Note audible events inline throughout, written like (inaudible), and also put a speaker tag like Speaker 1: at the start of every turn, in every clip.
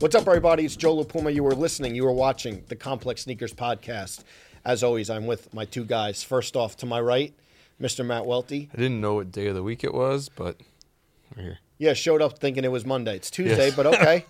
Speaker 1: What's up, everybody? It's Joe LaPuma. You are listening, you are watching the Complex Sneakers Podcast. As always, I'm with my two guys. First off, to my right, Mr. Matt Welty.
Speaker 2: I didn't know what day of the week it was, but we're here.
Speaker 1: Yeah, showed up thinking it was Monday. It's Tuesday, but
Speaker 2: (laughs)
Speaker 1: okay.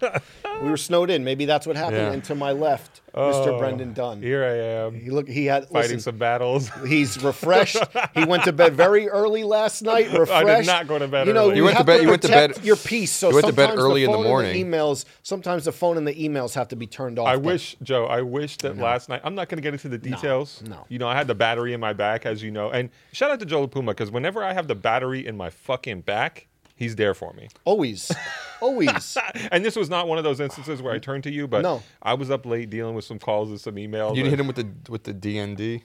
Speaker 1: we were snowed in. Maybe that's what happened.
Speaker 2: Yeah. Oh.
Speaker 1: And to my left, Mr. Brendan Dunn.
Speaker 3: Here I am
Speaker 1: He look. He had
Speaker 2: (laughs)
Speaker 3: fighting
Speaker 1: listen,
Speaker 3: some battles.
Speaker 1: He's refreshed. he went to bed very early
Speaker 2: (laughs)
Speaker 1: last night. Refreshed.
Speaker 3: not go to bed
Speaker 1: You know, you
Speaker 3: early. You
Speaker 2: went to
Speaker 1: have
Speaker 2: bed-
Speaker 1: to
Speaker 2: you went to
Speaker 1: protect
Speaker 2: bed-
Speaker 1: Your peace. So
Speaker 2: you went to bed
Speaker 1: sometimes
Speaker 2: early in the
Speaker 1: phone and
Speaker 2: morning.
Speaker 1: emails. Sometimes the phone and the emails have to be turned off.
Speaker 3: (laughs) I
Speaker 1: But
Speaker 3: wish, Joe, I wish that last night, I'm not going to get into the details.
Speaker 1: no.
Speaker 3: You know, I had the battery in my back, as you know. And shout out to Joe LaPuma, because whenever I have the battery in my fucking back, he's there for me.
Speaker 2: (laughs)
Speaker 1: Always, always.
Speaker 3: And this was not one of those instances where I turned to you, but
Speaker 1: No.
Speaker 3: I was up late dealing with some calls and some emails.
Speaker 2: You
Speaker 3: and-
Speaker 2: hit him with the with the DND.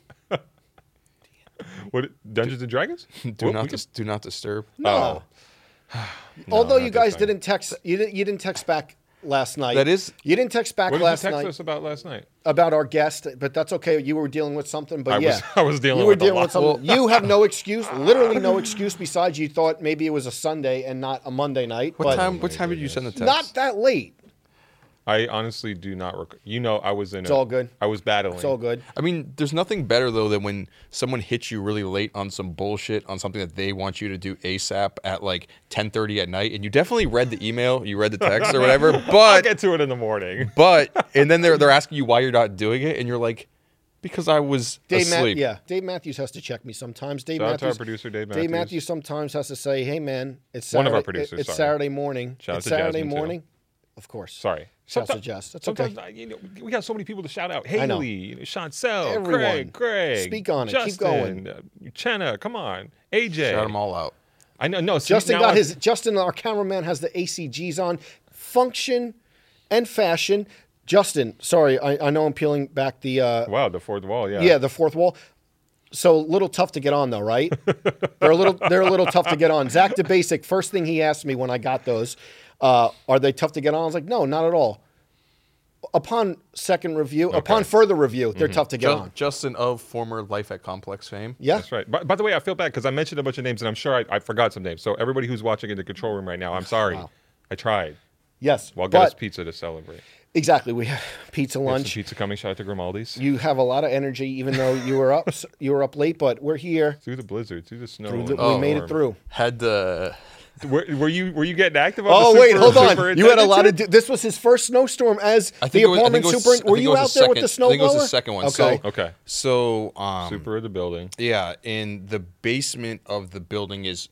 Speaker 3: What, Dungeons and
Speaker 1: (laughs)
Speaker 3: Dragons?
Speaker 2: Do
Speaker 3: Well,
Speaker 2: not
Speaker 3: we could-
Speaker 2: dis- do not disturb.
Speaker 1: No.
Speaker 3: Oh.
Speaker 1: (sighs)
Speaker 3: No,
Speaker 1: Although
Speaker 3: not
Speaker 1: you
Speaker 3: this
Speaker 1: guys
Speaker 3: time.
Speaker 1: didn't text, you didn't. You didn't text back last night.
Speaker 2: That is-
Speaker 1: You didn't text back
Speaker 3: What did you
Speaker 1: last
Speaker 3: text
Speaker 1: night
Speaker 3: us about last night?
Speaker 1: about our guest, but that's okay. You were dealing with something. But
Speaker 3: I
Speaker 1: yeah,
Speaker 3: was- (laughs) I was dealing
Speaker 1: You were
Speaker 3: with a
Speaker 1: dealing
Speaker 3: lot.
Speaker 1: with something. you have
Speaker 3: (laughs)
Speaker 1: no excuse. Literally no excuse. Besides, you thought maybe it was a Sunday and not a Monday night.
Speaker 2: What
Speaker 1: but
Speaker 2: time? What time did you send the text?
Speaker 1: Not that late.
Speaker 3: I honestly do not rec You know, I was in It's
Speaker 1: all good.
Speaker 3: I was battling.
Speaker 1: It's all good.
Speaker 2: I mean, there's nothing better though than when someone hits you really late on some bullshit on something that they want you to do ASAP at like 10:30 at night, and you definitely read the email, you read the text or whatever,
Speaker 3: I'll
Speaker 2: but
Speaker 3: get to it in the morning.
Speaker 2: but and then they're they're asking you why you're not doing it, and you're like, because I was
Speaker 1: Dave Matt,
Speaker 2: asleep.
Speaker 1: yeah, Dave Matthews has to check me sometimes. Dave
Speaker 3: Shout out
Speaker 1: Matthews,
Speaker 3: to our producer, Dave
Speaker 1: Dave
Speaker 3: Matthews.
Speaker 1: Matthews sometimes has to say, "Hey, man, it's
Speaker 3: One
Speaker 1: Saturday,
Speaker 3: of our
Speaker 1: it-
Speaker 3: producers,
Speaker 1: It's
Speaker 3: sorry.
Speaker 1: Saturday morning.
Speaker 3: Shout out
Speaker 1: it's
Speaker 3: to
Speaker 1: Saturday
Speaker 3: Jasmine, too.
Speaker 1: morning, of course.
Speaker 3: Sorry.
Speaker 1: Shouts to
Speaker 3: Someti-
Speaker 1: Jess. That's okay.
Speaker 3: sometimes I- you know, we got so many people to shout out.
Speaker 1: know.
Speaker 3: Haley, you know, Chantel,
Speaker 1: Everyone.
Speaker 3: Craig, Craig.
Speaker 1: Speak on it. Keep going.
Speaker 3: Justin, uh, Chenna, come on. AJ.
Speaker 2: Shout them all out.
Speaker 3: I know. No, see,
Speaker 1: Justin
Speaker 3: now
Speaker 1: got
Speaker 3: I-
Speaker 1: his. Justin, our cameraman, has the ACGs on. Function and fashion. Justin, sorry, I, I know I'm peeling back the. Uh,
Speaker 3: (laughs) Wow, the fourth wall. Yeah.
Speaker 1: yeah, the fourth wall. So a little tough to get on though, right?
Speaker 3: (laughs)
Speaker 1: they're a little they're a little tough to get on. Zach DeBasic, first thing he asked me when I got those, uh, are they tough to get on? I was like, no, not at all. Upon second review, upon further review, they're
Speaker 3: Mm-hmm.
Speaker 1: tough to get
Speaker 2: Ju-
Speaker 1: on.
Speaker 2: Justin of former Life at Complex fame.
Speaker 1: Yeah,
Speaker 3: That's right. By, by the way, I feel bad because I mentioned a bunch of names and I'm sure I, I forgot some names. So everybody who's watching in the control room right now, I'm sorry. I tried.
Speaker 1: yes.
Speaker 3: Well, I'll get us
Speaker 1: but,
Speaker 3: pizza to celebrate.
Speaker 1: exactly, we have pizza
Speaker 3: Get some
Speaker 1: lunch.
Speaker 3: pizza coming. Shout out to Grimaldi's.
Speaker 1: You have a lot of energy, even though you were up you were up late, but we're here.
Speaker 3: through the blizzard, through the snow.
Speaker 1: We-
Speaker 2: Oh,
Speaker 3: and
Speaker 1: we
Speaker 3: the
Speaker 1: made it
Speaker 3: storm.
Speaker 1: through.
Speaker 2: Had the
Speaker 3: Were, were you were you getting active? On
Speaker 1: Oh
Speaker 3: the
Speaker 1: wait,
Speaker 3: super-
Speaker 1: hold on. You had a
Speaker 3: superintendent
Speaker 1: lot
Speaker 3: today?
Speaker 1: of. d- This was his first snowstorm as
Speaker 2: I
Speaker 1: the
Speaker 2: think it was, I think
Speaker 1: apartment
Speaker 2: it was,
Speaker 1: superintendent.
Speaker 2: I
Speaker 1: Were
Speaker 2: think
Speaker 1: you
Speaker 2: it was
Speaker 1: out
Speaker 2: the
Speaker 1: there with
Speaker 2: second-
Speaker 1: the snowblower?
Speaker 2: I think it was the second one.
Speaker 1: Okay.
Speaker 2: So,
Speaker 3: Okay.
Speaker 2: So um,
Speaker 3: Super of the building.
Speaker 2: yeah, and the basement of the building is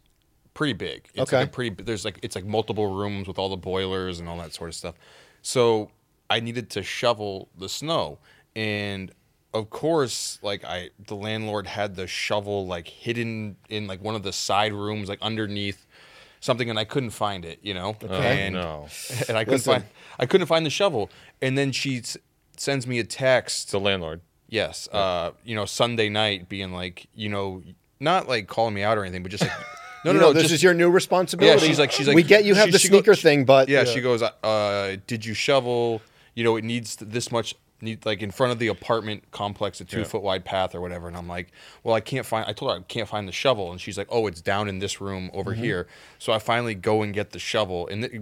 Speaker 2: pretty big. It's like
Speaker 1: Okay.
Speaker 2: a pretty there's like it's like multiple rooms with all the boilers and all that sort of stuff. So I needed to shovel the snow, and of course, like I the landlord had the shovel like hidden in like one of the side rooms, like underneath something, and I couldn't find it. You know,
Speaker 3: Okay.
Speaker 2: and
Speaker 3: no.
Speaker 2: (laughs) and I couldn't
Speaker 1: Listen.
Speaker 2: find I couldn't find the shovel, and then she s- sends me a text
Speaker 3: It's the landlord.
Speaker 2: Yes. Uh, you know, Sunday night being like, you know, not like calling me out or anything,
Speaker 1: (laughs)
Speaker 2: but just like, no,
Speaker 1: you know,
Speaker 2: no, no,
Speaker 1: this
Speaker 2: just,
Speaker 1: is your new responsibility.
Speaker 2: Yeah, she's like- she's like-
Speaker 1: we get you have
Speaker 2: she-
Speaker 1: the
Speaker 2: she go-
Speaker 1: sneaker thing, but
Speaker 2: yeah, She goes, uh, did you shovel? You know, it needs this much. Need like in front of the apartment complex, a two foot wide path or whatever, and I'm like, well, I can't find. I told her I can't find the shovel, and she's like, oh, it's down in this room over
Speaker 1: Mm-hmm.
Speaker 2: here. So I finally go and get the shovel, and th-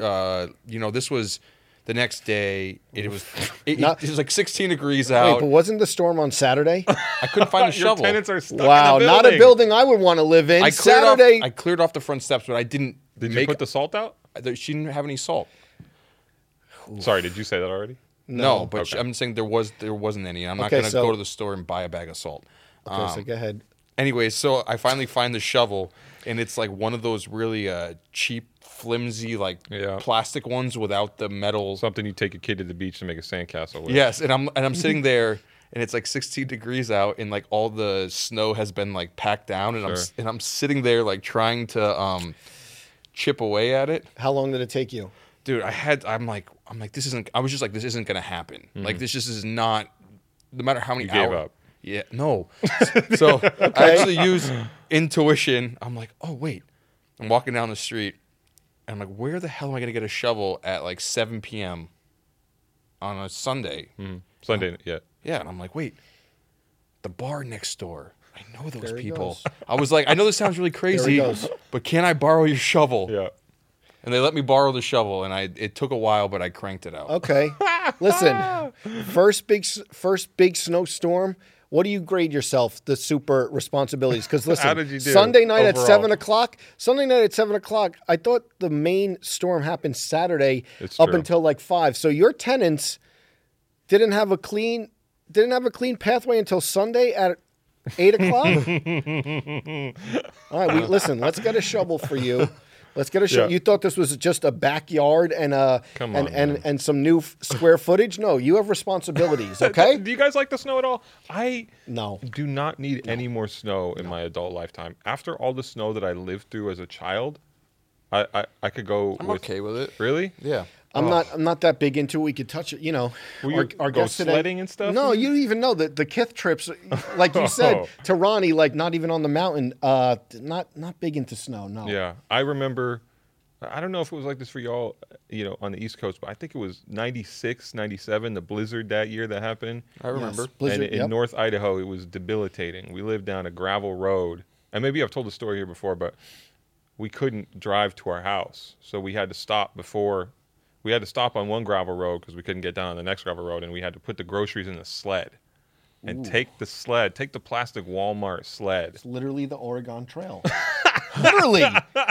Speaker 2: uh, you know, this was the next day. It was it,
Speaker 1: Not-
Speaker 2: it was like 16 degrees
Speaker 1: Wait,
Speaker 2: out.
Speaker 1: but wasn't the storm on
Speaker 2: (laughs)
Speaker 1: Saturday?
Speaker 2: I couldn't find
Speaker 1: (laughs)
Speaker 2: the
Speaker 3: Uh, Your
Speaker 2: shovel.
Speaker 3: tenants are stuck
Speaker 1: wow,
Speaker 3: in the
Speaker 1: not a building I would want to live in.
Speaker 2: I cleared
Speaker 1: Saturday.
Speaker 2: Off, I cleared off the front steps, but I didn't.
Speaker 3: Did you
Speaker 2: make,
Speaker 3: put the salt out?
Speaker 2: the? She didn't have any salt.
Speaker 3: Sorry, did you say that already?
Speaker 2: No, but she- I'm saying there was there wasn't any. I'm not
Speaker 1: Okay,
Speaker 2: gonna
Speaker 1: so-
Speaker 2: go to the store and buy a bag of salt.
Speaker 1: Okay,
Speaker 2: um,
Speaker 1: so go ahead.
Speaker 2: Anyway, so I finally find the shovel, and it's like one of those really uh, cheap, flimsy like
Speaker 3: Yeah.
Speaker 2: plastic ones without the metal.
Speaker 3: Something you take a kid to the beach to make a sandcastle with.
Speaker 2: Yes, and I'm and I'm sitting there. And it's like 16 degrees out, and like all the snow has been like packed down, and I'm s-
Speaker 3: Sure.
Speaker 2: and I'm sitting there like trying to um, chip away at it.
Speaker 1: How long did it take you?
Speaker 2: dude, I had I'm like I'm like this isn't I was just like this isn't gonna happen. Like this just is not no matter how many
Speaker 3: Mm-hmm. gave
Speaker 2: hour-
Speaker 3: up.
Speaker 2: Yeah,
Speaker 3: (laughs)
Speaker 2: no. so I actually used intuition. I'm like, oh wait. I'm walking down the street and I'm like, where the hell am I gonna get a shovel at like seven PM on a Sunday?
Speaker 3: Mm. Sunday, yeah.
Speaker 2: Yeah, and I'm like, wait, the bar next door. I know those
Speaker 1: There he
Speaker 2: people.
Speaker 1: goes.
Speaker 2: I was like, I know this sounds really
Speaker 1: he
Speaker 2: crazy,
Speaker 1: goes.
Speaker 2: but can I borrow your shovel?
Speaker 3: Yeah.
Speaker 2: and they let me borrow the shovel, and I it took a while, but I cranked it out.
Speaker 1: Okay.
Speaker 3: (laughs)
Speaker 1: Listen, first big s- first big snowstorm. What do you grade yourself the super responsibilities?
Speaker 3: (laughs)
Speaker 1: Because listen,
Speaker 3: did you do
Speaker 1: Sunday night at
Speaker 3: overall?
Speaker 1: seven o'clock. Sunday night at seven o'clock. I thought the main storm happened Saturday
Speaker 3: It's
Speaker 1: up
Speaker 3: true.
Speaker 1: until like five. So your tenants didn't have a clean didn't have a clean pathway until Sunday at eight
Speaker 3: (laughs)
Speaker 1: o'clock. All right, we, listen. Let's get a shovel for you. Let's get a shovel.
Speaker 3: Yeah.
Speaker 1: You thought this was just a backyard and a
Speaker 3: Come
Speaker 1: and,
Speaker 3: on,
Speaker 1: and,
Speaker 3: man.
Speaker 1: and some new f- square footage. No, you have responsibilities.
Speaker 3: (laughs)
Speaker 1: Okay.
Speaker 3: Do you guys like the snow at all? I
Speaker 1: No.
Speaker 3: do not need any more snow in my adult lifetime. After all the snow that I lived through as a child, I I, I could go.
Speaker 2: I'm
Speaker 3: with,
Speaker 2: okay with it.
Speaker 3: Really?
Speaker 2: Yeah.
Speaker 1: I'm not. I'm not that big into. it. We could touch it. You know,
Speaker 3: Will Oh. you go sledding and stuff? Oh.
Speaker 1: No, you even know that the Kith
Speaker 3: (laughs)
Speaker 1: trips, like you said, to Ronnie, like not even on the mountain. Uh, not not big into snow. No.
Speaker 3: Yeah, I remember. I don't know if it was like this for y'all, you know, on the East Coast, but I think it was 96, 97, the blizzard that year that happened.
Speaker 2: I remember.
Speaker 1: blizzard,
Speaker 3: and in
Speaker 1: yep.
Speaker 3: North Idaho, it was debilitating. We lived down a gravel road. And maybe I've told the story here before, but we couldn't drive to our house. So we had to stop before. We had to stop on one gravel road because we couldn't get down on the next gravel road. And we had to put the groceries in the sled and take the sled, take the plastic Walmart sled.
Speaker 1: (laughs)
Speaker 3: (laughs)
Speaker 1: It's literally the Oregon Trail. (laughs) literally.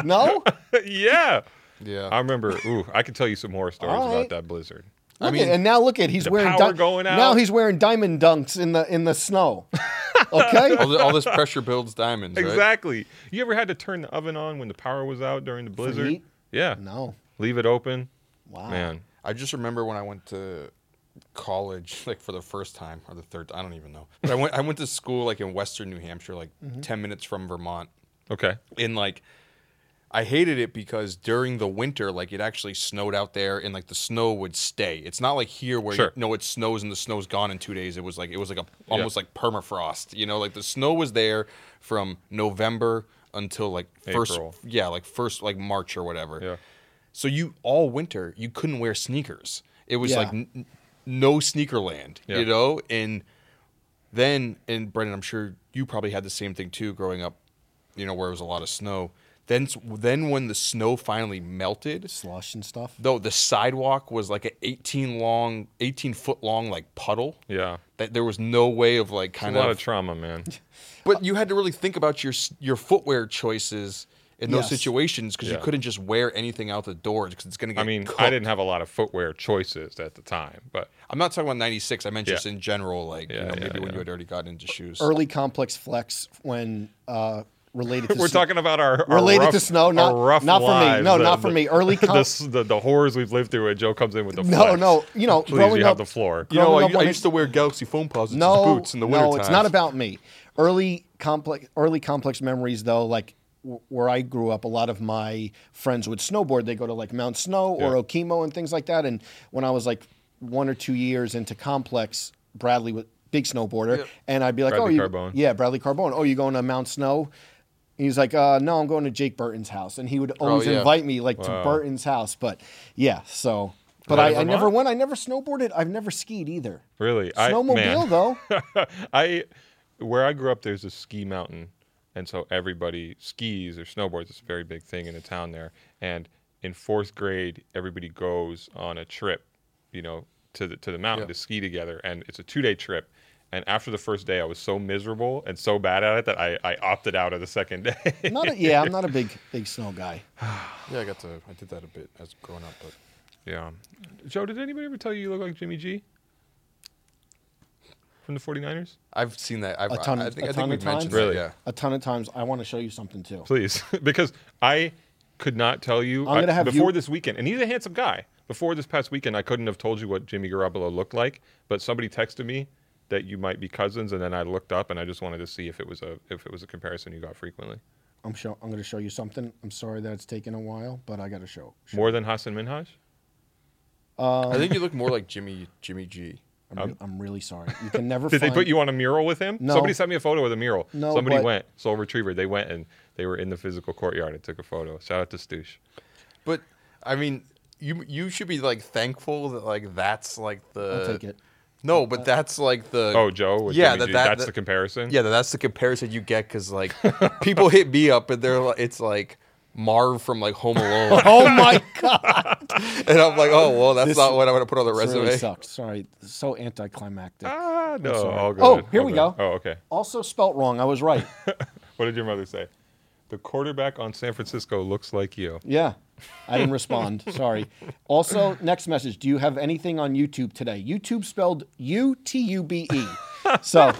Speaker 1: No.
Speaker 3: yeah.
Speaker 2: Yeah.
Speaker 3: I remember. Ooh, I could tell you some horror stories
Speaker 1: All right.
Speaker 3: about that blizzard.
Speaker 1: Look at, and now look at he's wearing
Speaker 3: power going out.
Speaker 1: now he's wearing diamond dunks in the in the
Speaker 3: (laughs)
Speaker 1: snow. Okay,
Speaker 2: (laughs) all, the, all this pressure builds diamonds, right?
Speaker 3: Exactly. You ever had to turn the oven on when the power was out during the blizzard?
Speaker 1: heat?
Speaker 3: Yeah.
Speaker 1: no,
Speaker 3: Leave it open.
Speaker 1: wow,
Speaker 3: Man.
Speaker 2: I just remember when I went to college, like for the first time or the third. I don't even know. But I went. I went to school like in Western New Hampshire, like ten minutes from Vermont,
Speaker 3: Okay.
Speaker 2: and like. I hated it because during the winter, like it actually snowed out there, and like the snow would stay. It's not like here where
Speaker 3: Sure.
Speaker 2: you know it snows and the snow's gone in two days. It was like it was like a almost
Speaker 3: Yeah.
Speaker 2: like permafrost. You know, like the snow was there from November until like first,
Speaker 3: April.
Speaker 2: yeah, like first like March or whatever.
Speaker 3: Yeah.
Speaker 2: So you all winter you couldn't wear sneakers. It was
Speaker 1: Yeah.
Speaker 2: like n- n- no sneaker land,
Speaker 3: Yeah.
Speaker 2: you know. And then, and Brendan, I'm sure you probably had the same thing too growing up, you know, where it was a lot of snow. Then, s- then when the snow finally melted,
Speaker 1: slush and stuff.
Speaker 2: though the sidewalk was like an 18 long, 18 foot long like puddle.
Speaker 3: Yeah.
Speaker 2: That there was no way of like
Speaker 3: A
Speaker 2: kind
Speaker 3: lot
Speaker 2: of,
Speaker 3: of
Speaker 1: (laughs)
Speaker 3: trauma, man.
Speaker 2: but you had to really think about your s- your footwear choices in those
Speaker 1: Yes.
Speaker 2: situations because
Speaker 3: Yeah.
Speaker 2: you couldn't just wear anything out the door because it's gonna get.
Speaker 3: I mean,
Speaker 2: cooked.
Speaker 3: I didn't have a lot of footwear choices at the time, but
Speaker 2: I'm not talking about '96. I meant
Speaker 3: Yeah.
Speaker 2: just in general, like you
Speaker 3: Yeah,
Speaker 2: know,
Speaker 3: yeah,
Speaker 2: maybe when
Speaker 3: yeah.
Speaker 2: you had already gotten into shoes.
Speaker 1: Early complex flex when uh, related. To
Speaker 3: (laughs) we're
Speaker 1: snow-
Speaker 3: talking about our, our
Speaker 1: related
Speaker 3: rough-
Speaker 1: to snow.
Speaker 3: our
Speaker 1: Not
Speaker 3: rough
Speaker 1: not for me.
Speaker 3: lives,
Speaker 1: No,
Speaker 3: the-
Speaker 1: not for
Speaker 3: the-
Speaker 1: me. Early
Speaker 3: (laughs) The,
Speaker 1: com-
Speaker 3: s- the the horrors we've lived through, and Joe comes in with the
Speaker 1: No,
Speaker 3: flex.
Speaker 1: no, you know,
Speaker 3: (laughs) Please,
Speaker 1: growing
Speaker 3: you have
Speaker 1: up-
Speaker 3: the floor.
Speaker 1: You know, Growing I- up I on used
Speaker 2: used
Speaker 1: it-
Speaker 2: to wear Galaxy foam posits
Speaker 1: no,
Speaker 2: as boots in the
Speaker 1: no,
Speaker 2: winter
Speaker 1: it's not about me. Early complex, early complex memories though, like w- where I grew up, a lot of my friends would snowboard. They go to like Mount Snow or
Speaker 3: Yeah.
Speaker 1: Okemo and things like that. And when I was like one or two years into complex, Bradley was big snowboarder, and I'd be like,
Speaker 3: Bradley
Speaker 1: "Oh, you,
Speaker 3: Carbone.
Speaker 1: yeah, Bradley Carbone. Oh, you going to Mount Snow?" And he's like, uh, "No, I'm going to Jake Burton's house," and he would always
Speaker 2: yeah.
Speaker 1: invite me like to
Speaker 3: Wow.
Speaker 1: Burton's house. But yeah, so. But
Speaker 3: Out
Speaker 1: I,
Speaker 3: of
Speaker 1: I never
Speaker 3: Vermont?
Speaker 1: went. I never snowboarded. I've never skied either.
Speaker 3: Really? I-
Speaker 1: Snowmobile
Speaker 3: man.
Speaker 1: though.
Speaker 3: (laughs) I where I grew up, there's a ski mountain, and so everybody skis or snowboards. It's a very big thing in the town there. And in fourth grade, everybody goes on a trip, you know, to the to the mountain
Speaker 2: Yeah.
Speaker 3: to ski together, and it's a two day trip. And after the first day, I was so miserable and so bad at it that I, I opted out of the second (laughs) day.
Speaker 1: Not a, yeah, I'm not a big big snow guy.
Speaker 2: Yeah, I got to. I did that a bit as growing up, but
Speaker 3: (laughs) yeah. Joe, did anybody ever tell you you look like Jimmy G? From the 49ers?
Speaker 2: I've seen that. I've,
Speaker 1: A ton
Speaker 2: I, I
Speaker 1: of-
Speaker 2: think,
Speaker 1: a
Speaker 2: I
Speaker 1: ton
Speaker 2: think
Speaker 1: of
Speaker 2: we've mentioned
Speaker 1: times?
Speaker 2: that,
Speaker 3: Really?
Speaker 2: Yeah.
Speaker 1: A ton of times I want to show you something too.
Speaker 3: please (laughs) because i could not tell you
Speaker 1: I'm gonna
Speaker 3: I-
Speaker 1: have
Speaker 3: before
Speaker 1: you-
Speaker 3: this weekend and he's a handsome guy before this past weekend i couldn't have told you what jimmy garoppolo looked like but somebody texted me that you might be cousins and then i looked up and i just wanted to see if it was a if it was a comparison you got frequently
Speaker 1: I'm show, I'm going to show you something. I'm sorry that it's taken a while, but I got to show.
Speaker 3: more than hassan minhaj
Speaker 2: I think you
Speaker 1: Um,
Speaker 2: look more like Jimmy Jimmy G.
Speaker 1: I'm, re- I'm really sorry. You can never
Speaker 3: (laughs) did
Speaker 1: find
Speaker 3: they put you on a mural with him
Speaker 1: No.
Speaker 3: somebody sent me a photo with a mural
Speaker 1: No,
Speaker 3: somebody
Speaker 1: but-
Speaker 3: went soul retriever they went and they were in the physical courtyard and took a photo shout out to stoosh
Speaker 2: But I mean, you you should be like thankful that like that's like the.
Speaker 1: I'll take it.
Speaker 2: No, but that's like the.
Speaker 3: oh joe with
Speaker 2: Yeah,
Speaker 3: Jimmy
Speaker 2: that,
Speaker 3: G,
Speaker 2: that-
Speaker 3: that's
Speaker 2: that-
Speaker 3: the comparison
Speaker 2: Yeah, that- that's the comparison you get because like people hit me up and they're like, it's like, Marv from like Home Alone,
Speaker 1: (laughs) Oh my god,
Speaker 2: and I'm like, oh well, that's
Speaker 1: This-
Speaker 2: not what I want to put on the
Speaker 1: this
Speaker 2: resume.
Speaker 1: really sucks. Sorry, This is so anticlimactic.
Speaker 3: Ah, no,
Speaker 1: sorry.
Speaker 3: all good.
Speaker 1: Oh, here
Speaker 3: all
Speaker 1: we
Speaker 3: good.
Speaker 1: go.
Speaker 3: Oh, okay.
Speaker 1: Also spelt wrong. I was right.
Speaker 3: What did your mother say? The quarterback on San Francisco looks like you.
Speaker 1: Yeah. I (laughs) didn't respond. Sorry. Also, next message. Do you have anything on YouTube today? YouTube spelled U T U B E. So,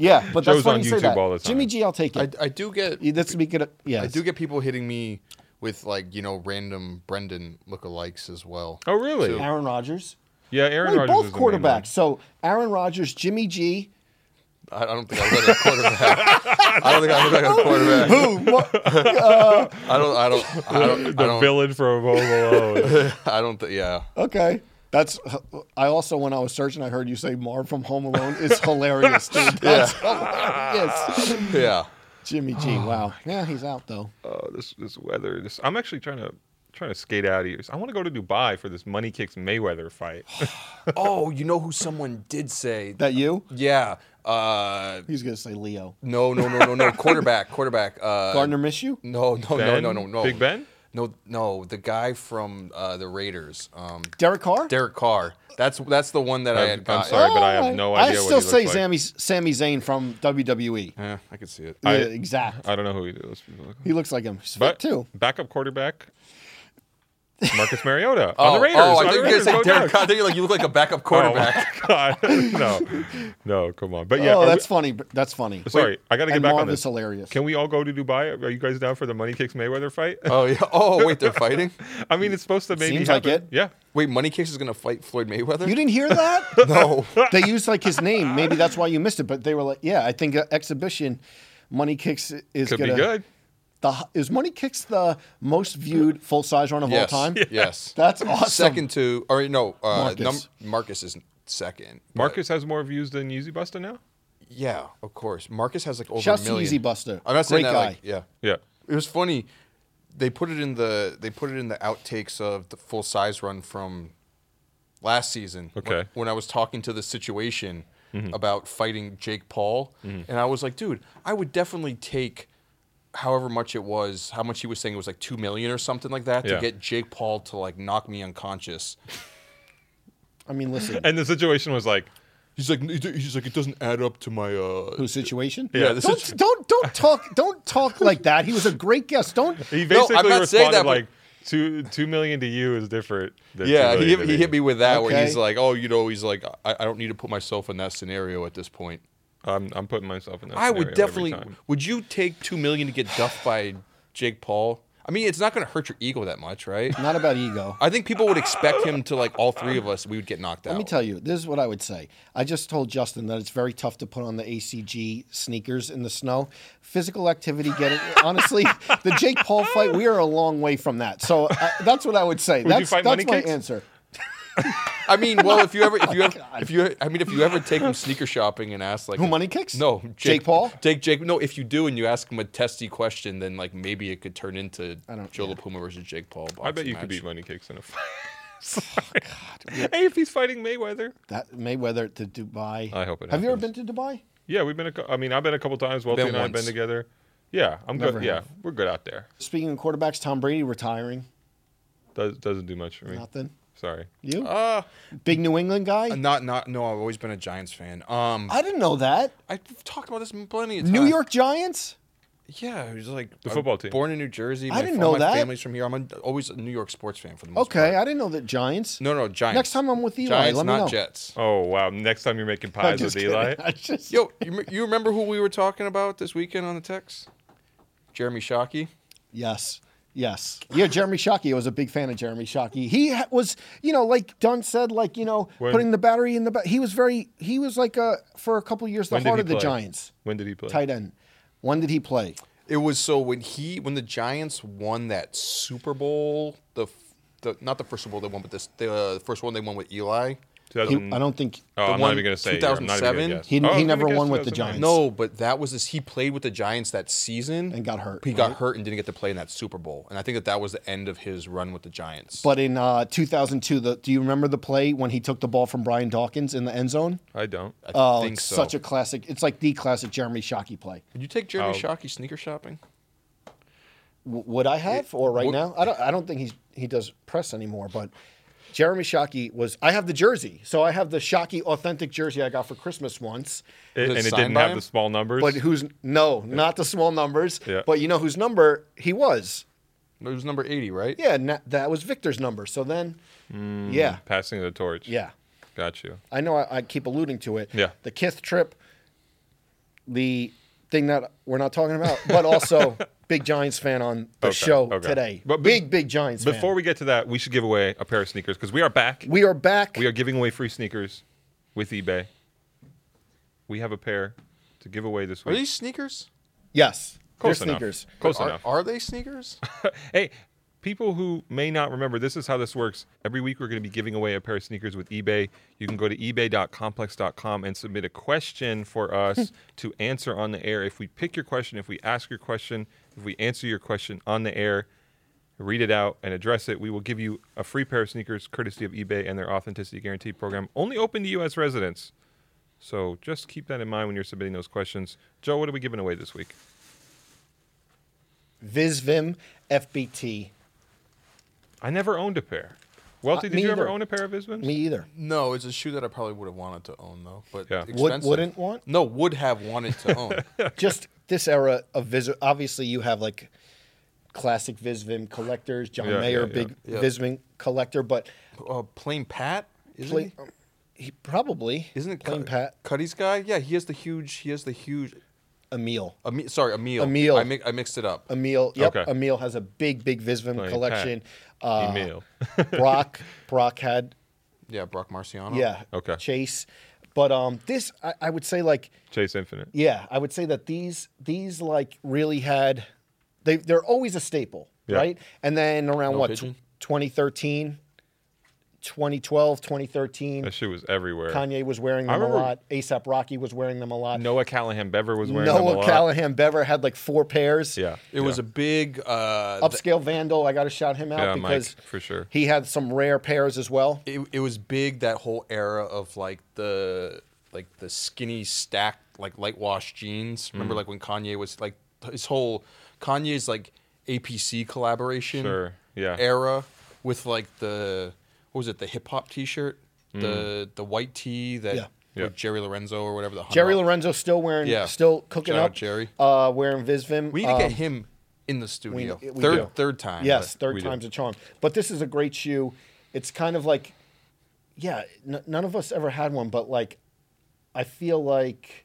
Speaker 1: yeah, but that's
Speaker 3: Joe's
Speaker 1: funny
Speaker 3: on
Speaker 1: you say
Speaker 3: YouTube
Speaker 1: that.
Speaker 3: all the time.
Speaker 1: Jimmy G, I'll take
Speaker 2: I,
Speaker 1: it.
Speaker 2: I do get
Speaker 1: Yeah, That's me. Good. Yeah.
Speaker 2: I do get people hitting me with like you know random Brendan lookalikes as well.
Speaker 3: Oh, really?
Speaker 2: So-
Speaker 1: Aaron Rodgers.
Speaker 3: Yeah, Aaron
Speaker 1: Wait,
Speaker 3: Rodgers.
Speaker 1: both
Speaker 3: is the main one.
Speaker 1: quarterbacks. So Aaron Rodgers, Jimmy G.
Speaker 2: I I don't think I look like a quarterback. I don't think I look like a quarterback.
Speaker 1: Who? What-
Speaker 2: I don't. I don't. I don't. I
Speaker 3: The
Speaker 2: don't,
Speaker 3: villain from Home (laughs) Alone.
Speaker 2: I don't thi- yeah.
Speaker 1: Okay. That's. I also, when I was searching, I heard you say Marv from Home Alone. It's hilarious,
Speaker 2: (laughs)
Speaker 1: dude. That's hilarious.
Speaker 2: Yeah.
Speaker 1: Jimmy G. Wow. Yeah, he's out though.
Speaker 3: oh, this this weather. This I'm actually trying to trying to skate out of here. I want to go to Dubai for this Money Kicks Mayweather fight.
Speaker 2: Oh, you know who someone did say?
Speaker 1: That you?
Speaker 2: yeah. Uh,
Speaker 1: He's gonna say Leo.
Speaker 2: no, no, no, no, no. Quarterback. Quarterback. Uh,
Speaker 1: Gardner miss you?
Speaker 2: No, no,
Speaker 3: Ben?
Speaker 2: no, no, no, no.
Speaker 3: Big Ben?
Speaker 2: No, no. The guy from uh, the Raiders. Um,
Speaker 1: Derek Carr?
Speaker 2: Derek Carr. That's that's the one that I
Speaker 3: I'm-
Speaker 2: had.
Speaker 3: I'm
Speaker 2: got-
Speaker 3: sorry. but I have no
Speaker 1: Alright. Oh,
Speaker 3: idea
Speaker 1: I
Speaker 3: what
Speaker 1: still
Speaker 3: he
Speaker 1: say
Speaker 3: looks
Speaker 1: Sammy Sami Zayn from WWE.
Speaker 2: Yeah, I could see it.
Speaker 1: Yeah,
Speaker 3: I-
Speaker 1: exact.
Speaker 3: (sighs) I don't know who he is.
Speaker 1: he looks like him. He's fit,
Speaker 3: But
Speaker 1: too.
Speaker 3: backup quarterback Marcus (laughs) Mariota
Speaker 2: Oh,
Speaker 3: on the Raiders.
Speaker 2: oh, I
Speaker 3: on the
Speaker 2: thought you were gonna
Speaker 3: Raiders,
Speaker 2: say
Speaker 3: go
Speaker 2: Derek
Speaker 3: Ducks.
Speaker 2: Carr. I thought you were like you look like a backup quarterback.
Speaker 3: Oh, my (laughs) God. No, no, come on. But yeah,
Speaker 1: oh,
Speaker 3: are we-
Speaker 1: that's funny. but That's funny.
Speaker 3: sorry. I got to get
Speaker 1: and
Speaker 3: back
Speaker 1: Marv
Speaker 3: on this.
Speaker 1: is hilarious.
Speaker 3: Can we all go to Dubai? Are you guys down for the Money Kicks Mayweather fight?
Speaker 2: (laughs) Oh yeah.
Speaker 3: (laughs)
Speaker 2: Oh wait, they're fighting.
Speaker 3: I mean, it's supposed to maybe
Speaker 1: Seems like
Speaker 3: happen.
Speaker 1: it.
Speaker 3: Yeah.
Speaker 2: Wait, Money Kicks is gonna fight Floyd Mayweather.
Speaker 1: You didn't hear that?
Speaker 3: (laughs)
Speaker 1: (laughs)
Speaker 2: no.
Speaker 1: they used like his name. Maybe that's why you missed it. But they were like, yeah, I think uh, exhibition money kicks is
Speaker 3: Could
Speaker 1: gonna
Speaker 3: be good.
Speaker 1: The is money kicks the most viewed full size run of
Speaker 2: Yes.
Speaker 3: (laughs)
Speaker 1: all time.
Speaker 2: Yes.
Speaker 1: That's awesome.
Speaker 2: Second to or no, uh,
Speaker 1: Marcus.
Speaker 2: Marcus. Marcus is second. but-
Speaker 3: Marcus has more views than Yeezy Busta now?
Speaker 2: Yeah, of course. Marcus has like over
Speaker 1: Shouts
Speaker 2: a
Speaker 1: to
Speaker 2: million.
Speaker 1: Easy Buster.
Speaker 2: I'm not saying
Speaker 1: Great
Speaker 2: that. Like,
Speaker 1: guy.
Speaker 2: yeah.
Speaker 3: Yeah.
Speaker 2: It was funny. They put it in the they put it in the outtakes of the full size run from last season.
Speaker 3: Okay. Mm-hmm.
Speaker 2: When, when I was talking to the situation about fighting Jake Paul, and I was like, dude, I would definitely take however much it was, how much he was saying it was like two million or something like that
Speaker 3: Yeah.
Speaker 2: to get Jake Paul to like knock me unconscious.
Speaker 1: I mean, listen,
Speaker 3: And the situation was like,
Speaker 2: He's like, he's like, it doesn't add up to my. uh
Speaker 1: whose situation?
Speaker 2: Yeah, this
Speaker 1: Don't
Speaker 2: is-
Speaker 1: don't don't talk don't talk like that. He was a great guest. Don't
Speaker 3: he
Speaker 2: No, I'm
Speaker 3: basically
Speaker 2: not saying
Speaker 3: responded
Speaker 2: that, but-
Speaker 3: like, two, two million to you is different. Than two
Speaker 2: Yeah, he
Speaker 3: million
Speaker 2: hit, he
Speaker 3: to me."
Speaker 2: hit me with that where he's
Speaker 1: Okay.
Speaker 2: like, oh, you know, he's like, I, I don't need to put myself in that scenario at this point.
Speaker 3: I'm, I'm putting myself in that.
Speaker 2: I would
Speaker 3: scenario every
Speaker 2: definitely.
Speaker 3: time.
Speaker 2: Would you take two million to get duffed by Jake Paul? I mean, it's not going to hurt your ego that much, right?
Speaker 1: not about ego.
Speaker 2: I think people would expect him to like all three of us. We would get knocked out.
Speaker 1: Let me tell you, this is what I would say. I just told Justin that it's very tough to put on the ACG sneakers in the snow. Physical activity, get
Speaker 3: (laughs)
Speaker 1: it. Honestly, the Jake Paul fight, we are a long way from that. So uh, that's what I would say.
Speaker 3: you
Speaker 1: that's
Speaker 3: fight
Speaker 1: that's
Speaker 3: Money
Speaker 1: my
Speaker 3: Kicks?
Speaker 1: answer.
Speaker 2: I mean, well, if you ever,
Speaker 1: (laughs) Oh
Speaker 2: if you ever, if you, I mean, if you ever take him sneaker shopping and ask like
Speaker 1: Who Money Kicks?
Speaker 2: No,
Speaker 1: Jake, Paul.
Speaker 2: Jake, Jake. No, if you do and you ask him a testy question, then like maybe it could turn into
Speaker 1: don't-
Speaker 2: Joe
Speaker 1: yeah.
Speaker 2: LaPuma versus Jake Paul.
Speaker 3: I bet
Speaker 2: boxing
Speaker 3: you could
Speaker 2: match. Oh,
Speaker 3: beat Money Kicks in
Speaker 2: (laughs)
Speaker 3: a fight. (laughs) hey, if he's fighting Mayweather.
Speaker 1: That Mayweather to Dubai.
Speaker 3: I hope it
Speaker 1: Have you ever been
Speaker 3: happens.
Speaker 1: to Dubai?
Speaker 3: Yeah, we've been. A, cou- I mean, I've been a couple times. Welty
Speaker 2: Been
Speaker 3: and I have been
Speaker 2: once.
Speaker 3: together. Yeah, I'm
Speaker 1: Never
Speaker 3: good. Yeah,
Speaker 1: have.
Speaker 3: we're good out there.
Speaker 1: Speaking of quarterbacks, Tom Brady retiring.
Speaker 3: Does doesn't do much for me.
Speaker 1: Nothing.
Speaker 3: Sorry.
Speaker 1: You
Speaker 2: Uh,
Speaker 1: big New England guy?
Speaker 2: Not, not, no. I've always been a Giants fan. Um,
Speaker 1: I didn't know that.
Speaker 2: I've talked about this plenty of times.
Speaker 1: New York Giants.
Speaker 2: yeah. It was like
Speaker 3: The
Speaker 2: I'm
Speaker 3: football team.
Speaker 2: Born in New Jersey.
Speaker 1: I
Speaker 2: My-
Speaker 1: didn't know
Speaker 2: all my
Speaker 1: that.
Speaker 2: Family's from here. I'm a, always a New York sports fan for the most
Speaker 1: Okay,
Speaker 2: part.
Speaker 1: I didn't know that Giants.
Speaker 2: no, no, Giants.
Speaker 1: Next time I'm with Eli,
Speaker 2: Giants,
Speaker 1: let me
Speaker 2: not
Speaker 1: know.
Speaker 2: Jets.
Speaker 3: Oh wow! Next time you're making
Speaker 1: I'm
Speaker 3: pies with
Speaker 1: just kidding.
Speaker 3: Eli.
Speaker 1: (laughs) I just-
Speaker 2: Yo, you, me- you remember who we were talking about this weekend on the text? Jeremy Shockey.
Speaker 1: Yes. Yes. Yeah, Jeremy Shockey. I was a big fan of Jeremy Shockey. He ha- was, you know, like Dunn said, like, you know,
Speaker 3: When-
Speaker 1: putting the battery in the ba- He was very, he was like, a, for a couple years, the
Speaker 3: When did
Speaker 1: heart
Speaker 3: he
Speaker 1: of the
Speaker 3: play?
Speaker 1: Giants.
Speaker 3: When did he play?
Speaker 1: Tight end. When did he play?
Speaker 2: It was so when he when the Giants won that Super Bowl, the f- the not the first Super Bowl they won, but this the uh, first one they won with Eli.
Speaker 3: 2000
Speaker 1: He, I don't think.
Speaker 3: Oh,
Speaker 2: the
Speaker 3: I'm not
Speaker 2: one-
Speaker 3: even gonna say. here. I'm not even gonna
Speaker 2: 2007?
Speaker 3: guess.
Speaker 1: He-
Speaker 3: Oh, I
Speaker 1: he
Speaker 3: was gonna
Speaker 1: never
Speaker 3: guess
Speaker 1: won with the
Speaker 3: 2009.
Speaker 1: Giants.
Speaker 2: No, but that was this. He played with the Giants that season
Speaker 1: And got hurt,
Speaker 2: He got
Speaker 1: right?
Speaker 2: hurt and didn't get to play in that Super Bowl. And I think that that was the end of his run with the Giants.
Speaker 1: But in uh, 2002, the, do you remember the play when he took the ball from Brian Dawkins in the end zone?
Speaker 3: I don't.
Speaker 2: I
Speaker 1: Oh,
Speaker 2: think
Speaker 1: it's
Speaker 2: so.
Speaker 1: such a classic. It's like the classic Jeremy Shockey play.
Speaker 2: Did you take Jeremy
Speaker 3: Oh.
Speaker 2: Shockey sneaker shopping?
Speaker 1: W- would I have or right
Speaker 2: would-
Speaker 1: now? I don't. I don't think he's he does press anymore. But Jeremy Shockey was. I have the jersey, so I have the Shockey authentic jersey I got for Christmas once.
Speaker 3: It-
Speaker 2: it
Speaker 3: and it
Speaker 2: signed
Speaker 3: didn't
Speaker 2: by
Speaker 3: have
Speaker 2: him?
Speaker 3: the small numbers.
Speaker 1: But who's no, not the small numbers.
Speaker 3: Yeah.
Speaker 1: But you know whose number he was.
Speaker 2: It was number 80, right?
Speaker 1: Yeah, and that- that was Victor's number. So then,
Speaker 3: Hmm.
Speaker 1: yeah,
Speaker 3: Mm, Passing of the torch.
Speaker 1: yeah.
Speaker 3: Got you.
Speaker 1: I know I, I keep alluding to it.
Speaker 3: Yeah.
Speaker 1: The Kith trip, the thing that we're not talking about, but also
Speaker 3: (laughs)
Speaker 1: big Giants fan on the
Speaker 3: Okay,
Speaker 1: show
Speaker 3: okay.
Speaker 1: today.
Speaker 3: But be-
Speaker 1: big, big Giants
Speaker 3: Before
Speaker 1: fan.
Speaker 3: we get to that, we should give away a pair of sneakers because we are back.
Speaker 1: we are back.
Speaker 3: We are giving away free sneakers with eBay. We have a pair to give away this
Speaker 2: Are
Speaker 3: week.
Speaker 2: these sneakers?
Speaker 1: yes.
Speaker 3: Close
Speaker 1: They're
Speaker 3: enough.
Speaker 1: sneakers.
Speaker 3: Close
Speaker 2: are,
Speaker 3: enough.
Speaker 2: Are they (laughs) sneakers?
Speaker 3: Hey, people who may not remember, this is how this works. Every week we're going to be giving away a pair of sneakers with eBay. You can go to ebay.complex.com and submit a question
Speaker 1: (laughs)
Speaker 3: for us to answer on the air. If we pick your question, if we ask your question, if we answer your question on the air, read it out and address it, we will give you a free pair of sneakers courtesy of eBay and their authenticity guarantee program, only open to U.S. residents. So just keep that in mind when you're submitting those questions. Joe, what are we giving away this week?
Speaker 1: VizVim FBT.
Speaker 3: I never owned a pair. Welty,
Speaker 1: Uh,
Speaker 3: did
Speaker 1: me
Speaker 3: you ever
Speaker 1: either.
Speaker 3: own a pair of Isbins?
Speaker 1: Me either.
Speaker 2: no, it's a shoe that I probably would have wanted to own though, but
Speaker 3: Yeah. Would-
Speaker 2: expensive.
Speaker 1: wouldn't want?
Speaker 2: No, would have wanted to (laughs) own.
Speaker 1: Just this era of Viz. Obviously, you have like classic VizVim collectors, John
Speaker 3: Yeah,
Speaker 1: Mayer,
Speaker 3: yeah, yeah.
Speaker 1: big
Speaker 2: Yeah.
Speaker 1: VizVim collector, but
Speaker 2: uh, plain Pat, isn't
Speaker 1: play,
Speaker 2: he?
Speaker 1: he probably
Speaker 2: Isn't it
Speaker 1: plain
Speaker 2: Cut-
Speaker 1: Pat
Speaker 2: Cuddy's guy? Yeah, he has the huge. He has the huge.
Speaker 1: Emil.
Speaker 2: Ame- sorry, Emil.
Speaker 1: Emil.
Speaker 2: I, mi- I mixed it up.
Speaker 1: Emil, yep.
Speaker 3: Okay.
Speaker 1: Emil has a big, big Visvim
Speaker 3: Plain
Speaker 1: collection. Uh,
Speaker 3: (laughs) Emil.
Speaker 1: Brock, Brock had,
Speaker 2: Yeah, Brock Marciano.
Speaker 1: yeah.
Speaker 3: Okay.
Speaker 1: Chase, but um, this I, I would say like,
Speaker 3: Chase Infinite.
Speaker 1: yeah, I would say that these these like really had, they they're always a staple,
Speaker 3: Yeah.
Speaker 1: right? And then around
Speaker 2: No
Speaker 1: what
Speaker 2: pigeon?
Speaker 1: tw- 2013, 2012, 2013,
Speaker 3: That shoe was everywhere.
Speaker 1: Kanye was wearing
Speaker 3: I
Speaker 1: them a
Speaker 3: remember-
Speaker 1: lot. ASAP Rocky was wearing them a lot.
Speaker 3: Noah Callahan Bever was wearing them a
Speaker 1: Noah
Speaker 3: lot.
Speaker 1: Callahan Bever had like four pairs.
Speaker 3: Yeah.
Speaker 2: It was a big. Uh, th-
Speaker 1: upscale vandal i gotta shout him out
Speaker 3: Yeah, Mike,
Speaker 1: because
Speaker 3: for sure.
Speaker 1: he had some rare pairs as well
Speaker 2: it, it was big that whole era of like the like the skinny stacked like light wash jeans.
Speaker 3: Mm.
Speaker 2: Remember like when Kanye was like his whole Kanye's like APC collaboration
Speaker 3: Sure, yeah.
Speaker 2: era with like the what was it the hip hop T shirt the the white tee that
Speaker 1: Yeah.
Speaker 3: Mm. Yeah.
Speaker 2: with Jerry Lorenzo or whatever the
Speaker 1: jerry
Speaker 2: $100
Speaker 1: lorenzo still wearing
Speaker 2: Yeah.
Speaker 1: still cooking
Speaker 2: Shout out
Speaker 1: up
Speaker 2: Jerry.
Speaker 1: uh wearing visvim um,
Speaker 2: We need to get him in the studio.
Speaker 1: we
Speaker 2: third
Speaker 1: do.
Speaker 2: third time.
Speaker 1: yes
Speaker 2: but-
Speaker 1: third
Speaker 3: we do.
Speaker 1: time's a charm but this is a great shoe it's kind of like yeah n- none of us ever had one but like i feel like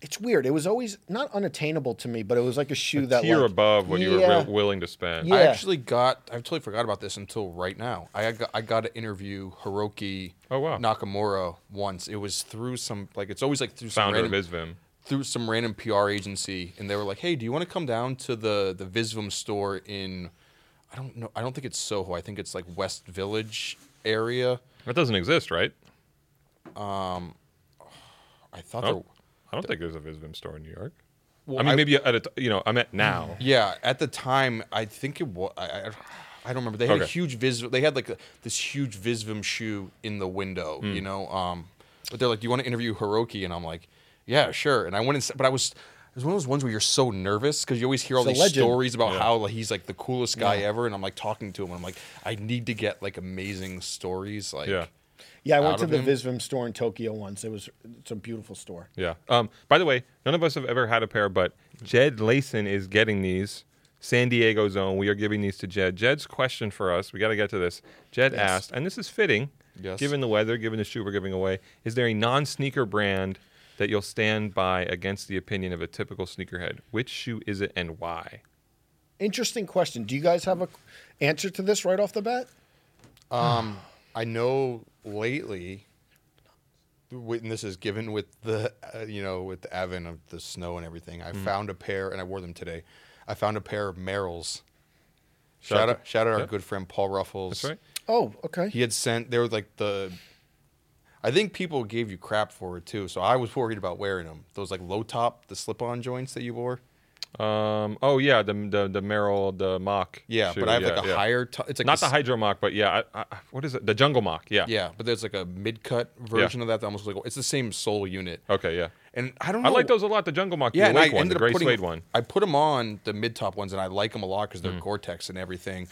Speaker 1: it's weird it was always not unattainable to me but it was like a shoe that
Speaker 3: Tier
Speaker 1: like,
Speaker 3: above what you were
Speaker 1: Yeah.
Speaker 3: wi- willing to spend.
Speaker 1: Yeah.
Speaker 2: I actually got I totally forgot about this until right now. I got I got to interview Hiroki
Speaker 3: Oh, wow.
Speaker 2: Nakamura once. It was through some like it's always like through some
Speaker 3: Founder of
Speaker 2: random,
Speaker 3: Isvim.
Speaker 2: through some random PR agency and they were like, "Hey, do you want to come down to the the Visvim store in I don't know. I don't think it's Soho. I think it's like West Village area.
Speaker 3: That doesn't exist, right?
Speaker 2: I thought
Speaker 3: I
Speaker 2: there
Speaker 3: don't, Oh, I don't think there's a Isvim store in New York.
Speaker 2: Well,
Speaker 3: I mean,
Speaker 2: I-
Speaker 3: maybe at a t- you know, I'm at now.
Speaker 1: (laughs)
Speaker 2: Yeah, at the time, I think it was. I, I, I don't remember. They had a
Speaker 3: Okay.
Speaker 2: huge Visv. They had like a, this huge Visvim shoe in the window,
Speaker 3: Hmm.
Speaker 2: you know. Um, but they're like, "Do you want to interview Hiroki?" And I'm like, "Yeah, sure." And I went and, s- but I was. It was one of those ones where you're so nervous because you always hear all
Speaker 1: He's a
Speaker 2: these
Speaker 1: legend.
Speaker 2: stories about
Speaker 3: Yeah.
Speaker 2: how like, he's like the coolest guy ever, and I'm like talking to him, and I'm like, I need to get like amazing stories, like
Speaker 3: Yeah.
Speaker 1: yeah i
Speaker 2: out
Speaker 1: went to
Speaker 2: of
Speaker 1: the
Speaker 2: him.
Speaker 1: visvim store in tokyo once it was it's a beautiful store
Speaker 3: Yeah. Um, by the way, none of us have ever had a pair, but Jed Layson is getting these. San Diego zone. We are giving these to Jed. Jed's question for us, we got to get to this. Jed asked, and this is fitting,
Speaker 2: Yes.
Speaker 3: given the weather, given the shoe we're giving away, is there a non sneaker brand that you'll stand by against the opinion of a typical sneakerhead? Which shoe is it and why?
Speaker 1: interesting question do you guys have a answer to this right off the bat
Speaker 2: Um, I know lately, wi- and this is given with the uh, you know with the advent of the snow and everything.
Speaker 3: Mm.
Speaker 2: I found a pair, and I wore them today. I found a pair of Merrells. Shout,
Speaker 3: Shout
Speaker 2: out,
Speaker 3: out-
Speaker 2: shout out
Speaker 3: yeah.
Speaker 2: our good friend Paul Ruffles.
Speaker 3: That's right.
Speaker 1: Oh, okay.
Speaker 2: He had sent. They were like the. I think people gave you crap for it too, so I was worried about wearing them. Those like low top, the slip on joints that you wore.
Speaker 3: Um. Oh yeah, the the the Merrill the mock.
Speaker 2: Yeah,
Speaker 3: shoe,
Speaker 2: but I have like a
Speaker 3: yeah.
Speaker 2: higher. T- it's like
Speaker 3: Not
Speaker 2: a
Speaker 3: the
Speaker 2: s-
Speaker 3: hydro mock, but yeah. I, I, what is it? The jungle mock. Yeah.
Speaker 2: Yeah, but there's like a mid-cut version of that that almost like it's the same sole unit.
Speaker 3: Okay. Yeah.
Speaker 2: And I don't.
Speaker 3: I
Speaker 2: know.
Speaker 3: like those a lot. The jungle mock.
Speaker 2: Yeah,
Speaker 3: the
Speaker 2: and I
Speaker 3: awake one,
Speaker 2: ended
Speaker 3: the
Speaker 2: up
Speaker 3: gray
Speaker 2: putting.
Speaker 3: suede one. Mm.
Speaker 2: I put them on the mid-top ones, and I like them a lot because they're Gore-Tex and everything.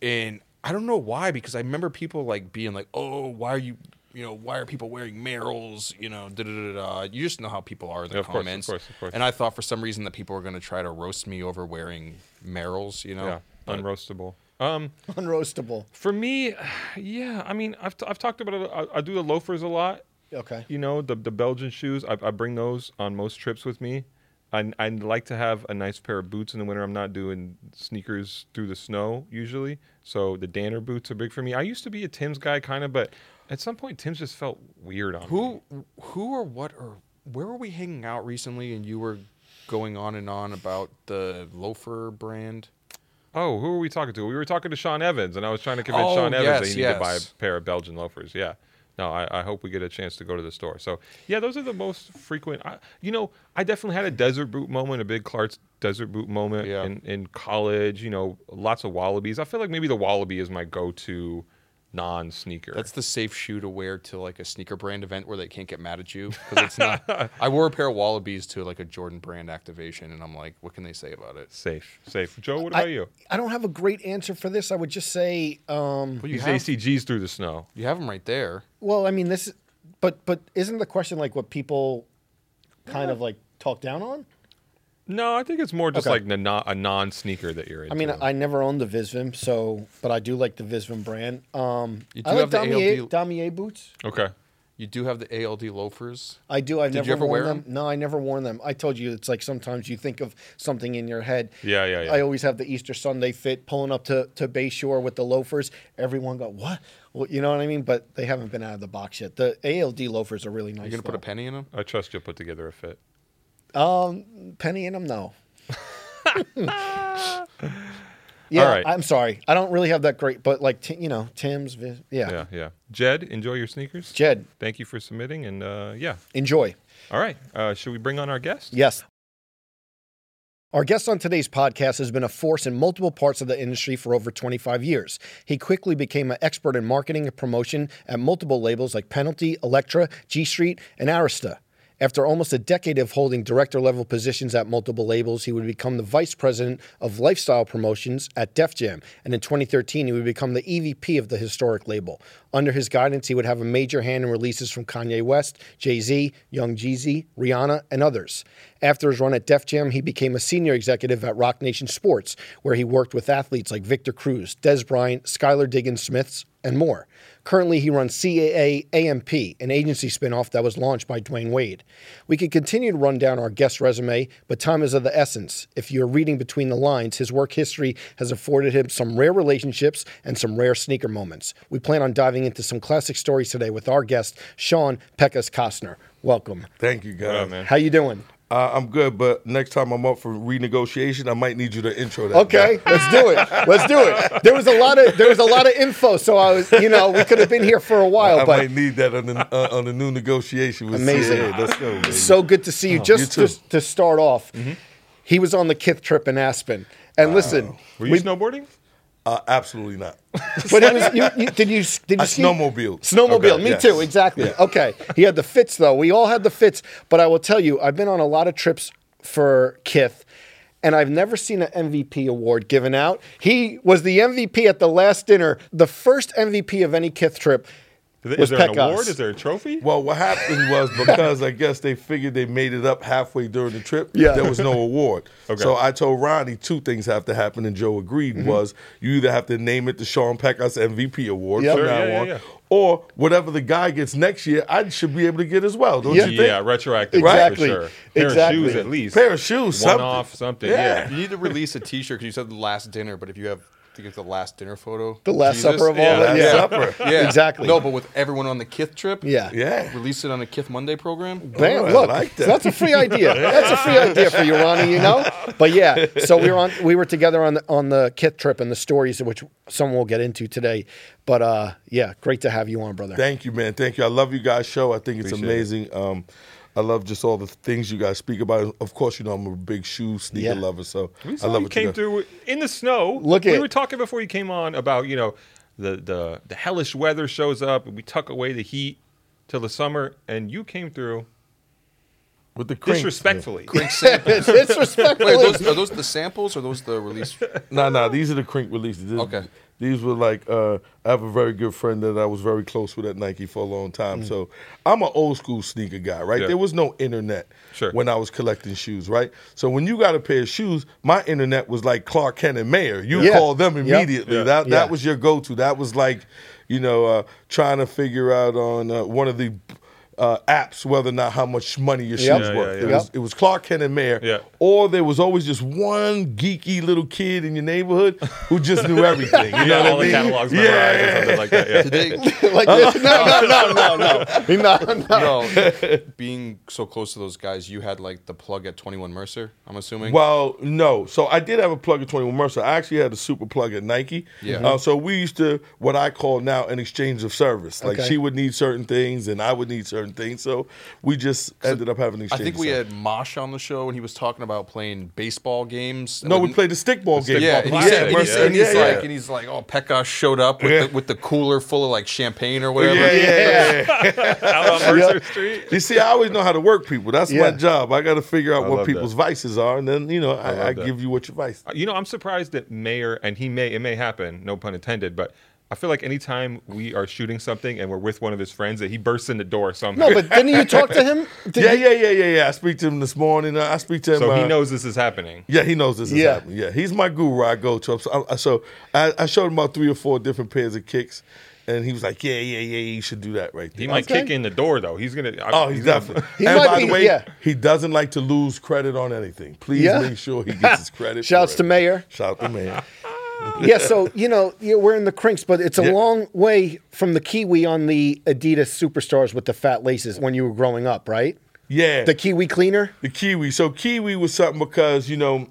Speaker 2: And I don't know why, because I remember people like being like, "Oh, why are you?" You know why are people wearing Merrills? You know, da da da da. You just know how people are in the
Speaker 3: Yeah, of course, of
Speaker 2: comments.
Speaker 3: course, of course.
Speaker 2: And I thought for some reason that people were going to try to roast me over wearing Merrills. You know,
Speaker 3: Yeah.
Speaker 2: But-
Speaker 3: Unroastable. Um.
Speaker 1: (laughs) Unroastable.
Speaker 3: For me, yeah. I mean, I've, t- I've talked about it. I, I do the loafers a lot.
Speaker 1: Okay.
Speaker 3: You know, the the Belgian shoes. I, I bring those on most trips with me. I I like to have a nice pair of boots in the winter. I'm not doing sneakers through the snow usually, so the Danner boots are big for me. I used to be a Tim's guy kind of, but at some point Tim's just felt weird on me.
Speaker 2: Who, who, or what, or where were we hanging out recently? And you were going on and on about the loafer brand.
Speaker 3: Oh, who were we talking to? We were talking to Sean Evans, and I was trying to convince
Speaker 2: Oh,
Speaker 3: Sean Evans that
Speaker 2: yes,
Speaker 3: he needed to buy a
Speaker 2: yes.
Speaker 3: pair of Belgian loafers. Yeah. No, I, I hope we get a chance to go to the store. So, yeah, those are the most frequent. I, you know, I definitely had a desert boot moment, a big Clark's desert boot moment
Speaker 2: Yeah.
Speaker 3: in, in college. You know, lots of wallabies. I feel like maybe the wallaby is my go to non sneaker.
Speaker 2: That's the safe shoe to wear to like a sneaker brand event where they can't get mad at you because it's (laughs) not. I wore a pair of Wallabies to like a Jordan brand activation, and I'm like, what can they say about it?
Speaker 3: safe. Safe. Joe, what about
Speaker 1: I,
Speaker 3: you?
Speaker 1: I don't have a great answer for this. I would just say, um,
Speaker 2: Well, you
Speaker 3: These
Speaker 2: have,
Speaker 3: ACGs through the snow.
Speaker 2: you have them right there.
Speaker 1: well, I mean, this, but but isn't the question like what people kind of like talk down on?
Speaker 3: No, I think it's more just
Speaker 1: Okay.
Speaker 3: like the non, a non sneaker that you're into.
Speaker 1: I mean, I never owned the Visvim, so but I do like the Visvim brand. Um,
Speaker 2: You do
Speaker 1: I like
Speaker 2: have the
Speaker 1: Damier,
Speaker 2: ALD
Speaker 1: Damier boots.
Speaker 3: okay.
Speaker 2: You do have the ALD loafers.
Speaker 1: I do. I've
Speaker 2: Did
Speaker 1: never
Speaker 2: you ever
Speaker 1: worn
Speaker 2: wear
Speaker 1: them.
Speaker 2: 'em?
Speaker 1: No, I never worn them. I told you it's like sometimes you think of something in your head.
Speaker 3: Yeah, yeah, yeah.
Speaker 1: I always have the Easter Sunday fit pulling up to to Bayshore with the loafers. Everyone go what? Well, you know what I mean. But they haven't been out of the box yet. The ALD loafers are really nice.
Speaker 2: You're gonna put a
Speaker 1: though.
Speaker 2: penny (laughs) in them.
Speaker 3: I trust you'll put together a fit.
Speaker 1: Um, penny in them?
Speaker 3: (laughs)
Speaker 1: No. yeah,
Speaker 3: All right.
Speaker 1: I'm sorry. I don't really have that great, but like Ti- you know, Tim's. Vis- yeah.
Speaker 3: Yeah, yeah. Jed, enjoy your sneakers.
Speaker 1: Jed,
Speaker 3: Thank you for submitting. And uh, yeah.
Speaker 1: enjoy.
Speaker 3: All right. Uh, should we bring on our guest?
Speaker 1: Yes. Our guest on today's podcast has been a force in multiple parts of the industry for over 25 years. He quickly became an expert in marketing and promotion at multiple labels like Penalty, Electra, G Street, and Arista. After almost a decade of holding director level positions at multiple labels, he would become the vice president of lifestyle promotions at Def Jam. And in 2013, he would become the EVP of the historic label. Under his guidance, he would have a major hand in releases from Kanye West, Jay Z, Young Jeezy, Rihanna, and others. After his run at Def Jam, he became a senior executive at Rock Nation Sports, where he worked with athletes like Victor Cruz, Des Bryant, Skylar Diggins Smiths, and more. Currently, he runs CAA AMP, an agency spinoff that was launched by Dwayne Wade. We could continue to run down our guest resume, but time is of the essence. If you're reading between the lines, his work history has afforded him some rare relationships and some rare sneaker moments. We plan on diving into some classic stories today with our guest, Sean Pekkas Costner. Welcome.
Speaker 4: Thank you, guys.
Speaker 3: man.
Speaker 1: How you doing?
Speaker 4: Uh, I'm good, but next time I'm up for renegotiation, I might need you to intro that.
Speaker 1: Okay, let's do it. Let's do it. There was a lot of there was a lot of info, so I was you know we could have been here for a while,
Speaker 4: I
Speaker 1: but
Speaker 4: might need that on the uh, on the new negotiation. With
Speaker 1: Amazing.
Speaker 4: CAA. Let's go. Baby.
Speaker 1: so good to see you. Just,
Speaker 4: Oh, you too. Mm-hmm.
Speaker 1: just to start off, he was on the Kith trip in Aspen. And listen,
Speaker 3: Were you snowboarding?
Speaker 4: uh, absolutely not.
Speaker 1: but it was, you, you, did you did you
Speaker 4: I
Speaker 1: ski?
Speaker 4: snowmobiled.
Speaker 1: Snowmobile,
Speaker 4: Okay,
Speaker 1: me
Speaker 4: yes.
Speaker 1: too, exactly. Okay, he had the fits though. We all had the fits, but I will tell you, I've been on a lot of trips for Kith, and I've never seen an MVP award given out. He was the MVP at the last dinner, the first MVP of any Kith trip.
Speaker 3: Is,
Speaker 1: was
Speaker 3: there an
Speaker 1: Pekkas.
Speaker 3: award? Is there a trophy?
Speaker 4: Well, what happened
Speaker 1: (laughs)
Speaker 4: was because I guess they figured they made it up halfway during the trip.
Speaker 1: Yeah.
Speaker 4: There was no award.
Speaker 3: (laughs) Okay.
Speaker 4: So I told Ronnie two things have to happen, and Joe agreed
Speaker 1: Mm-hmm.
Speaker 4: was you either have to name it the Sean Peckus MVP Award
Speaker 1: Yep.
Speaker 4: from
Speaker 1: Sure,
Speaker 4: now
Speaker 3: yeah, yeah,
Speaker 4: on,
Speaker 3: yeah.
Speaker 4: or whatever the guy gets next year, I should be able to get as well. Don't
Speaker 1: Yeah.
Speaker 4: you think?
Speaker 3: yeah, retroactive.
Speaker 1: Exactly.
Speaker 3: For sure. Pair
Speaker 1: Exactly.
Speaker 3: of shoes, at least.
Speaker 4: Pair of shoes,
Speaker 3: One
Speaker 4: something.
Speaker 3: off, something. Yeah.
Speaker 2: You need to release a T-shirt because you said the last dinner, but if you have I think it's the last dinner photo,
Speaker 1: The Last Supper of all,
Speaker 4: Last
Speaker 1: yeah.
Speaker 4: Supper.
Speaker 1: (laughs)
Speaker 2: yeah,
Speaker 1: Exactly.
Speaker 2: No, but with everyone on the Kith trip,
Speaker 1: Yeah.
Speaker 4: Yeah.
Speaker 2: release it on a Kith Monday
Speaker 1: (laughs)
Speaker 2: program.
Speaker 1: Bam,
Speaker 4: Oh, I
Speaker 1: look,
Speaker 4: like that.
Speaker 1: that's a free idea. That's a free idea for you, Ronnie. You know, but yeah. So we were on, we were together on the on the Kith trip and the stories, which some we'll get into today. But uh, yeah, great to have you on, brother. (laughs)
Speaker 4: Thank you, man. Thank you. I love you guys' show. I think it's
Speaker 3: Appreciate
Speaker 4: amazing. Um, uh, I love just all the things you guys speak about. Of course, you know I'm a big shoe sneaker
Speaker 1: Yeah.
Speaker 4: lover, so
Speaker 3: We
Speaker 4: I
Speaker 3: saw you
Speaker 4: love what
Speaker 3: came
Speaker 4: you guys-
Speaker 3: through with- in the snow.
Speaker 1: Look
Speaker 3: we
Speaker 1: at-
Speaker 3: were talking before you came on about you know the the the hellish weather shows up and we tuck away the heat till the summer, and you came through
Speaker 4: with the crinks.
Speaker 3: disrespectfully.
Speaker 2: Wait, are
Speaker 1: Disrespectfully.
Speaker 2: those, are those the samples or those the (laughs) release?
Speaker 4: (laughs) No, no, these are the crink releases. This-
Speaker 2: Okay.
Speaker 4: These were like uh, I have a very good friend that I was very close with at Nike for a long time. So I'm an old school sneaker guy, right?
Speaker 3: Yeah.
Speaker 4: There was no internet
Speaker 3: Sure.
Speaker 4: when I was collecting shoes, right? So when you got a pair of shoes, my internet was like Clark Kent and Mayer. You
Speaker 1: Yeah.
Speaker 4: call them
Speaker 1: Yep.
Speaker 4: immediately.
Speaker 3: Yeah.
Speaker 4: That
Speaker 1: Yeah.
Speaker 4: that was your go to. That was like, you know, uh, trying to figure out on uh, one of the uh, apps whether or not how much money
Speaker 1: Yep.
Speaker 4: your shoes
Speaker 1: Yeah,
Speaker 3: yeah,
Speaker 4: worth.
Speaker 3: yeah.
Speaker 4: It, was,
Speaker 1: Yep.
Speaker 4: it was Clark Kent and Mayer
Speaker 3: Yeah.
Speaker 4: or there was always just one geeky little kid in your neighborhood who just knew everything.
Speaker 3: (laughs)
Speaker 4: You
Speaker 3: You know,
Speaker 4: know what
Speaker 3: all
Speaker 4: I
Speaker 3: the
Speaker 4: mean?
Speaker 3: catalogs memorized or
Speaker 4: yeah.
Speaker 3: something like
Speaker 2: (laughs)
Speaker 3: that. Yeah.
Speaker 2: Did they,
Speaker 1: like this. (laughs)
Speaker 4: Uh-huh.
Speaker 1: No, no, no, no, (laughs) no. no, no.
Speaker 2: (laughs) no, being so close to those guys, you had like the plug at Twenty One Mercer. I'm assuming.
Speaker 4: Well, no. So I did have a plug at 21 Mercer. I actually had a super plug at Nike.
Speaker 2: Yeah.
Speaker 4: Uh, so we used to, what I call now an exchange of service. Like
Speaker 1: Okay.
Speaker 4: she would need certain things and I would need certain things. So we just ended up having an
Speaker 2: I
Speaker 4: exchange
Speaker 2: think
Speaker 4: of
Speaker 2: we
Speaker 4: service.
Speaker 2: had Mosh on the show, and he was talking about playing baseball games.
Speaker 4: No, we
Speaker 2: With-
Speaker 4: played the stickball game.
Speaker 2: Yeah, and, he
Speaker 3: Classic.
Speaker 2: said, and, he's,
Speaker 3: Yeah,
Speaker 2: and he's
Speaker 4: yeah,
Speaker 2: like,
Speaker 4: yeah.
Speaker 2: and he's like, oh, Pekka showed up with,
Speaker 4: Yeah.
Speaker 2: the, with the cooler full of like champagne or
Speaker 4: yeah,
Speaker 2: whatever.
Speaker 4: yeah, yeah.
Speaker 3: Out on Mercer Street.
Speaker 4: You see, I always know how to work people. That's
Speaker 1: Yeah.
Speaker 4: my job. I got to figure out
Speaker 3: I
Speaker 4: what
Speaker 3: love that.
Speaker 4: people's vices are, and then you know,
Speaker 3: love
Speaker 4: I, I
Speaker 3: that.
Speaker 4: give you what your vice.
Speaker 3: You know, I'm surprised that Mayor and he may it may happen, no pun intended, but I feel like anytime we are shooting something and we're with one of his friends, that he bursts in the door somehow.
Speaker 1: No, but didn't you talk to him? Did
Speaker 4: yeah,
Speaker 1: you-
Speaker 4: yeah, yeah, yeah, yeah. I speak to him this morning. I speak to
Speaker 3: (laughs)
Speaker 4: him.
Speaker 3: so he
Speaker 4: uh,
Speaker 3: knows this is happening.
Speaker 4: Yeah, he knows this is
Speaker 1: Yeah.
Speaker 4: happening. Yeah, he's my guru. I go to him. So, I, so I, I showed him about three or four different pairs of kicks, and he was like, "Yeah, yeah, yeah, you should do that right there."
Speaker 3: He might
Speaker 1: Okay.
Speaker 3: kick in the door though. He's gonna. I-
Speaker 4: Oh, he's
Speaker 3: gonna-
Speaker 4: definitely.
Speaker 1: He
Speaker 4: and
Speaker 1: might
Speaker 4: by
Speaker 1: be-
Speaker 4: the way,
Speaker 1: yeah.
Speaker 4: he doesn't like to lose credit on anything. Please
Speaker 1: Yeah.
Speaker 4: make sure he gets his credit. for
Speaker 1: Shouts to
Speaker 4: everything.
Speaker 1: Mayor.
Speaker 4: Shout to Mayor.
Speaker 1: yeah, so you know, yeah, we're in the crinks, but it's a
Speaker 4: Yeah.
Speaker 1: long way from the kiwi on the Adidas Superstars with the fat laces when you were growing up, right?
Speaker 4: Yeah.
Speaker 1: The kiwi cleaner.
Speaker 4: The kiwi. So kiwi was something because you know,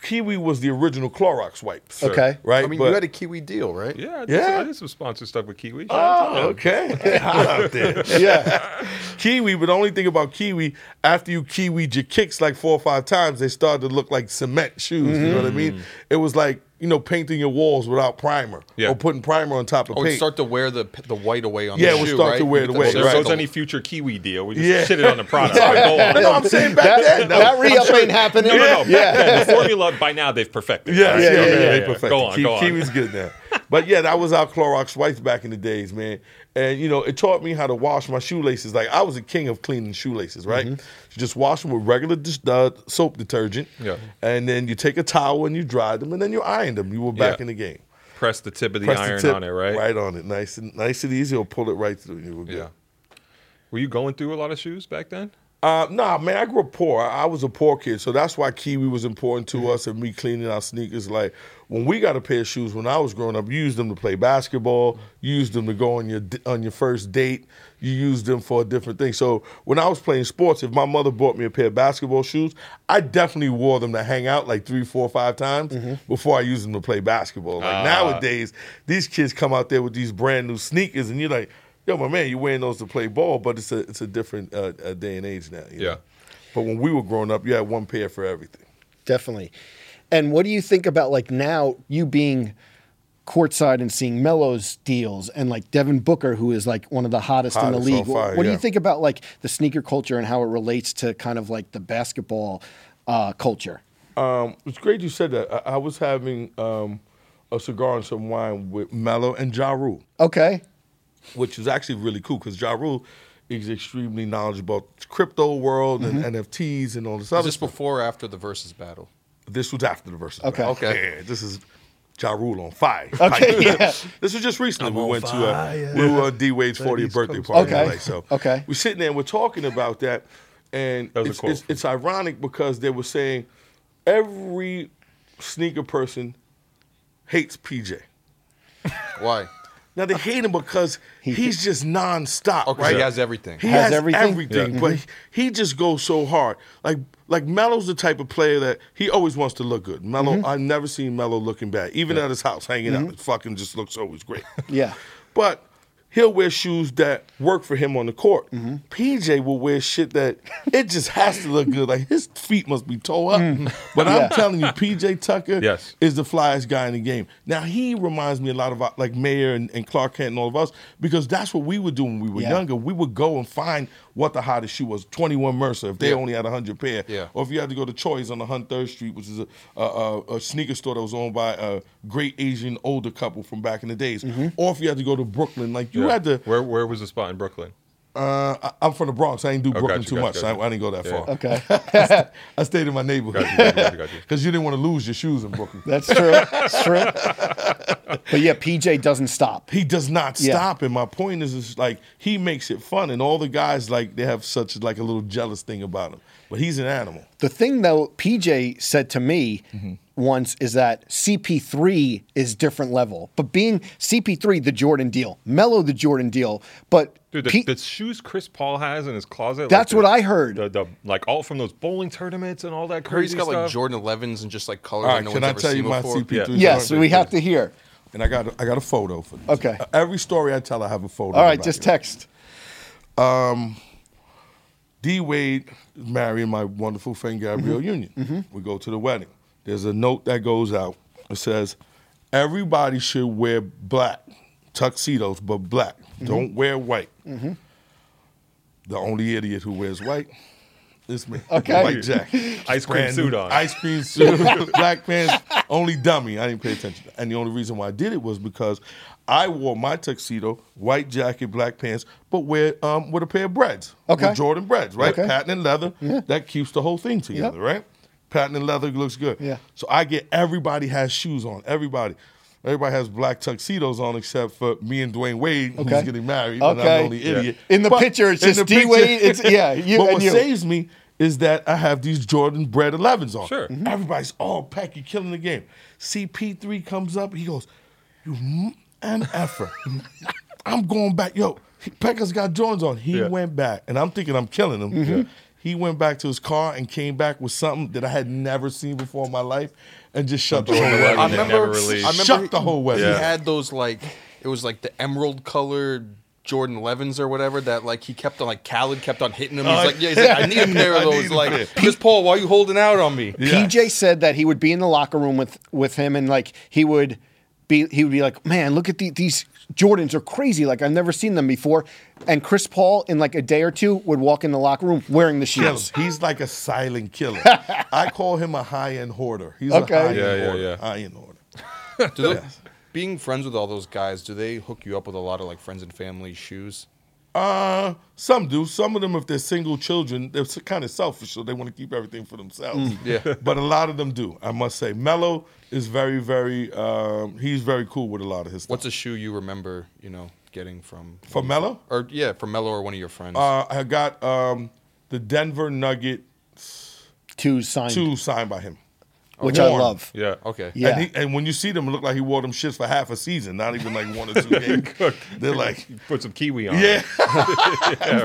Speaker 4: kiwi was the original Clorox wipes.
Speaker 1: Okay.
Speaker 2: (laughs)
Speaker 4: Right.
Speaker 2: I mean,
Speaker 4: But-
Speaker 2: you had a Kiwi deal, right?
Speaker 3: (laughs) Yeah, I did,
Speaker 4: Yeah.
Speaker 3: I did some sponsor stuff with Kiwi.
Speaker 4: Oh, okay. (laughs) Hot out there. (laughs) Yeah. Kiwi, but the only thing about Kiwi, after you kiwied your kicks like four or five times, they started to look like cement shoes. You know what I
Speaker 2: Mm.
Speaker 4: mean? It was like, you know, painting your walls without primer
Speaker 3: Yeah.
Speaker 4: or putting primer on top of
Speaker 2: Oh,
Speaker 4: paint.
Speaker 2: and
Speaker 4: (laughs)
Speaker 2: start to wear the the white away on
Speaker 4: Yeah,
Speaker 2: the
Speaker 4: it would
Speaker 2: shoe,
Speaker 4: start
Speaker 2: right?
Speaker 4: to wear it away,
Speaker 3: So
Speaker 2: There's
Speaker 3: if
Speaker 4: right.
Speaker 3: goes
Speaker 2: the-
Speaker 3: any future Kiwi deal, we just
Speaker 4: Yeah.
Speaker 3: shit
Speaker 4: (laughs)
Speaker 3: it on the product. Go
Speaker 2: (laughs)
Speaker 3: on.
Speaker 4: no, I'm saying back
Speaker 1: That,
Speaker 4: then. That
Speaker 1: that
Speaker 4: was-
Speaker 1: re-up ain't happening.
Speaker 3: No, no, no.
Speaker 1: Yeah.
Speaker 3: The formula by now they've perfected.
Speaker 4: Yeah,
Speaker 3: All right,
Speaker 4: yeah, yeah,
Speaker 3: okay,
Speaker 4: They perfected.
Speaker 3: Go on,
Speaker 4: Ki-
Speaker 3: go on.
Speaker 4: Kiwi's good now. But yeah, that was our Clorox wipes back in the days, man. And you know, it taught me how to wash my shoelaces. Like I was a king of cleaning shoelaces, right?
Speaker 3: Mm-hmm.
Speaker 4: You just wash them with regular dis- uh, soap detergent.
Speaker 3: Yeah.
Speaker 4: And then you take a towel and you dry them, and then you iron them. You were back
Speaker 3: Yeah.
Speaker 4: in the game.
Speaker 3: Press the tip of the
Speaker 4: Press
Speaker 3: iron
Speaker 4: tip
Speaker 3: on it, right?
Speaker 4: Right on it, nice and nice and easy. Or pull it right through. You were good.
Speaker 3: Yeah. Were you going through a lot of shoes back then?
Speaker 4: Uh, nah, man, I grew up poor. I, I was a poor kid, so that's why Kiwi was important to us and me cleaning our sneakers. Like when we got a pair of shoes when I was growing up, you used them to play basketball, you used them to go on your d- on your first date, you used them for a different thing. So when I was playing sports, if my mother bought me a pair of basketball shoes, I definitely wore them to hang out like three, four, five times before I used them to play basketball. Like
Speaker 3: Ah.
Speaker 4: nowadays, these kids come out there with these brand new sneakers, and you're like. Yo, my man, you wearing those to play ball, but it's a it's a different uh, uh day and age now. you
Speaker 3: Yeah.
Speaker 4: know? But when we were growing up, you had one pair for everything.
Speaker 1: Definitely. And what do you think about like now you being courtside and seeing Melo's deals and like Devin Booker, who is like one of the hottest, in the
Speaker 4: Hottest on
Speaker 1: league?
Speaker 4: fire,
Speaker 1: what do you
Speaker 4: yeah.
Speaker 1: think about like the sneaker culture and how it relates to kind of like the basketball uh, culture?
Speaker 4: Um, it's great you said that. I, I was having um, a cigar and some wine with Mello and Ja Rule,
Speaker 1: Okay.
Speaker 4: which is actually really cool because Ja Rule is extremely knowledgeable about crypto world and NFTs and all
Speaker 2: Was
Speaker 4: this other
Speaker 2: this
Speaker 4: stuff.
Speaker 2: before or after the versus battle?
Speaker 4: This was after the verses.
Speaker 1: Okay.
Speaker 4: battle.
Speaker 2: Okay.
Speaker 4: Yeah, this is Ja Rule on fire.
Speaker 1: Okay, yeah.
Speaker 4: This was just recently. we
Speaker 2: on
Speaker 4: went
Speaker 2: fire.
Speaker 4: to a, we were on D Wade's 40th birthday party.
Speaker 1: Okay.
Speaker 4: In LA, so
Speaker 1: Okay.
Speaker 4: we're sitting there and we're talking about that, and
Speaker 3: was a
Speaker 4: it's,
Speaker 3: quote
Speaker 4: it's,
Speaker 3: from-
Speaker 4: it's ironic because they were saying every sneaker person hates PJ.
Speaker 2: Why?
Speaker 4: Now they hate him because he's just nonstop.
Speaker 2: Oh, 'cause
Speaker 4: right?
Speaker 2: he has everything. Mm-hmm.
Speaker 4: He
Speaker 1: Has
Speaker 4: has,
Speaker 1: everything?
Speaker 4: everything, but he, he just goes so hard. Like like Melo's the type of player that he always wants to look good. Melo,
Speaker 2: Mm-hmm.
Speaker 4: I've never seen Melo looking bad, even at his house hanging out. It fucking just looks always great.
Speaker 1: Yeah.
Speaker 4: But he'll wear shoes that work for him on the court. PJ will wear shit that it just has to look good. Like his feet must be toe up. But I'm telling you, PJ Tucker
Speaker 3: Yes.
Speaker 4: is the flyest guy in the game. Now he reminds me a lot of uh, like Mayor and, and Clark Kent and all of us because that's what we would do when we were
Speaker 1: Yeah.
Speaker 4: younger. We would go and find what the hottest shoe was. Twenty One Mercer, if they only had hundred pair,
Speaker 2: Yeah.
Speaker 4: or if you had to go to Choi's on the Hunt Third Street, which is a, a, a, a sneaker store that was owned by a great Asian older couple from back in the days, or if you had to go to Brooklyn, like you
Speaker 3: Yeah.
Speaker 4: had to.
Speaker 3: Where where was the spot in Brooklyn?
Speaker 4: Uh, I, I'm from the Bronx. I didn't do Brooklyn
Speaker 3: gotcha,
Speaker 4: too
Speaker 3: gotcha,
Speaker 4: much. so I-
Speaker 3: gotcha.
Speaker 4: I, didn't go that
Speaker 3: Yeah.
Speaker 1: (laughs)
Speaker 4: far.
Speaker 1: Okay,
Speaker 4: I stayed in my neighborhood
Speaker 3: Gotcha, gotcha, gotcha,
Speaker 4: (laughs)
Speaker 3: gotcha.
Speaker 4: because you didn't want to lose your shoes in Brooklyn.
Speaker 1: that's true. That's true. But yeah, PJ doesn't stop.
Speaker 4: He does not
Speaker 1: Yeah.
Speaker 4: stop. And my point is, is like he makes it fun, and all the guys like they have such like a little jealous thing about him. But he's an animal.
Speaker 1: The thing though, PJ said to me once is that CP3 is different level, but being CP3 the Jordan deal, Mello the Jordan deal, but
Speaker 3: Dude, the,
Speaker 1: P-
Speaker 3: the shoes Chris Paul has in his closet.
Speaker 1: That's
Speaker 3: the-
Speaker 1: what I heard.
Speaker 3: The, the- like all from those bowling tournaments and all that
Speaker 2: Heard he's
Speaker 3: crazy
Speaker 2: got
Speaker 3: stuff.
Speaker 2: like Jordan 11s and just like colors
Speaker 4: All
Speaker 2: that
Speaker 4: right,
Speaker 2: no
Speaker 4: can
Speaker 2: one's
Speaker 4: I
Speaker 2: ever
Speaker 4: tell
Speaker 2: seen
Speaker 4: you my
Speaker 2: before.
Speaker 4: CP3?
Speaker 3: Yeah.
Speaker 1: yes, we have to hear.
Speaker 4: And I got I got a photo for this.
Speaker 1: Okay.
Speaker 4: Every story I tell, I have a photo.
Speaker 1: All right,
Speaker 4: about
Speaker 1: just
Speaker 4: it.
Speaker 1: text.
Speaker 4: D Wade is marrying my wonderful friend Gabrielle
Speaker 3: Mm-hmm.
Speaker 4: Union. We go to the wedding. There's a note that goes out. It says, "Everybody should wear black tuxedos, but black.
Speaker 3: Mm-hmm.
Speaker 4: Don't wear white." The only idiot who wears white is me.
Speaker 1: Okay.
Speaker 4: White
Speaker 3: (laughs)
Speaker 4: Jack.
Speaker 3: Ice cream
Speaker 4: Brand
Speaker 3: suit
Speaker 4: new
Speaker 3: on.
Speaker 4: Ice
Speaker 3: (laughs)
Speaker 4: cream suit, black pants, only dummy. I didn't pay attention. And the only reason why I did it was because I wore my tuxedo, white jacket, black pants, but wear um, with a pair of breads.
Speaker 1: Okay.
Speaker 4: With Jordan breads, right?
Speaker 1: Okay.
Speaker 4: Patent and leather. That keeps the whole thing together, right? Patent and leather looks good.
Speaker 1: Yeah.
Speaker 4: So I get everybody has shoes on. Everybody. Everybody has black tuxedos on except for me and Dwayne Wade,
Speaker 1: Okay.
Speaker 4: who's getting married. And I'm
Speaker 1: Okay.
Speaker 4: the only idiot.
Speaker 1: In the picture, it's
Speaker 4: in
Speaker 1: just
Speaker 4: the
Speaker 1: D.
Speaker 4: picture-
Speaker 1: Wade, it's-
Speaker 4: (laughs)
Speaker 1: yeah, you
Speaker 4: but
Speaker 1: and
Speaker 4: what
Speaker 1: you.
Speaker 4: saves me is that I have these Jordan Bread 11s on.
Speaker 3: Sure.
Speaker 1: Mm-hmm.
Speaker 3: Mhm.
Speaker 4: Everybody's all packed. You're killing the game. CP3 comes up. He goes, you m- an effort. I'm going back. Yo, he- Pecker's got Jordans on. He
Speaker 3: Yeah.
Speaker 4: went back, and I'm thinking I'm killing him. He went back to his car and came back with something that I had never seen before in my life, and just shut the whole
Speaker 3: Jordan
Speaker 4: wedding.
Speaker 2: I
Speaker 3: Eleven that
Speaker 2: (laughs) remember,
Speaker 3: never released.
Speaker 2: I remember
Speaker 4: Shut
Speaker 2: he-
Speaker 4: the whole wedding.
Speaker 2: He
Speaker 3: Yeah.
Speaker 2: had those like it was like the emerald colored Jordan 11s or whatever that like he kept on like Khaled kept on hitting him. He's like, yeah, he's like, I need a pair of those. Like, Chris Paul, why are you holding out on me?
Speaker 1: PJ said that he would be in the locker room with with him, and like he would be, he would be like, "Man, look at the, these Jordans are crazy! Like I've never seen them before." And Chris Paul, in like a day or two, would walk in the locker room wearing the
Speaker 4: Kill him.
Speaker 1: shoes.
Speaker 4: He's like a silent killer. I call him a high end hoarder. He's
Speaker 1: Okay.
Speaker 4: a high end
Speaker 3: Yeah, yeah,
Speaker 4: hoarder.
Speaker 3: yeah.
Speaker 4: High end hoarder.
Speaker 2: Do they, Being friends with all those guys, do they hook you up with a lot of like friends and family shoes?
Speaker 4: Uh, some do. Some of them, if they're single children, they're kind of selfish, so they want to keep everything for themselves.
Speaker 2: Mm. yeah. (laughs)
Speaker 4: but a lot of them do. I must say, Mello is very, very. Um, he's very cool with a lot of his stuff.
Speaker 2: What's a shoe you remember? You know, getting from
Speaker 4: From Mello?
Speaker 2: or yeah, from Mello or one of your friends.
Speaker 4: Uh, I got um, the Denver Nugget
Speaker 1: Two signed,
Speaker 4: two signed by him.
Speaker 1: which I
Speaker 4: Warm.
Speaker 1: love.
Speaker 3: yeah. oh,
Speaker 2: okay.
Speaker 1: Yeah.
Speaker 4: And, he, and when you see them, it look like he wore them shits for half a season, not even like one or two games. They're like,
Speaker 3: Put some kiwi on.
Speaker 4: yeah, (laughs)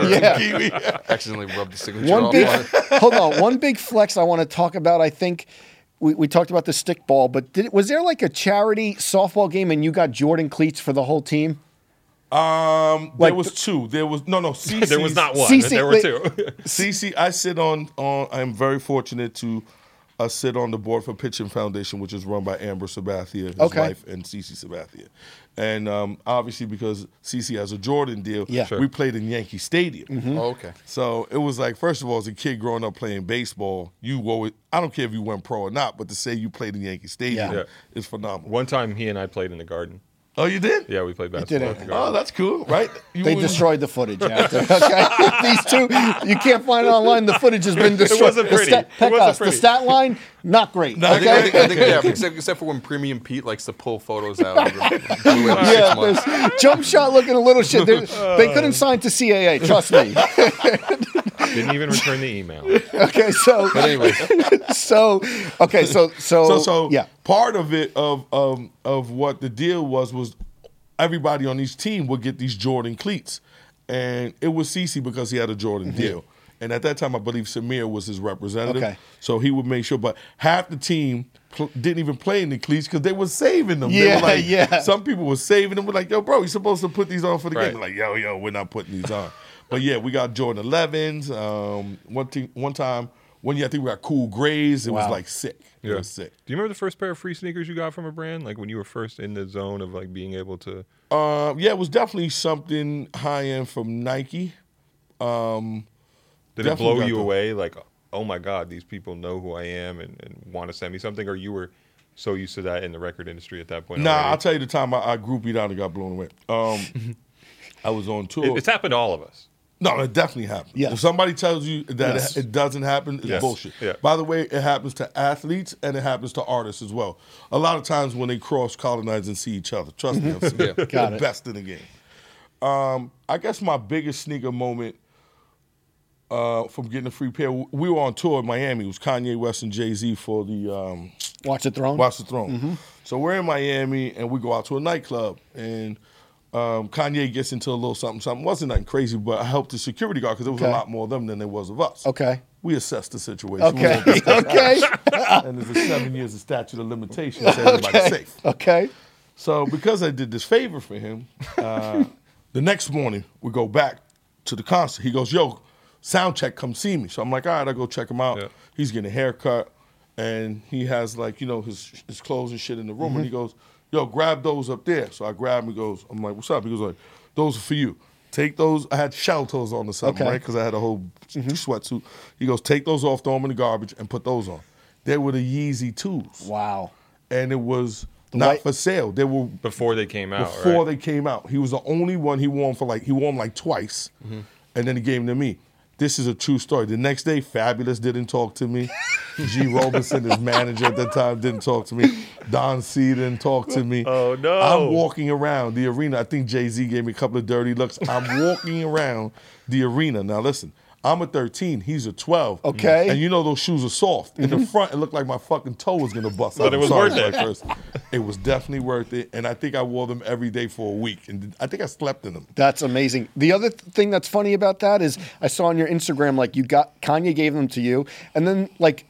Speaker 1: Yeah.
Speaker 4: Kiwi.
Speaker 2: Accidentally rubbed the signature
Speaker 1: One
Speaker 2: off
Speaker 1: big,
Speaker 2: on it.
Speaker 1: (laughs) hold on. One big flex I want to talk about. I think we, we talked about the stickball, but did, was there like a charity softball game and you got Jordan cleats for the whole team?
Speaker 4: Um,
Speaker 1: Like
Speaker 4: there was two. There was no, no. CC's,
Speaker 3: There was not one.
Speaker 1: CC
Speaker 3: there were
Speaker 1: wait.
Speaker 3: two. (laughs)
Speaker 4: CC, I sit on on. I'm very fortunate to uh, sit on the board for Pitching Foundation, which is run by Amber Sabathia, his
Speaker 1: Okay.
Speaker 4: wife, and CC Sabathia. And um, obviously, because CC has a Jordan deal,
Speaker 1: Yeah. Mm-hmm. Sure.
Speaker 4: we played in Yankee Stadium.
Speaker 2: Oh, okay.
Speaker 4: So it was like, first of all, as a kid growing up playing baseball, you always, I don't care if you went pro or not, but to say you played in Yankee Stadium
Speaker 1: Yeah.
Speaker 3: Yeah.
Speaker 4: is phenomenal.
Speaker 3: One time he and I played in the garden.
Speaker 4: Oh, you did?
Speaker 3: Yeah, we played
Speaker 1: did it.
Speaker 3: basketball at the
Speaker 4: Oh,
Speaker 3: garden.
Speaker 4: that's cool, right? You
Speaker 1: They
Speaker 4: were-
Speaker 1: destroyed the footage
Speaker 3: (laughs)
Speaker 1: after. (laughs) Okay, these two you can't find it online. The footage has been destroyed.
Speaker 3: wasn't
Speaker 1: The
Speaker 3: pretty.
Speaker 1: stat,
Speaker 3: It wasn't
Speaker 1: Pekos, the
Speaker 3: pretty.
Speaker 1: stat line not great.
Speaker 2: I think, I
Speaker 1: okay,
Speaker 2: think, I think yeah,
Speaker 1: (laughs)
Speaker 2: except, except for when Premium Pete likes to pull photos out. Of blue every six
Speaker 1: yeah,
Speaker 2: months.
Speaker 1: there's jump shot looking a little shit. There- They
Speaker 3: Uh.
Speaker 1: couldn't sign to CAA. Trust me. (laughs)
Speaker 3: Didn't even return the email.
Speaker 1: Okay, so (laughs)
Speaker 2: But anyway,
Speaker 1: so okay, so so
Speaker 4: So so
Speaker 1: yeah.
Speaker 4: part of it of um of what the deal was was everybody on each team would get these Jordan cleats. And it was CeCe because he had a Jordan deal. And at that time, I believe Samir was his representative.
Speaker 1: Mm-hmm. Okay.
Speaker 4: So he would make sure. But half the team pl- didn't even play in the cleats because they were saving them. They
Speaker 1: Yeah,
Speaker 4: were like,
Speaker 1: yeah.
Speaker 4: Some people were saving them. We're like, yo, bro, you're supposed to put these on for the
Speaker 3: Right.
Speaker 4: game. We're like, yo, yo, we're not putting these on. but yeah, we got Jordan 11s. Um, one, thing, one time, one year, I think we got Cool Grays. It was
Speaker 1: Wow.
Speaker 4: like sick. It was sick.
Speaker 3: Do you remember the first pair of free sneakers you got from a brand? Like when you were first in the zone of like being able to.
Speaker 4: Uh, yeah, it was definitely something high end from Nike.
Speaker 3: Did
Speaker 4: Definitely
Speaker 3: it blow
Speaker 4: got
Speaker 3: you
Speaker 4: the-
Speaker 3: away? Like, oh my God, these people know who I am and, and want to send me something? Or you were so used to that in the record industry at that point?
Speaker 4: Nah,
Speaker 3: already?
Speaker 4: I'll tell you the time I, I groupied out and got blown away.
Speaker 3: (laughs)
Speaker 4: Um, I was on tour.
Speaker 3: It- it's happened to all of us.
Speaker 4: No, it definitely happens.
Speaker 1: Yes.
Speaker 4: When somebody tells you that
Speaker 1: Yes.
Speaker 4: it, it doesn't happen, it's
Speaker 3: Yes.
Speaker 4: bullshit.
Speaker 3: Yeah.
Speaker 4: By the way, it happens to athletes and it happens to artists as well. A lot of times when they cross colonize and see each other,
Speaker 1: (laughs)
Speaker 4: trust me, I'm seeing
Speaker 2: Yeah.
Speaker 1: Got
Speaker 4: the
Speaker 1: it.
Speaker 4: best in the game. Um, I guess my biggest sneaker moment uh, from getting a free pair, we were on tour in Miami. It was Kanye West and Jay Z for the um,
Speaker 1: Watch the throne.
Speaker 4: Watch the Throne.
Speaker 1: Mm-hmm.
Speaker 4: So we're in Miami and we go out to a nightclub and um, Kanye gets into a little something something. Wasn't nothing crazy, but I helped the security guard because there was
Speaker 1: Okay.
Speaker 4: a lot more of them than there was of us.
Speaker 1: Okay.
Speaker 4: We assessed the situation. We
Speaker 1: Okay. (laughs)
Speaker 4: were
Speaker 3: (laughs)
Speaker 4: like,
Speaker 1: okay.
Speaker 4: and there's a seven years of statute of limitations. So everybody's
Speaker 1: okay.
Speaker 4: safe.
Speaker 1: (laughs) Okay.
Speaker 4: So because I did this favor for him,
Speaker 1: (laughs)
Speaker 4: uh, the next morning we go back to the concert. He goes, "Yo, sound check, come see me." So I'm like, "All right, I go check him out."
Speaker 3: Yeah.
Speaker 4: He's getting a haircut, and he has like you know his his clothes and shit in the room,
Speaker 1: Mm-hmm.
Speaker 4: and he goes, "Yo, grab those up there." So I grab him. He goes, "I'm like, what's up?" He goes, "Like, those are for you." Take those. I had shell toes on or something,
Speaker 1: Okay. Mm-hmm.
Speaker 4: right? Because I had a whole sweatsuit. He goes, take those off, throw them in the garbage, and put those on. They were the Yeezy twos
Speaker 1: Wow.
Speaker 4: and it was not
Speaker 1: white-
Speaker 4: for sale. They were
Speaker 3: Before they came out, right? (laughs)
Speaker 4: before they came out. He was the only one he wore 'em for like he wore 'em like twice,
Speaker 3: Mm-hmm.
Speaker 4: and then he gave them to me. This is a true story. The next day, Fabulous didn't talk to me. G.
Speaker 3: (laughs)
Speaker 4: Robinson, his manager at that time, didn't talk to me. Don C. didn't talk to me.
Speaker 3: Oh, no.
Speaker 4: I'm walking around the arena. I think Jay Z gave me a couple of dirty looks. I'm
Speaker 3: (laughs)
Speaker 4: walking around the arena. Now listen, I'm a 13. He's a 12.
Speaker 1: Okay.
Speaker 4: And you know those shoes are soft. In the front, it looked like my fucking toe was gonna bust.
Speaker 3: But it
Speaker 4: I'm
Speaker 3: was
Speaker 4: sorry,
Speaker 3: worth it.
Speaker 4: Black Chris. It was definitely worth it, and I think I wore them every day for a week, and I think I slept in them.
Speaker 1: That's amazing. The other th- thing that's funny about that is I saw on your Instagram like you got Kanye gave them to you, and then like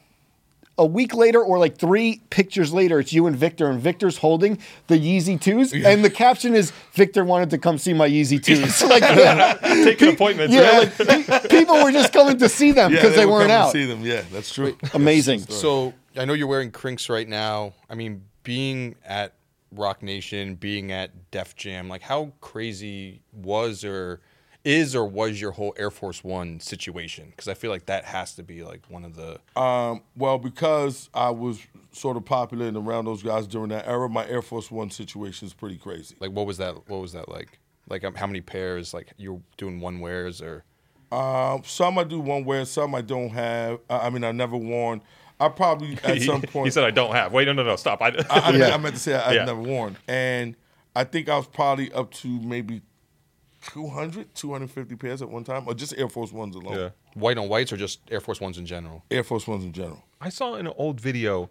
Speaker 1: a week later or like three pictures later, it's you and Victor, and Victor's holding the Yeezy twos, and the caption is Victor wanted to come see my
Speaker 4: (laughs)
Speaker 1: Yeezy twos. (laughs) like, yeah,
Speaker 3: Taking appointments,
Speaker 1: yeah,
Speaker 3: (laughs) really?
Speaker 1: like, pe- people were just coming to see them because they,
Speaker 4: would
Speaker 1: weren't
Speaker 4: come to
Speaker 1: out.
Speaker 4: See them, yeah, that's true.
Speaker 1: Amazing.
Speaker 2: So I know you're wearing crinks right now. I mean, being at Rock Nation, being at Def Jam, like how crazy was or is or was your whole Air Force One situation? Because I feel like that has to be like one of the
Speaker 4: Um, well, because I was sort of popular and around those guys during that era, my Air Force One situation is pretty crazy.
Speaker 2: like what was that? What was that like? Like um, how many pairs? Like you're doing one wears or
Speaker 4: Um, some I do one wear, some I don't have. I, I mean, I've never worn. I (laughs) probably at
Speaker 3: He-
Speaker 4: some point
Speaker 3: He said, I don't have. Wait, no, no, no, stop. I, (laughs)
Speaker 4: I, I,
Speaker 1: Yeah.
Speaker 4: I meant to say I, I've
Speaker 3: Yeah.
Speaker 4: never worn. And I think I was probably up to maybe 200, 250 pairs at one time, or just Air Force Ones alone.
Speaker 3: yeah.
Speaker 2: white on whites or just Air Force Ones in general?
Speaker 4: Air Force Ones in general.
Speaker 3: I saw in an old video,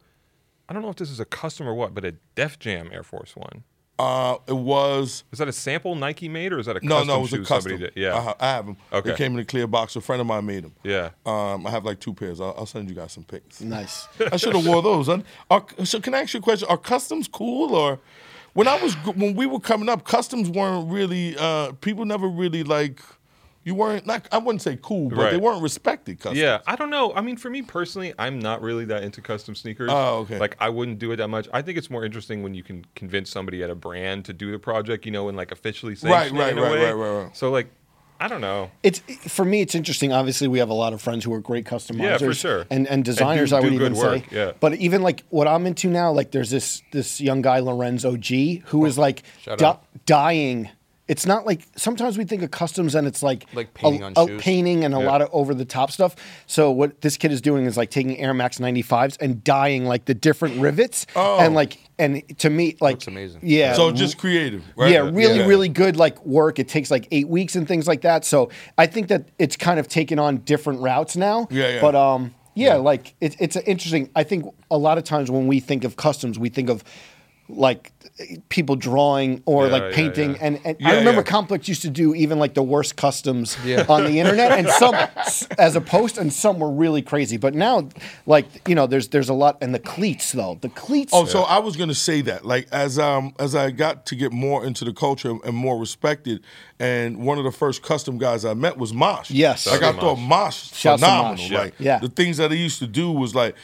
Speaker 3: I don't know if this is a custom or what, but a Def Jam Air Force One.
Speaker 4: Uh, it was
Speaker 3: Is that a sample Nike made or is that a
Speaker 4: no,
Speaker 3: custom Uh-huh.
Speaker 4: no, it was
Speaker 3: shoe
Speaker 4: a custom.
Speaker 3: somebody did? Yeah.
Speaker 4: I, ha- I have them.
Speaker 3: Okay.
Speaker 4: They came in a clear box. A friend of mine made them.
Speaker 3: Yeah.
Speaker 4: Um, I have like two pairs. I'll, I'll send you guys some pics.
Speaker 1: nice.
Speaker 4: I should have wore those. Huh? Are, so can I ask you a question? Are customs cool or? When I was gr- when we were coming up, customs weren't really uh, people never really like you weren't not I wouldn't say cool, but they
Speaker 3: Right.
Speaker 4: weren't respected. Customs.
Speaker 3: Yeah, I don't know. I mean, for me personally, I'm not really that into custom sneakers.
Speaker 4: Oh, okay.
Speaker 3: Like, I wouldn't do it that much. I think it's more interesting when you can convince somebody at a brand to do the project, you know, and like officially say
Speaker 4: Right, right,
Speaker 3: in a
Speaker 4: right,
Speaker 3: way.
Speaker 4: right, right, right.
Speaker 3: So, like, I don't know.
Speaker 1: It's for me. It's interesting. Obviously, we have a lot of friends who are great customizers,
Speaker 3: Yeah, for sure.
Speaker 1: and and
Speaker 3: And do-
Speaker 1: designers. I
Speaker 3: do
Speaker 1: would
Speaker 3: good
Speaker 1: even
Speaker 3: work,
Speaker 1: say,
Speaker 3: yeah.
Speaker 1: But even like what I'm into now, like there's this this young guy Lorenzo G who
Speaker 3: Oh,
Speaker 1: is like
Speaker 2: Shout
Speaker 1: di-
Speaker 2: out.
Speaker 1: dying. It's not like sometimes we think of customs and it's like
Speaker 2: Like painting
Speaker 1: a,
Speaker 2: on
Speaker 1: a
Speaker 2: shoes.
Speaker 1: painting and a
Speaker 3: Yeah.
Speaker 1: lot of over the top stuff. So what this kid is doing is like taking Air Max 95s and dyeing like the different rivets
Speaker 4: Oh.
Speaker 1: and like and to me like
Speaker 2: Looks amazing.
Speaker 1: Yeah,
Speaker 4: So just creative, right?
Speaker 1: yeah, really,
Speaker 4: Yeah.
Speaker 1: really good like work. It takes like eight weeks and things like that. So I think that it's kind of taken on different routes now.
Speaker 4: Yeah, yeah.
Speaker 1: But um, yeah, like it, it's interesting. I think a lot of times when we think of customs, we think of like people drawing or
Speaker 3: Yeah,
Speaker 1: like
Speaker 3: yeah,
Speaker 1: painting
Speaker 3: yeah.
Speaker 1: and, and
Speaker 4: Yeah,
Speaker 1: I remember
Speaker 4: yeah.
Speaker 1: Complex used to do even like the worst customs on the internet
Speaker 4: (laughs)
Speaker 1: and some s- as a post and some were really crazy but now like you know there's there's a lot and the cleats though the cleats
Speaker 4: Oh, so I was gonna say that. Like as um as I got to get more into the culture and more respected, and one of the first custom guys I met was Mosh.
Speaker 1: Yes.
Speaker 4: Like I
Speaker 3: Dr.
Speaker 4: thought Mosh
Speaker 1: Shouts to
Speaker 4: phenomenal.
Speaker 1: Mosh,
Speaker 4: Like
Speaker 1: yeah.
Speaker 4: the things that he used to do was like,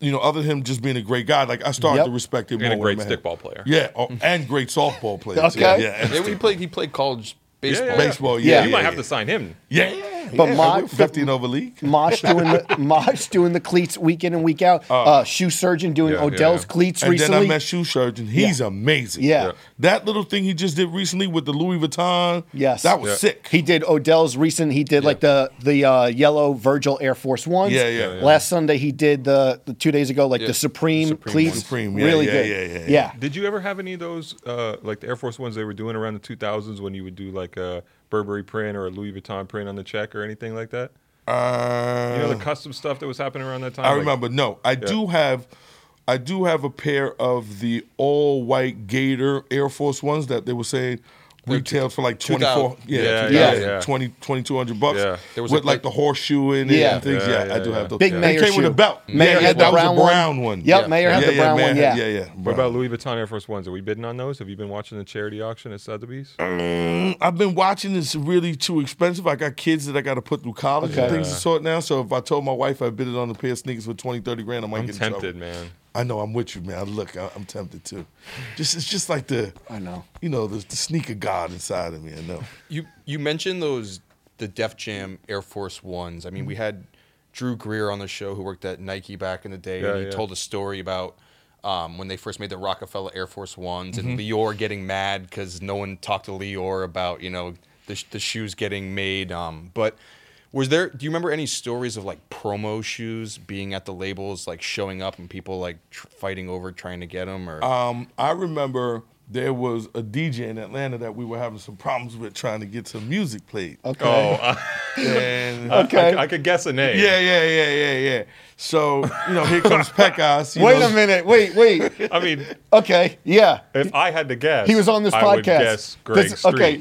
Speaker 4: you know, other than him just being a great guy, like I started
Speaker 1: Yep.
Speaker 4: to respect him
Speaker 3: And a
Speaker 4: more when
Speaker 3: great
Speaker 4: I met him.
Speaker 3: stickball player.
Speaker 4: Yeah, oh, and great softball player. too.
Speaker 1: Okay.
Speaker 4: Yeah.
Speaker 2: Yeah, he played. He played college baseball.
Speaker 4: Baseball,
Speaker 1: Yeah.
Speaker 4: yeah.
Speaker 1: You
Speaker 3: You
Speaker 4: yeah,
Speaker 3: might
Speaker 4: yeah.
Speaker 3: have to sign him.
Speaker 4: Yeah,
Speaker 1: But
Speaker 4: yeah,
Speaker 1: Mosh-
Speaker 4: with fifteen over league.
Speaker 1: Mosh doing the Mosh doing the cleats week in and week out
Speaker 4: Oh.
Speaker 1: uh, shoe surgeon doing
Speaker 3: yeah, yeah,
Speaker 1: Odell's
Speaker 3: yeah.
Speaker 1: cleats
Speaker 4: And
Speaker 1: recently
Speaker 4: then I met Shoe Surgeon. He's amazing.
Speaker 1: Yeah. Yeah.
Speaker 4: That little thing he just did recently with the Louis Vuitton.
Speaker 1: Yes.
Speaker 4: That was
Speaker 1: Yeah.
Speaker 4: sick.
Speaker 1: He did Odell's recent. He did like the the uh, yellow Virgil Air Force ones.
Speaker 4: Yeah, yeah, yeah.
Speaker 1: Last Sunday he did the, the two days ago like the Supreme,
Speaker 2: Supreme
Speaker 1: cleats.
Speaker 2: ones.
Speaker 4: Supreme, yeah,
Speaker 1: really
Speaker 4: yeah,
Speaker 1: good.
Speaker 4: yeah, yeah, yeah.
Speaker 3: Did you ever have any of those, uh, like the Air Force ones they were doing around the 2000s when you would do like a Burberry print or a Louis Vuitton print on the check or anything like that?
Speaker 4: Uh,
Speaker 3: You know, the custom stuff that was happening around that time?
Speaker 4: I
Speaker 3: Like,
Speaker 4: remember. No, I do have, I do have a pair of the all white Gator Air Force ones that they were saying retailed for like
Speaker 2: two
Speaker 4: 24
Speaker 2: thousand.
Speaker 4: yeah,
Speaker 3: Yeah,
Speaker 4: 2000,
Speaker 1: yeah,
Speaker 3: yeah.
Speaker 4: 20 2200 bucks
Speaker 3: Yeah.
Speaker 2: There was a
Speaker 4: with like
Speaker 2: clip-
Speaker 4: the horseshoe in it
Speaker 1: Yeah.
Speaker 4: and things yeah,
Speaker 3: Yeah,
Speaker 4: i
Speaker 3: yeah,
Speaker 4: do
Speaker 3: yeah.
Speaker 4: have those
Speaker 1: Big
Speaker 4: It
Speaker 1: Mayor
Speaker 4: came with a
Speaker 1: shoe.
Speaker 4: belt
Speaker 1: Mayor
Speaker 4: yeah, yeah,
Speaker 1: had the
Speaker 4: that was
Speaker 1: brown
Speaker 4: a
Speaker 1: one.
Speaker 4: brown one,
Speaker 1: Yep, Mayor had the brown
Speaker 4: Mayor
Speaker 1: one,
Speaker 4: had-
Speaker 1: yeah.
Speaker 4: yeah yeah
Speaker 3: What
Speaker 4: brown.
Speaker 3: about Louis Vuitton Air Force ones? Are we bidding on those? Have you been watching the charity auction at Sotheby's?
Speaker 4: Mm, I've been watching this really too expensive. I got kids that I got to put through college and
Speaker 1: Okay.
Speaker 4: things of sort now. So if I told my wife I bid it on a pair of sneakers for 20, 30 grand, I might
Speaker 3: I'm
Speaker 4: get in
Speaker 3: tempted,
Speaker 4: trouble.
Speaker 3: man.
Speaker 4: I know I'm with you, man. I look, I, I'm tempted too. Just it's just like the
Speaker 1: I know.
Speaker 4: you know the, the sneaker god inside of me. I know.
Speaker 2: You you mentioned those the Def Jam Air Force Ones. I mean,
Speaker 3: Mm.
Speaker 2: we had Drew Greer on the show who worked at Nike back in the day,
Speaker 3: Yeah,
Speaker 2: and he
Speaker 3: yeah.
Speaker 2: told a story about um, when they first made the Rockefeller Air Force Ones, and
Speaker 3: Mm-hmm.
Speaker 2: Lior getting mad because no one talked to Lior about you know the sh- the shoes getting made. Um, but was there? Do you remember any stories of like promo shoes being at the labels, like showing up and people like tr- fighting over trying to get them? Or
Speaker 4: Um, I remember there was a DJ in Atlanta that we were having some problems with trying to get some music played.
Speaker 1: Okay.
Speaker 3: Oh, I,
Speaker 1: (laughs)
Speaker 4: And-
Speaker 1: okay.
Speaker 3: Uh, I, could guess a name.
Speaker 4: yeah, yeah, yeah, yeah, yeah. So you know, here comes Pecos. you
Speaker 1: wait
Speaker 4: know,
Speaker 1: a minute. Wait.
Speaker 4: (laughs)
Speaker 1: Wait.
Speaker 3: I mean,
Speaker 1: Okay. Yeah.
Speaker 3: if I had to guess,
Speaker 1: He was on this
Speaker 3: I
Speaker 1: podcast.
Speaker 3: Would guess Greg
Speaker 1: This-
Speaker 3: Street.
Speaker 1: okay.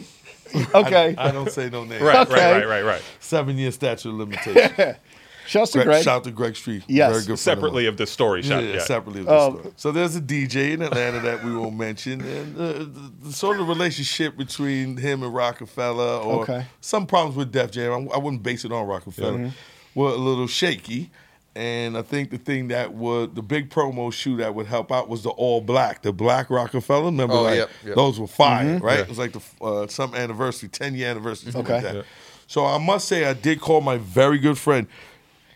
Speaker 1: Okay.
Speaker 4: (laughs) I don't say no names.
Speaker 3: Right,
Speaker 1: Okay.
Speaker 3: right, right, right, right.
Speaker 4: Seven year statute of limitations.
Speaker 1: (laughs) Shouts to
Speaker 4: Greg,
Speaker 1: Greg.
Speaker 4: Shout out to Greg Street.
Speaker 1: Yes.
Speaker 4: Very good friend of
Speaker 3: Separately of the story
Speaker 4: mine.
Speaker 3: shot.
Speaker 4: Yeah,
Speaker 3: Yeah,
Speaker 4: separately. of
Speaker 1: Oh.
Speaker 4: the story. So there's a DJ in Atlanta that we won't mention, and uh, the, the sort of relationship between him and Rockefeller, or
Speaker 1: Okay.
Speaker 4: some problems with Def Jam. I, I wouldn't base it on Rockefeller. Were a little shaky, and I think the thing that would the big promo shoe that would help out was the all black, the black Rockefeller. Remember,
Speaker 2: Oh,
Speaker 4: like
Speaker 2: yep, yep.
Speaker 4: those were fire, right? It was like the uh, some anniversary, ten year anniversary, something like
Speaker 1: Mm-hmm. Okay.
Speaker 4: that. So I must say, I did call my very good friend.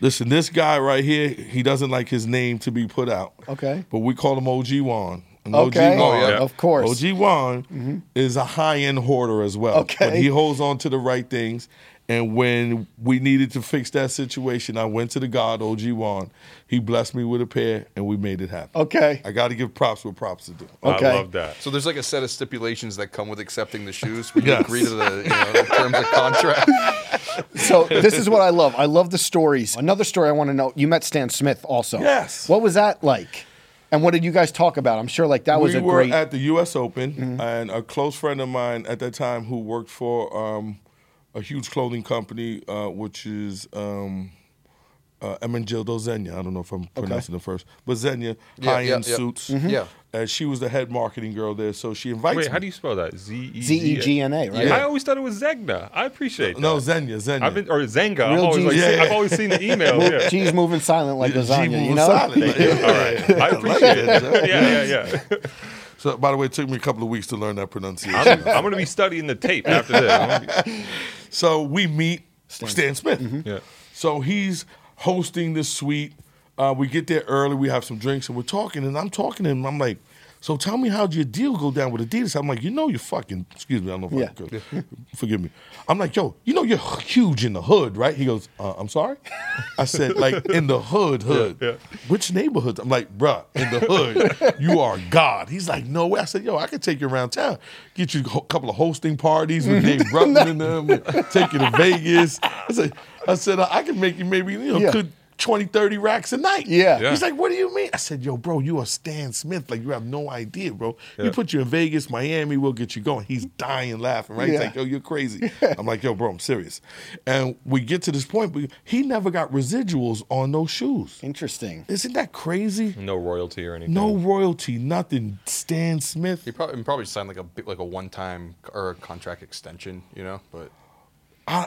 Speaker 4: Listen, this guy right here, he doesn't like his name to be put out.
Speaker 1: Okay.
Speaker 4: But we call him OG Wan. And
Speaker 1: okay. Oh,
Speaker 4: OG Wan,
Speaker 2: yeah.
Speaker 1: Of course. Mm-hmm.
Speaker 4: OG Wan is a high end hoarder as well.
Speaker 1: Okay.
Speaker 4: But he holds on to the right things. And when we needed to fix that situation, I went to the God, OG Wan. He blessed me with a pair, and we made it happen.
Speaker 1: Okay.
Speaker 4: I got to give props what props to do.
Speaker 1: Okay.
Speaker 3: I love that.
Speaker 2: So there's like a set of stipulations that come with accepting the shoes. Would
Speaker 4: Yes.
Speaker 2: you agree to the you know, terms of contract?
Speaker 4: (laughs)
Speaker 1: So this is what I love. I love the stories. Another story I want to know. You met Stan Smith also.
Speaker 4: Yes.
Speaker 1: What was that like? And what did you guys talk about? I'm sure like that was
Speaker 4: we
Speaker 1: a
Speaker 4: were
Speaker 1: great. Mm-hmm.
Speaker 4: at the U.S. Open, and a close friend of mine at that time who worked for um, a huge clothing company, uh, which is um, uh, Emangildo Zenya. I don't know if I'm pronouncing the first, but Zenya,
Speaker 2: Yeah,
Speaker 4: high end
Speaker 2: yeah, yeah.
Speaker 4: suits.
Speaker 1: Mm-hmm.
Speaker 2: Mhm. Yeah.
Speaker 4: And she was the head marketing girl there, so she invites
Speaker 3: Wait,
Speaker 4: me.
Speaker 3: how do you spell that? Z E
Speaker 1: Z E G N A, right?
Speaker 3: I always thought it was Zegna. I appreciate that.
Speaker 4: no, Zenya, Zenya.
Speaker 3: I've been or Zenga. I'm
Speaker 1: Real
Speaker 3: always
Speaker 1: G.
Speaker 3: like,
Speaker 4: Yeah,
Speaker 3: I've
Speaker 4: yeah.
Speaker 3: always seen the email. yeah.
Speaker 1: She's moving silent
Speaker 4: (laughs)
Speaker 1: like
Speaker 4: She
Speaker 1: lasagna,
Speaker 4: moved
Speaker 1: you know?
Speaker 4: silent.
Speaker 3: All
Speaker 1: (laughs)
Speaker 3: right,
Speaker 4: (laughs)
Speaker 3: I appreciate it. (laughs) Yeah, yeah, yeah.
Speaker 4: So, by the way, it took me a couple of weeks to learn that pronunciation.
Speaker 3: I'm, I'm gonna be studying the tape after this. I'm gonna be-
Speaker 4: So we meet Stan, Smith.
Speaker 1: Mm-hmm.
Speaker 3: Yeah.
Speaker 4: So he's hosting this suite. Uh, we get there early. We have some drinks, and we're talking. And I'm talking to him. I'm like, "So tell me, how'd your deal go down with Adidas?" I'm like, "You know, you're fucking. Excuse me. I don't know if I
Speaker 1: Yeah.
Speaker 4: could. Forgive me. I'm like, "Yo, you know, you're huge in the hood, right?" He goes, uh, "I'm sorry." I said, "Like in the hood, hood.
Speaker 3: yeah.
Speaker 4: Which neighborhoods?" I'm like, "Bruh, in the hood, you are God." He's like, "No way." I said, "Yo, I could take you around town. Get you a couple of hosting parties with
Speaker 1: (laughs)
Speaker 4: Dave Rutland in them. Take you to Vegas." I said, "I said I I can make you maybe you know
Speaker 1: Yeah.
Speaker 4: could." 20, 30 racks a night.
Speaker 1: Yeah. Yeah.
Speaker 4: He's like, what do you mean? I said, yo, bro, you are Stan Smith. Like, you have no idea, bro. We
Speaker 3: Yeah.
Speaker 4: put you in Vegas, Miami, we'll get you going. He's dying laughing, right? He's
Speaker 1: Yeah.
Speaker 4: like, yo, you're crazy. I'm like, yo, bro, I'm serious. And we get to this point, but he never got residuals on those shoes.
Speaker 1: Interesting.
Speaker 4: Isn't that crazy?
Speaker 3: No royalty or anything.
Speaker 4: No royalty, nothing. Stan Smith.
Speaker 2: He probably probably signed like a bit- like a one time or a contract extension, you know. But
Speaker 4: I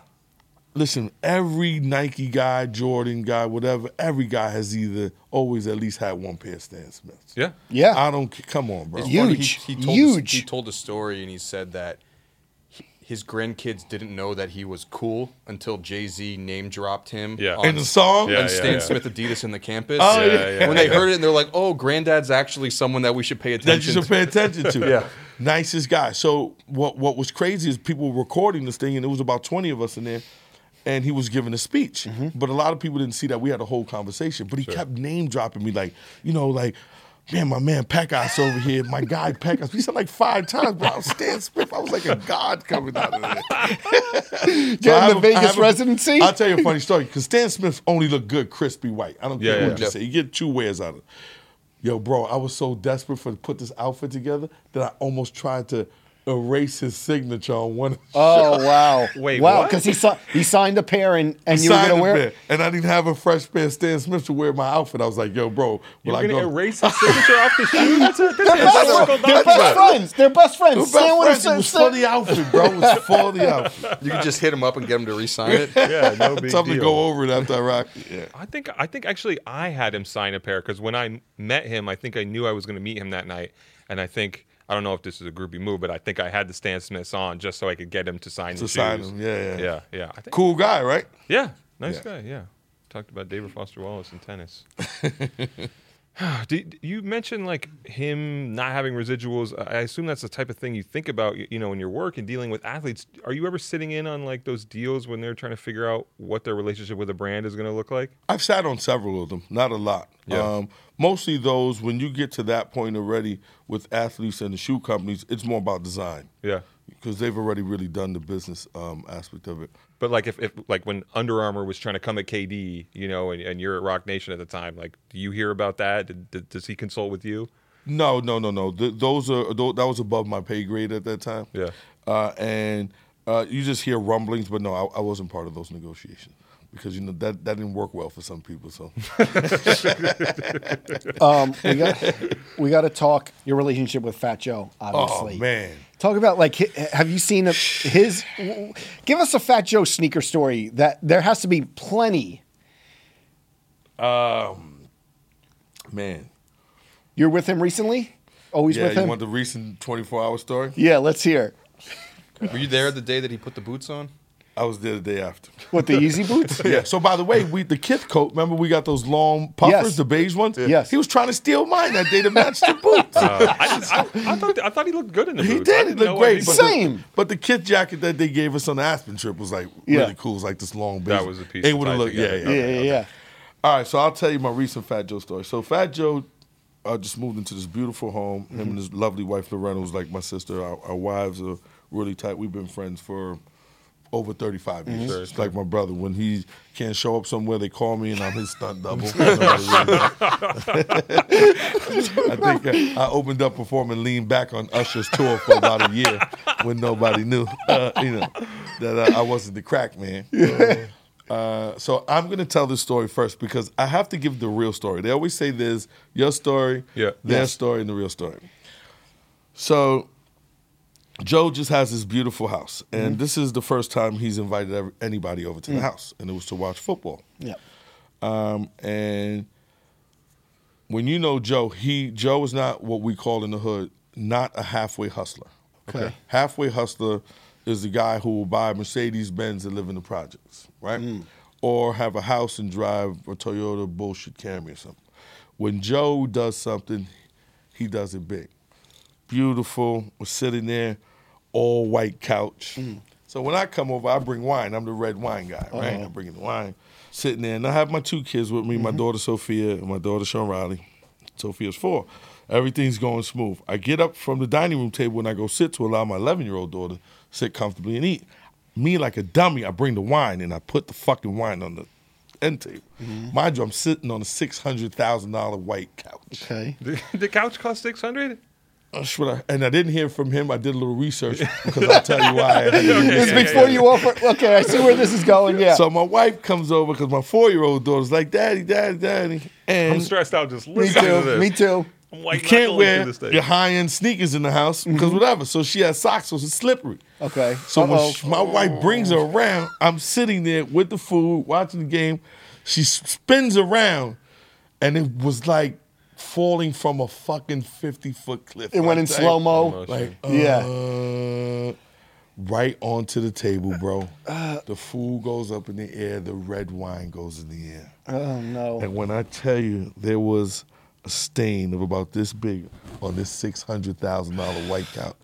Speaker 4: listen, every Nike guy, Jordan guy, whatever, every guy has either always at least had one pair of Stan Smiths.
Speaker 3: Yeah.
Speaker 1: Yeah.
Speaker 4: I don't c- come on, bro.
Speaker 2: It's funny,
Speaker 1: Huge.
Speaker 2: He, he told
Speaker 1: Huge.
Speaker 2: A, he told a story and he said that he- his grandkids didn't know that he was cool until Jay Z name dropped him.
Speaker 3: Yeah.
Speaker 2: on-
Speaker 4: In the song?
Speaker 3: Yeah,
Speaker 2: and Stan
Speaker 3: yeah.
Speaker 2: Smith Adidas in the campus.
Speaker 4: Oh,
Speaker 3: Yeah, yeah. yeah.
Speaker 2: When they heard it, and they're like, "Oh, granddad's actually someone that we should pay
Speaker 4: that you
Speaker 2: attention."
Speaker 4: should
Speaker 2: to.
Speaker 4: pay attention to.
Speaker 2: (laughs) Yeah.
Speaker 4: Nicest guy. So what what was crazy is people were recording this thing and it was about 20 of us in there and he was giving a speech.
Speaker 2: Mm-hmm.
Speaker 4: But a lot of people didn't see that we had a whole conversation, but he kept name dropping me like, you know, like Man, my man Packoss over here, my guy Packoss. He said like five times, but I was Stan Smith. I was like a god coming out of there. So I
Speaker 1: Getting the
Speaker 4: have a- I
Speaker 1: Vegas
Speaker 4: have a-
Speaker 1: residency.
Speaker 4: I'll tell you a funny story because Stan Smith only looked good crispy white. I don't
Speaker 3: Yeah,
Speaker 4: care
Speaker 3: yeah.
Speaker 4: what you
Speaker 2: Yep.
Speaker 4: say. You get two wears out of it. Yo, bro, I was so desperate for to put this outfit together that I almost tried to erase his signature on one. of the
Speaker 1: oh
Speaker 4: (laughs)
Speaker 1: wow.
Speaker 3: Wait,
Speaker 1: Wow,
Speaker 3: what?
Speaker 1: because he si- he signed a pair and and
Speaker 4: shirts.
Speaker 1: you were
Speaker 4: Signed
Speaker 1: gonna
Speaker 4: the
Speaker 1: wear.
Speaker 4: pair. and I didn't have a fresh pair of Stan Smith to wear my outfit. I was like, yo, bro, will
Speaker 3: You're
Speaker 4: I
Speaker 3: gonna
Speaker 4: go?
Speaker 3: erase the signature off the shoe? That's a, (laughs)
Speaker 1: Best- They're best friends. They're best
Speaker 4: It
Speaker 1: friends.
Speaker 4: was,
Speaker 1: Stan
Speaker 4: about
Speaker 1: would have
Speaker 4: fresh. It
Speaker 1: said,
Speaker 4: was for the outfit, bro. It was
Speaker 1: (laughs)
Speaker 4: for the outfit.
Speaker 2: You could just hit him up and get him to re-sign it.
Speaker 3: Yeah, no big
Speaker 4: Something to
Speaker 3: deal.
Speaker 4: go over it after I rock. it. Yeah.
Speaker 3: I think I think actually I had him sign a pair because when I met him, I think I knew I was going to meet him that night, and I think I don't know if this is a groupie move, but I think I had the Stan Smiths on just so I could get him to sign
Speaker 4: To
Speaker 3: the
Speaker 4: sign
Speaker 3: shoes.
Speaker 4: him. Yeah, yeah.
Speaker 3: yeah, yeah. I think,
Speaker 4: Cool guy, right?
Speaker 3: Yeah, nice
Speaker 4: Yeah.
Speaker 3: guy. Yeah, talked about David Foster Wallace and
Speaker 4: (laughs)
Speaker 3: tennis. (sighs) Did, you mentioned like him not having residuals. I I assume that's the type of thing you think about, y- you know, in your work and dealing with athletes. Are you ever sitting in on like those deals when they're trying to figure out what their relationship with a brand is going to look like?
Speaker 4: I've sat on several of them, not a lot.
Speaker 3: Yeah.
Speaker 4: Um, mostly those when you get to that point already with athletes and the shoe companies, it's more about design
Speaker 3: Yeah.
Speaker 4: because they've already really done the business um, aspect of it.
Speaker 3: But like if, if like when Under Armour was trying to come at KD, you know, and, and you're at Rock Nation at the time, like do you hear about that? Did, did, does he consult with
Speaker 4: (laughs)
Speaker 3: you?
Speaker 4: No, no, no, no. Th- those are tho- that was above my pay grade at that time.
Speaker 3: Yeah.
Speaker 4: uh, and uh, you just hear rumblings, but no, I, I wasn't part of those negotiations because you know that that didn't work well for some
Speaker 3: (laughs)
Speaker 4: people. So
Speaker 1: Um, we got we got to talk your relationship with Fat Joe.
Speaker 4: oh
Speaker 1: Obviously,
Speaker 4: man,
Speaker 1: Talk about like, hi- have you seen a, his? w- Give us a Fat Joe sneaker story. That there has to be plenty.
Speaker 4: man.
Speaker 1: You're with him recently. Always
Speaker 4: Yeah,
Speaker 1: with
Speaker 4: you
Speaker 1: him.
Speaker 4: want the recent twenty four hour story?
Speaker 1: yeah, let's hear.
Speaker 2: Were you there the day that he put the boots on?
Speaker 4: I was there the day after.
Speaker 1: What the Easy (laughs) Boots?
Speaker 4: (laughs) Yeah. So by the way, we the Kith coat. Remember, we got those long puffers,
Speaker 1: Yes.
Speaker 4: the beige ones.
Speaker 1: Yes.
Speaker 4: He was trying to steal mine that day to match the
Speaker 1: (laughs)
Speaker 4: boots.
Speaker 3: Uh, I, didn't- I, I thought I thought he looked good in the
Speaker 4: he
Speaker 3: boots. I
Speaker 4: did. It
Speaker 3: didn't know
Speaker 4: looked
Speaker 3: what
Speaker 4: great.
Speaker 3: he-
Speaker 4: but
Speaker 1: Same.
Speaker 4: The, but the Kith jacket that they gave us on the Aspen trip was like
Speaker 1: Yeah.
Speaker 4: really cool. It was like this long. Beige.
Speaker 3: That was the piece
Speaker 4: It
Speaker 3: that
Speaker 4: would have
Speaker 3: tied
Speaker 4: looked. Yeah,
Speaker 3: together.
Speaker 4: yeah.
Speaker 1: yeah, yeah, yeah.
Speaker 4: All right. So I'll tell you my recent Fat Joe story. So Fat Joe. uh, just moved into this beautiful home. Him
Speaker 1: Mm-hmm.
Speaker 4: and his lovely wife Lorena was like my sister. Our, our wives are really tight. We've been friends for over 35 years.
Speaker 3: Mm-hmm. Sure,
Speaker 4: It's like my brother. When he can't show up somewhere, they call me and I'm his stunt
Speaker 3: (laughs)
Speaker 4: double. I think (laughs) I, I opened up performing Lean Back on Usher's tour for about a year when nobody knew, uh, you know, that I, I wasn't the crack man. Uh, so I'm going to tell this story first because I have to give the real story. They always say there's your story,
Speaker 3: Yeah.
Speaker 4: their
Speaker 1: Yes.
Speaker 4: story, and the real story. So Joe just has this beautiful house, and this is the first time he's invited ever, anybody over to the house, and it was to watch football.
Speaker 1: yeah.
Speaker 4: Um, and when you know Joe, he Joe is not what we call in the hood not a halfway hustler.
Speaker 1: Okay.
Speaker 4: halfway hustler is the guy who will buy a Mercedes Benz and live in the projects, right? Or have a house and drive a Toyota bullshit Camry or something. When Joe does something, he does it big beautiful. We're sitting there, all white couch. So when I come over, I bring wine. I'm the red wine guy, right? I'm bringing the wine. Sitting there, and I have my two kids with me, my daughter Sophia and my daughter Sean Riley. Sophia's four. Everything's going smooth. I get up from the dining room table and I go sit to allow my 11 year old daughter to sit comfortably and eat. Me, like a dummy, I bring the wine and I put the fucking wine on the end table. Mind you, I'm sitting on a six hundred thousand dollar white couch.
Speaker 1: Okay.
Speaker 3: The, (laughs) the couch cost six hundred.
Speaker 4: That's what Uh, I, and I didn't hear from him. I did a little research because I'll tell you
Speaker 3: (laughs)
Speaker 4: why. (laughs) I had to do
Speaker 1: This is
Speaker 4: research.
Speaker 1: before you offer. Okay, I see where this is going. Yeah.
Speaker 4: So my wife comes over because my four year old daughter's like, Daddy, Daddy, Daddy. And
Speaker 3: I'm stressed out just
Speaker 1: me
Speaker 3: listening to
Speaker 1: too.
Speaker 3: this.
Speaker 1: Me too.
Speaker 3: I'm
Speaker 4: you
Speaker 3: white
Speaker 4: can't
Speaker 3: knuckling
Speaker 4: wear
Speaker 3: through this Mm-hmm. thing.
Speaker 4: your high end sneakers in the house because whatever. So she has socks, so it's slippery.
Speaker 1: Okay.
Speaker 4: So
Speaker 1: Uh-oh.
Speaker 4: when sh my wife brings her around, I'm sitting there with the food, watching the game. She s- spins around, and it was like falling from a fucking 50 foot cliff.
Speaker 1: it went in slow mo.
Speaker 3: Like,
Speaker 1: yeah.
Speaker 4: yeah. uh, Right onto the table, bro.
Speaker 1: Uh,
Speaker 4: the food goes up in the air, the red wine goes in the air.
Speaker 1: Oh no.
Speaker 4: And when I tell you there was a stain of about this big on this six hundred thousand dollar white couch.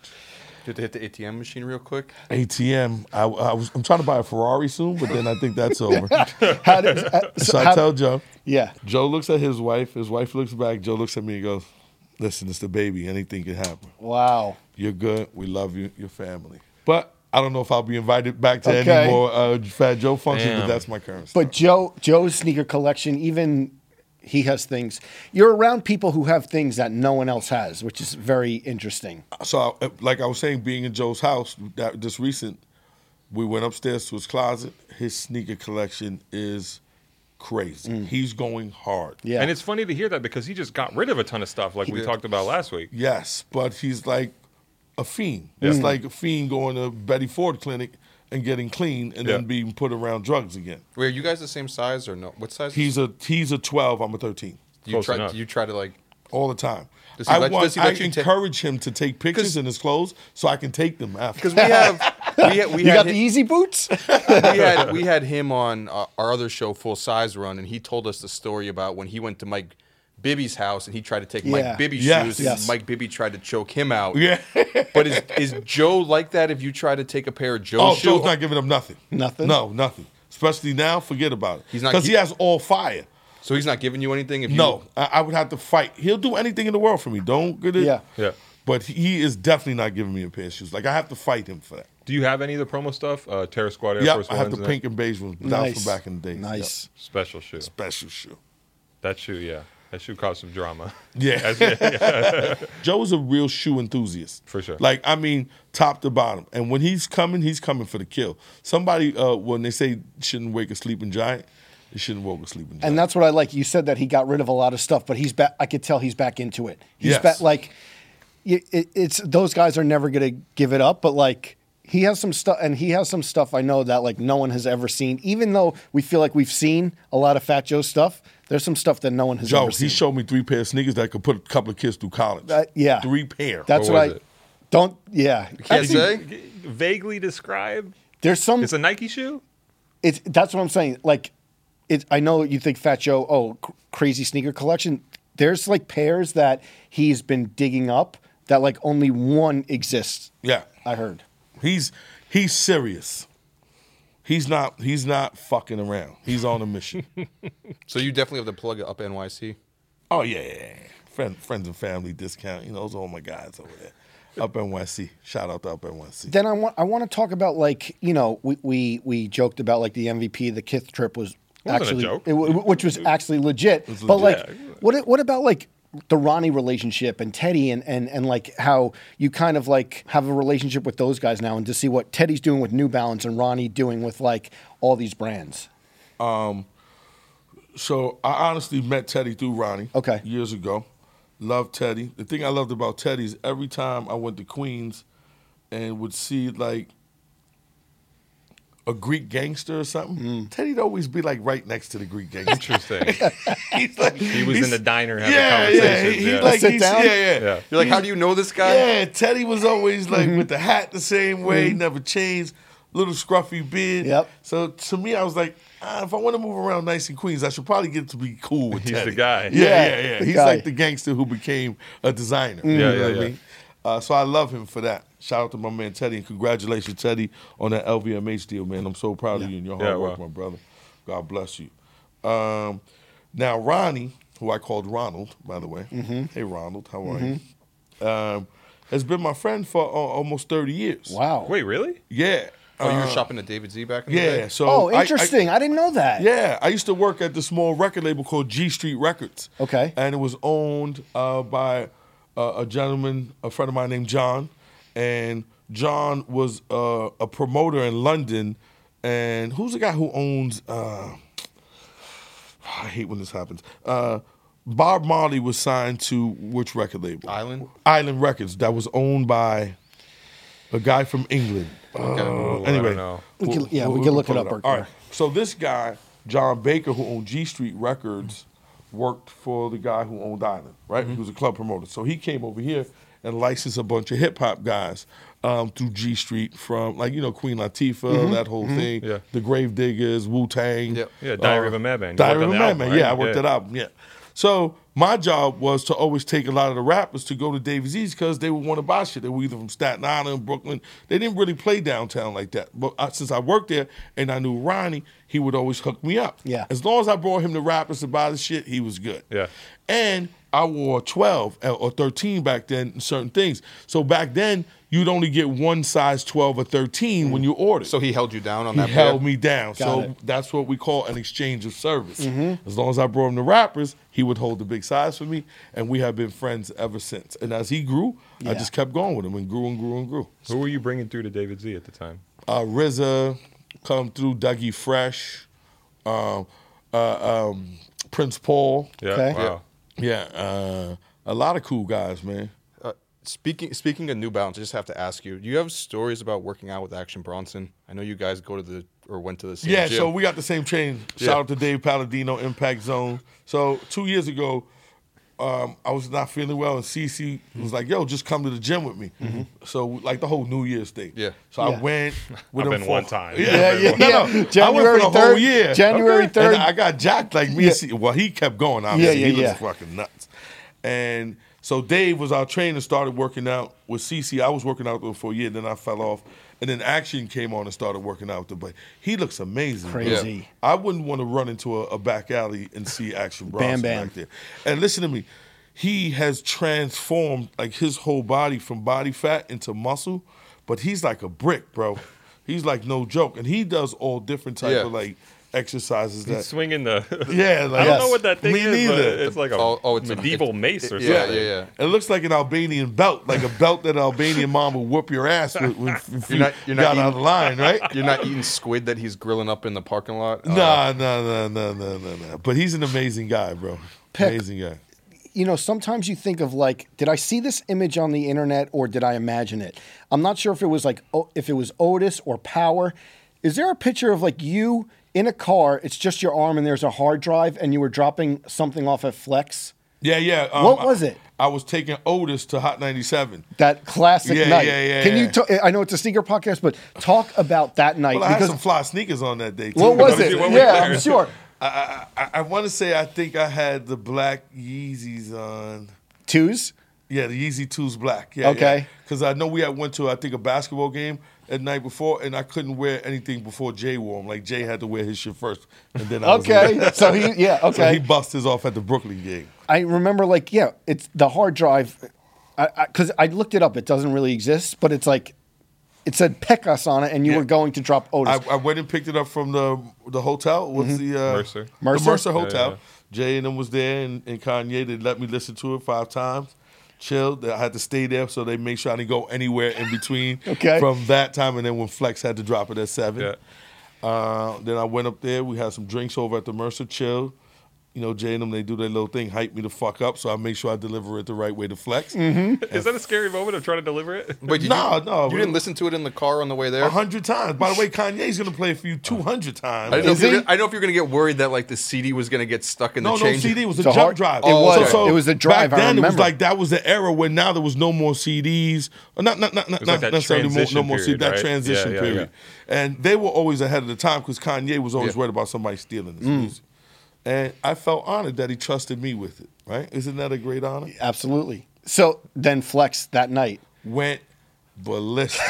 Speaker 2: Did they hit the ATM machine real quick?
Speaker 4: ATM. I, I was. I'm trying to buy a Ferrari soon, but then I think
Speaker 1: (laughs)
Speaker 4: that's over.
Speaker 1: How did? uh, so
Speaker 4: so I
Speaker 1: how-
Speaker 4: tell Joe.
Speaker 1: yeah.
Speaker 4: Joe looks at his wife. His wife looks back. Joe looks at me and goes, "Listen, it's the baby. Anything can happen.
Speaker 1: Wow.
Speaker 4: You're good. We love you. Your family." But I don't know if I'll be invited back to
Speaker 1: Okay.
Speaker 4: any more uh, Fat Joe functions. But
Speaker 3: Damn.
Speaker 4: that's my current.
Speaker 1: But Joe Joe's sneaker collection, even he has things. You're around people who have things that no one else has, which is very interesting.
Speaker 4: so I, like I was saying, being in Joe's house that just recent, we went upstairs to his closet. His sneaker collection is crazy.
Speaker 1: Mm.
Speaker 4: He's going hard.
Speaker 1: Yeah.
Speaker 3: And it's funny to hear that because he just got rid of a ton of stuff like we
Speaker 4: Yeah.
Speaker 3: talked about last week.
Speaker 4: Yes, but he's like a fiend. It's
Speaker 2: Mm.
Speaker 4: like a fiend going to Betty Ford clinic and getting clean and then
Speaker 3: Yeah.
Speaker 4: being put around drugs again.
Speaker 2: Wait, are you guys the same size or no? What size?
Speaker 4: He's a he's a twelve. I'm a thirteen.
Speaker 2: do you
Speaker 3: Close
Speaker 2: try.
Speaker 3: enough.
Speaker 2: Do you try to (laughs) like?
Speaker 4: All the time.
Speaker 2: Does he
Speaker 4: I
Speaker 2: let- does
Speaker 4: want.
Speaker 2: he let
Speaker 4: I
Speaker 2: you ta-
Speaker 4: encourage him to take pictures
Speaker 2: 'Cause-
Speaker 4: in his clothes so I can take them after. (laughs)
Speaker 2: Because we have we had, we
Speaker 1: you
Speaker 2: had
Speaker 1: got the easy boots?
Speaker 2: (laughs) we
Speaker 4: (laughs)
Speaker 2: had we had him on uh, our other show, Full Size Run, and he told us the story about when he went to Mike Bibby's house and he tried to take
Speaker 1: Yeah.
Speaker 2: Mike Bibby's
Speaker 4: Yes.
Speaker 2: shoes, and
Speaker 1: Yes.
Speaker 2: Mike Bibby tried to choke him out.
Speaker 4: Yeah.
Speaker 2: but is is Joe like that? If you try to take a pair of Joe's
Speaker 4: Oh,
Speaker 2: shoes,
Speaker 4: Joe's not giving up nothing.
Speaker 1: Nothing?
Speaker 4: No, nothing. Especially now, forget about it.
Speaker 2: He's not
Speaker 4: because he
Speaker 2: keep-
Speaker 4: has all fire.
Speaker 2: so he's not giving you anything. If you-
Speaker 4: No, I, I would have to fight. He'll do anything in the world for me. Don't get it.
Speaker 1: Yeah.
Speaker 3: Yeah.
Speaker 4: But he is definitely not giving me a pair of shoes. Like I have to fight him for that.
Speaker 3: Do you have any of the promo stuff? Uh, Terror Squad Air
Speaker 4: Yeah,
Speaker 3: Force
Speaker 4: I have
Speaker 3: Ones.
Speaker 4: the
Speaker 3: and that?
Speaker 4: pink and beige ones. but That was
Speaker 1: nice.
Speaker 4: from back in the day.
Speaker 1: Nice.
Speaker 3: special shoe.
Speaker 4: Yep. Special shoe.
Speaker 3: That shoe, yeah. That shoe caused some drama. (laughs)
Speaker 4: Yeah. (laughs) Joe is a real shoe enthusiast.
Speaker 3: For sure.
Speaker 4: Like, I mean, top to bottom. And when he's coming, he's coming for the kill. Somebody, uh, when they say shouldn't wake a sleeping giant, they shouldn't wake a sleeping giant.
Speaker 1: And that's what I like. You said that he got rid of a lot of stuff, but he's back. I could tell he's back into it. He's
Speaker 4: Yes.
Speaker 1: back. Like, y- it, it's those guys are never gonna give it up. But like, he has some stuff, and he has some stuff I know that like no one has ever seen. Even though we feel like we've seen a lot of Fat Joe stuff, there's some stuff that no one has
Speaker 4: Joe,
Speaker 1: ever seen.
Speaker 4: he showed me three pair of sneakers that could put a couple of kids through college.
Speaker 1: That- yeah.
Speaker 4: Three pair.
Speaker 1: that's
Speaker 3: What
Speaker 1: what I
Speaker 3: was it?
Speaker 1: don't. Yeah,
Speaker 2: can't say.
Speaker 3: Vaguely describe.
Speaker 1: there's some.
Speaker 3: It's a Nike shoe.
Speaker 1: it's that's what I'm saying. Like, it. I know you think Fat Joe. Oh, cr- crazy sneaker collection. There's like pairs that he's been digging up that like only one exists.
Speaker 4: yeah.
Speaker 1: I heard.
Speaker 4: He's he's serious. He's not he's not fucking around. He's on a mission.
Speaker 2: So you definitely have to plug it up NYC.
Speaker 4: oh yeah, yeah, yeah. Friend, friends and family discount. You know, those are all my guys over there. Up NYC. Shout out to Up NYC.
Speaker 1: Then I want I want to talk about like you know we we, we joked about like the MVP the Kith trip was
Speaker 3: wasn't a
Speaker 1: actually
Speaker 3: joke.
Speaker 1: it wa- which was actually legit. But
Speaker 3: legit.
Speaker 1: like what what about like the Ronnie relationship and Teddy and and and like how you kind of like have a relationship with those guys now and to see what Teddy's doing with New Balance and Ronnie doing with like all these brands.
Speaker 4: So I honestly met Teddy through Ronnie.
Speaker 1: Okay.
Speaker 4: Years ago. Loved Teddy. The thing I loved about Teddy is every time I went to Queens and would see like a Greek gangster or something, Teddy'd always be like right next to the Greek gangster. (laughs)
Speaker 3: Interesting.
Speaker 4: he's
Speaker 3: (laughs)
Speaker 4: like,
Speaker 3: he was in the diner having
Speaker 4: yeah, yeah,
Speaker 3: conversations.
Speaker 4: he, he
Speaker 3: yeah.
Speaker 4: like
Speaker 1: Sit
Speaker 4: he's,
Speaker 1: down?
Speaker 4: yeah, yeah,
Speaker 3: Yeah.
Speaker 2: You're like, how do you know this guy?
Speaker 4: Yeah, Teddy was always like with the hat the same way, never changed, little scruffy beard.
Speaker 1: Yep.
Speaker 4: So to me, I was like, ah, if I want to move around nice in Queens, I should probably get to be cool with
Speaker 3: He's the
Speaker 4: Teddy.
Speaker 3: guy.
Speaker 4: Yeah,
Speaker 1: Yeah,
Speaker 4: yeah, yeah.
Speaker 1: the
Speaker 4: He's
Speaker 1: guy.
Speaker 4: like the gangster who became a designer. you
Speaker 3: Yeah,
Speaker 4: know
Speaker 3: yeah,
Speaker 4: what I
Speaker 3: yeah.
Speaker 4: mean? Uh, so I love him for that. Shout out to my man Teddy and congratulations, Teddy, on that LVMH deal, man. I'm so proud of you and your hard
Speaker 3: Yeah,
Speaker 4: work,
Speaker 3: wow.
Speaker 4: my brother. God bless you. Um, now Ronnie, who I called Ronald, by the way. Hey Ronald, how are you? Um, has been my friend for uh, almost 30 years.
Speaker 1: Wow.
Speaker 3: Wait, really?
Speaker 4: Yeah.
Speaker 2: Oh, you were shopping at David Z back in the day?
Speaker 4: Uh, Yeah. So
Speaker 1: oh,
Speaker 4: I- I-
Speaker 1: interesting. I, didn't know that.
Speaker 4: yeah, I used to work at this small record label called G Street Records.
Speaker 1: Okay.
Speaker 4: And it was owned uh, by uh, a gentleman, a friend of mine named John, and John was uh, a promoter in London. And who's the guy who owns? Uh, (sighs) I hate when this happens. Uh, Bob Marley was signed to which record label?
Speaker 2: Island?
Speaker 4: Island Records. That was owned by a guy from England.
Speaker 2: Okay.
Speaker 4: Uh,
Speaker 3: I
Speaker 4: anyway,
Speaker 3: don't know.
Speaker 1: We
Speaker 4: we'll-
Speaker 1: can- yeah,
Speaker 4: we'll-
Speaker 1: we can
Speaker 4: we'll
Speaker 1: look it
Speaker 4: pull
Speaker 1: up, Burke.
Speaker 4: All right. So this guy, John Baker, who owned G Street Records, worked for the guy who owned Island, right?
Speaker 3: Mm-hmm.
Speaker 4: He was a club promoter. So he came over here and licensed a bunch of hip hop guys um, through G Street from, like, you know, Queen Latifah, that whole thing,
Speaker 3: Mm-hmm. Yeah.
Speaker 4: the Grave Diggers, Wu Tang.
Speaker 2: Yep.
Speaker 3: Yeah, Diary of a Madman. You
Speaker 4: Diary
Speaker 3: worked on
Speaker 4: of a
Speaker 3: the album,
Speaker 4: Madman.
Speaker 3: right?
Speaker 4: Yeah, I worked
Speaker 3: Yeah.
Speaker 4: that album. Yeah. So my job was to always take a lot of the rappers to go to Davies East because they would want to buy shit. They were either from Staten Island, Brooklyn. They didn't really play downtown like that. But I, since I worked there and I knew Ronnie, he would always hook me up.
Speaker 1: Yeah.
Speaker 4: As long as I brought him the rappers to buy the shit, he was good.
Speaker 3: Yeah.
Speaker 4: And I wore 12 or 13 back then in certain things. So back then, you'd only get one size 12 or 13 when you ordered
Speaker 2: So he held you down on
Speaker 4: he
Speaker 2: that
Speaker 4: held
Speaker 2: pair?
Speaker 4: me down. so
Speaker 1: it.
Speaker 4: that's what we call an exchange of service. As long as I brought him the rappers, he would hold the big size for me, and we have been friends ever since. And as he grew, I
Speaker 1: Yeah.
Speaker 4: just kept going with him and grew and grew and grew.
Speaker 3: Who were you bringing through to David Z at the time?
Speaker 4: Uh, RZA come through, Dougie Fresh, um, uh, um, Prince Paul.
Speaker 3: Yeah.
Speaker 1: Okay.
Speaker 3: Wow.
Speaker 4: Yeah, uh, a lot of cool guys, man.
Speaker 2: Uh, speaking speaking of New Balance, I just have to ask you: Do you have stories about working out with Action Bronson? I know you guys go to the or went to the same
Speaker 4: Yeah,
Speaker 2: gym.
Speaker 4: so we got the same chain. Shout
Speaker 2: Yeah.
Speaker 4: out to Dave Palladino, Impact Zone. So two years ago, um, I was not feeling well, and CC was like, "Yo, just come to the gym with me."
Speaker 3: Mm-hmm.
Speaker 4: So like the whole New Year's thing.
Speaker 2: Yeah.
Speaker 4: So I
Speaker 1: Yeah.
Speaker 3: (laughs)
Speaker 4: went with
Speaker 3: I've
Speaker 4: him
Speaker 3: been
Speaker 4: for-
Speaker 3: one time.
Speaker 4: Yeah,
Speaker 1: Yeah, yeah,
Speaker 4: No, no,
Speaker 1: yeah.
Speaker 4: (laughs) I went for
Speaker 1: January
Speaker 4: the whole
Speaker 1: 3rd
Speaker 4: year.
Speaker 1: January
Speaker 4: Okay. And
Speaker 1: 3rd.
Speaker 4: I got jacked like me. and C- Well, he kept going. Obviously,
Speaker 1: Yeah, yeah,
Speaker 4: he was
Speaker 1: yeah.
Speaker 4: fucking nuts. And so Dave was our trainer, started working out with CC. I was working out with him for a year, then I fell off. And then Action came on and started working out with him. But he looks amazing. bro.
Speaker 1: Crazy.
Speaker 4: I wouldn't want to run into a, a back alley
Speaker 1: (laughs)
Speaker 4: and see Action Bronson
Speaker 1: Bam.
Speaker 4: back there. And listen to me, he has transformed like his whole body from body fat into muscle, but he's like a brick, bro. He's like no joke, and he does all different type
Speaker 2: Yeah.
Speaker 4: of like exercises
Speaker 3: He's
Speaker 4: that.
Speaker 3: swinging the.
Speaker 4: yeah,
Speaker 3: (laughs)
Speaker 4: like
Speaker 3: I don't know
Speaker 1: Yes.
Speaker 3: what that thing
Speaker 4: Me
Speaker 3: is. but
Speaker 4: neither.
Speaker 3: it's like a
Speaker 2: Oh, oh, it's a-
Speaker 3: medieval
Speaker 2: it-
Speaker 3: mace or
Speaker 2: yeah,
Speaker 3: something.
Speaker 2: yeah, yeah.
Speaker 4: It looks like an Albanian belt, like a belt that an Albanian mom would whoop your ass with when if you
Speaker 2: You're not- you're not
Speaker 4: got out of
Speaker 2: eating-
Speaker 4: line, right?
Speaker 2: You're not eating squid that he's grilling up in the parking lot. Uh,
Speaker 4: Nah, nah, nah, nah, nah, nah, nah. But he's an amazing guy, bro.
Speaker 1: Peck.
Speaker 4: Amazing guy.
Speaker 1: you know, sometimes you think of like, did I see this image on the internet or did I imagine it? I'm not sure if it was like o- if it was Otis or Power. Is there a picture of like you in a car? It's just your arm and there's a hard drive and you were dropping something off at Flex.
Speaker 4: Yeah, yeah. um,
Speaker 1: What was it?
Speaker 4: I, I was taking Otis to Hot 97.
Speaker 1: That classic
Speaker 4: Yeah,
Speaker 1: night.
Speaker 4: yeah, yeah,
Speaker 1: Can
Speaker 4: yeah.
Speaker 1: you? ta- I know it's a sneaker podcast, but talk about that night
Speaker 4: Well, I had
Speaker 1: because
Speaker 4: some fly sneakers on that day. Too.
Speaker 1: what was
Speaker 3: What
Speaker 1: it?
Speaker 3: was
Speaker 1: Yeah,
Speaker 3: there?
Speaker 1: I'm sure.
Speaker 4: I, I, I want to say I think I had the black Yeezys on.
Speaker 1: Twos.
Speaker 4: Yeah, the Yeezy Two's black. Yeah,
Speaker 1: Okay.
Speaker 4: Because I know we had went to I think a basketball game at night before, and I couldn't wear anything before Jay wore 'em. Like Jay had to wear his shit first, and then I was in.
Speaker 1: Okay, so he yeah okay.
Speaker 4: (laughs) So he bust his off at the Brooklyn game.
Speaker 1: I remember like yeah, it's the hard drive, because I, looked it up. It doesn't really exist, but it's like it said Pecos on it, and you
Speaker 4: Yeah.
Speaker 1: were going to drop Otis.
Speaker 4: I, I went and picked it up from the the hotel. What's the uh,
Speaker 3: Mercer.
Speaker 1: Mm-hmm. Mercer?
Speaker 4: The Mercer
Speaker 1: Yeah,
Speaker 4: Hotel.
Speaker 3: yeah.
Speaker 4: Jay and them was there, and, and Kanye. They let me listen to it five times. Chilled. I had to stay there, so they made sure I didn't go anywhere in between.
Speaker 1: (laughs) Okay.
Speaker 4: From that time, and then when Flex had to drop it at seven.
Speaker 3: Yeah.
Speaker 4: Uh, then I went up there. We had some drinks over at the Mercer. Chilled. You know, Jay and them, they do their little thing, hype me the fuck up, so I make sure I deliver it the right way to Flex.
Speaker 3: Is that a scary moment of trying to deliver it?
Speaker 2: But you,
Speaker 4: No, no,
Speaker 2: Mm-hmm. you
Speaker 4: we-
Speaker 2: didn't listen to it in the car on the way there.
Speaker 4: A hundred times. By the way, Kanye's gonna play for you two hundred times.
Speaker 2: I didn't know
Speaker 1: Is
Speaker 2: if you were
Speaker 1: he?
Speaker 2: gonna- I know if you're gonna get worried that like the CD was gonna get stuck in
Speaker 4: No,
Speaker 2: the
Speaker 4: no
Speaker 2: change.
Speaker 4: CD. It was a
Speaker 1: The
Speaker 4: jump
Speaker 1: hard-
Speaker 4: drive.
Speaker 1: it
Speaker 2: was.
Speaker 1: It was the drive,
Speaker 4: Back
Speaker 1: I
Speaker 4: then, it was
Speaker 1: remember.
Speaker 4: like that was the era when now there was no more CDs. Uh, Not not not not,
Speaker 3: was like
Speaker 4: not
Speaker 3: that
Speaker 4: necessarily more, no
Speaker 3: transition
Speaker 4: more CDs.
Speaker 3: period,
Speaker 4: That
Speaker 3: right?
Speaker 4: transition
Speaker 3: Yeah, yeah,
Speaker 4: period. And they were always ahead of the time because Kanye was always
Speaker 2: Yeah.
Speaker 4: worried about somebody stealing
Speaker 1: Mm.
Speaker 4: his music. And I felt honored that he trusted me with it. Right? Isn't that a great honor?
Speaker 1: Absolutely. So then Flex that night.
Speaker 4: Went
Speaker 3: (laughs)
Speaker 4: ballistic.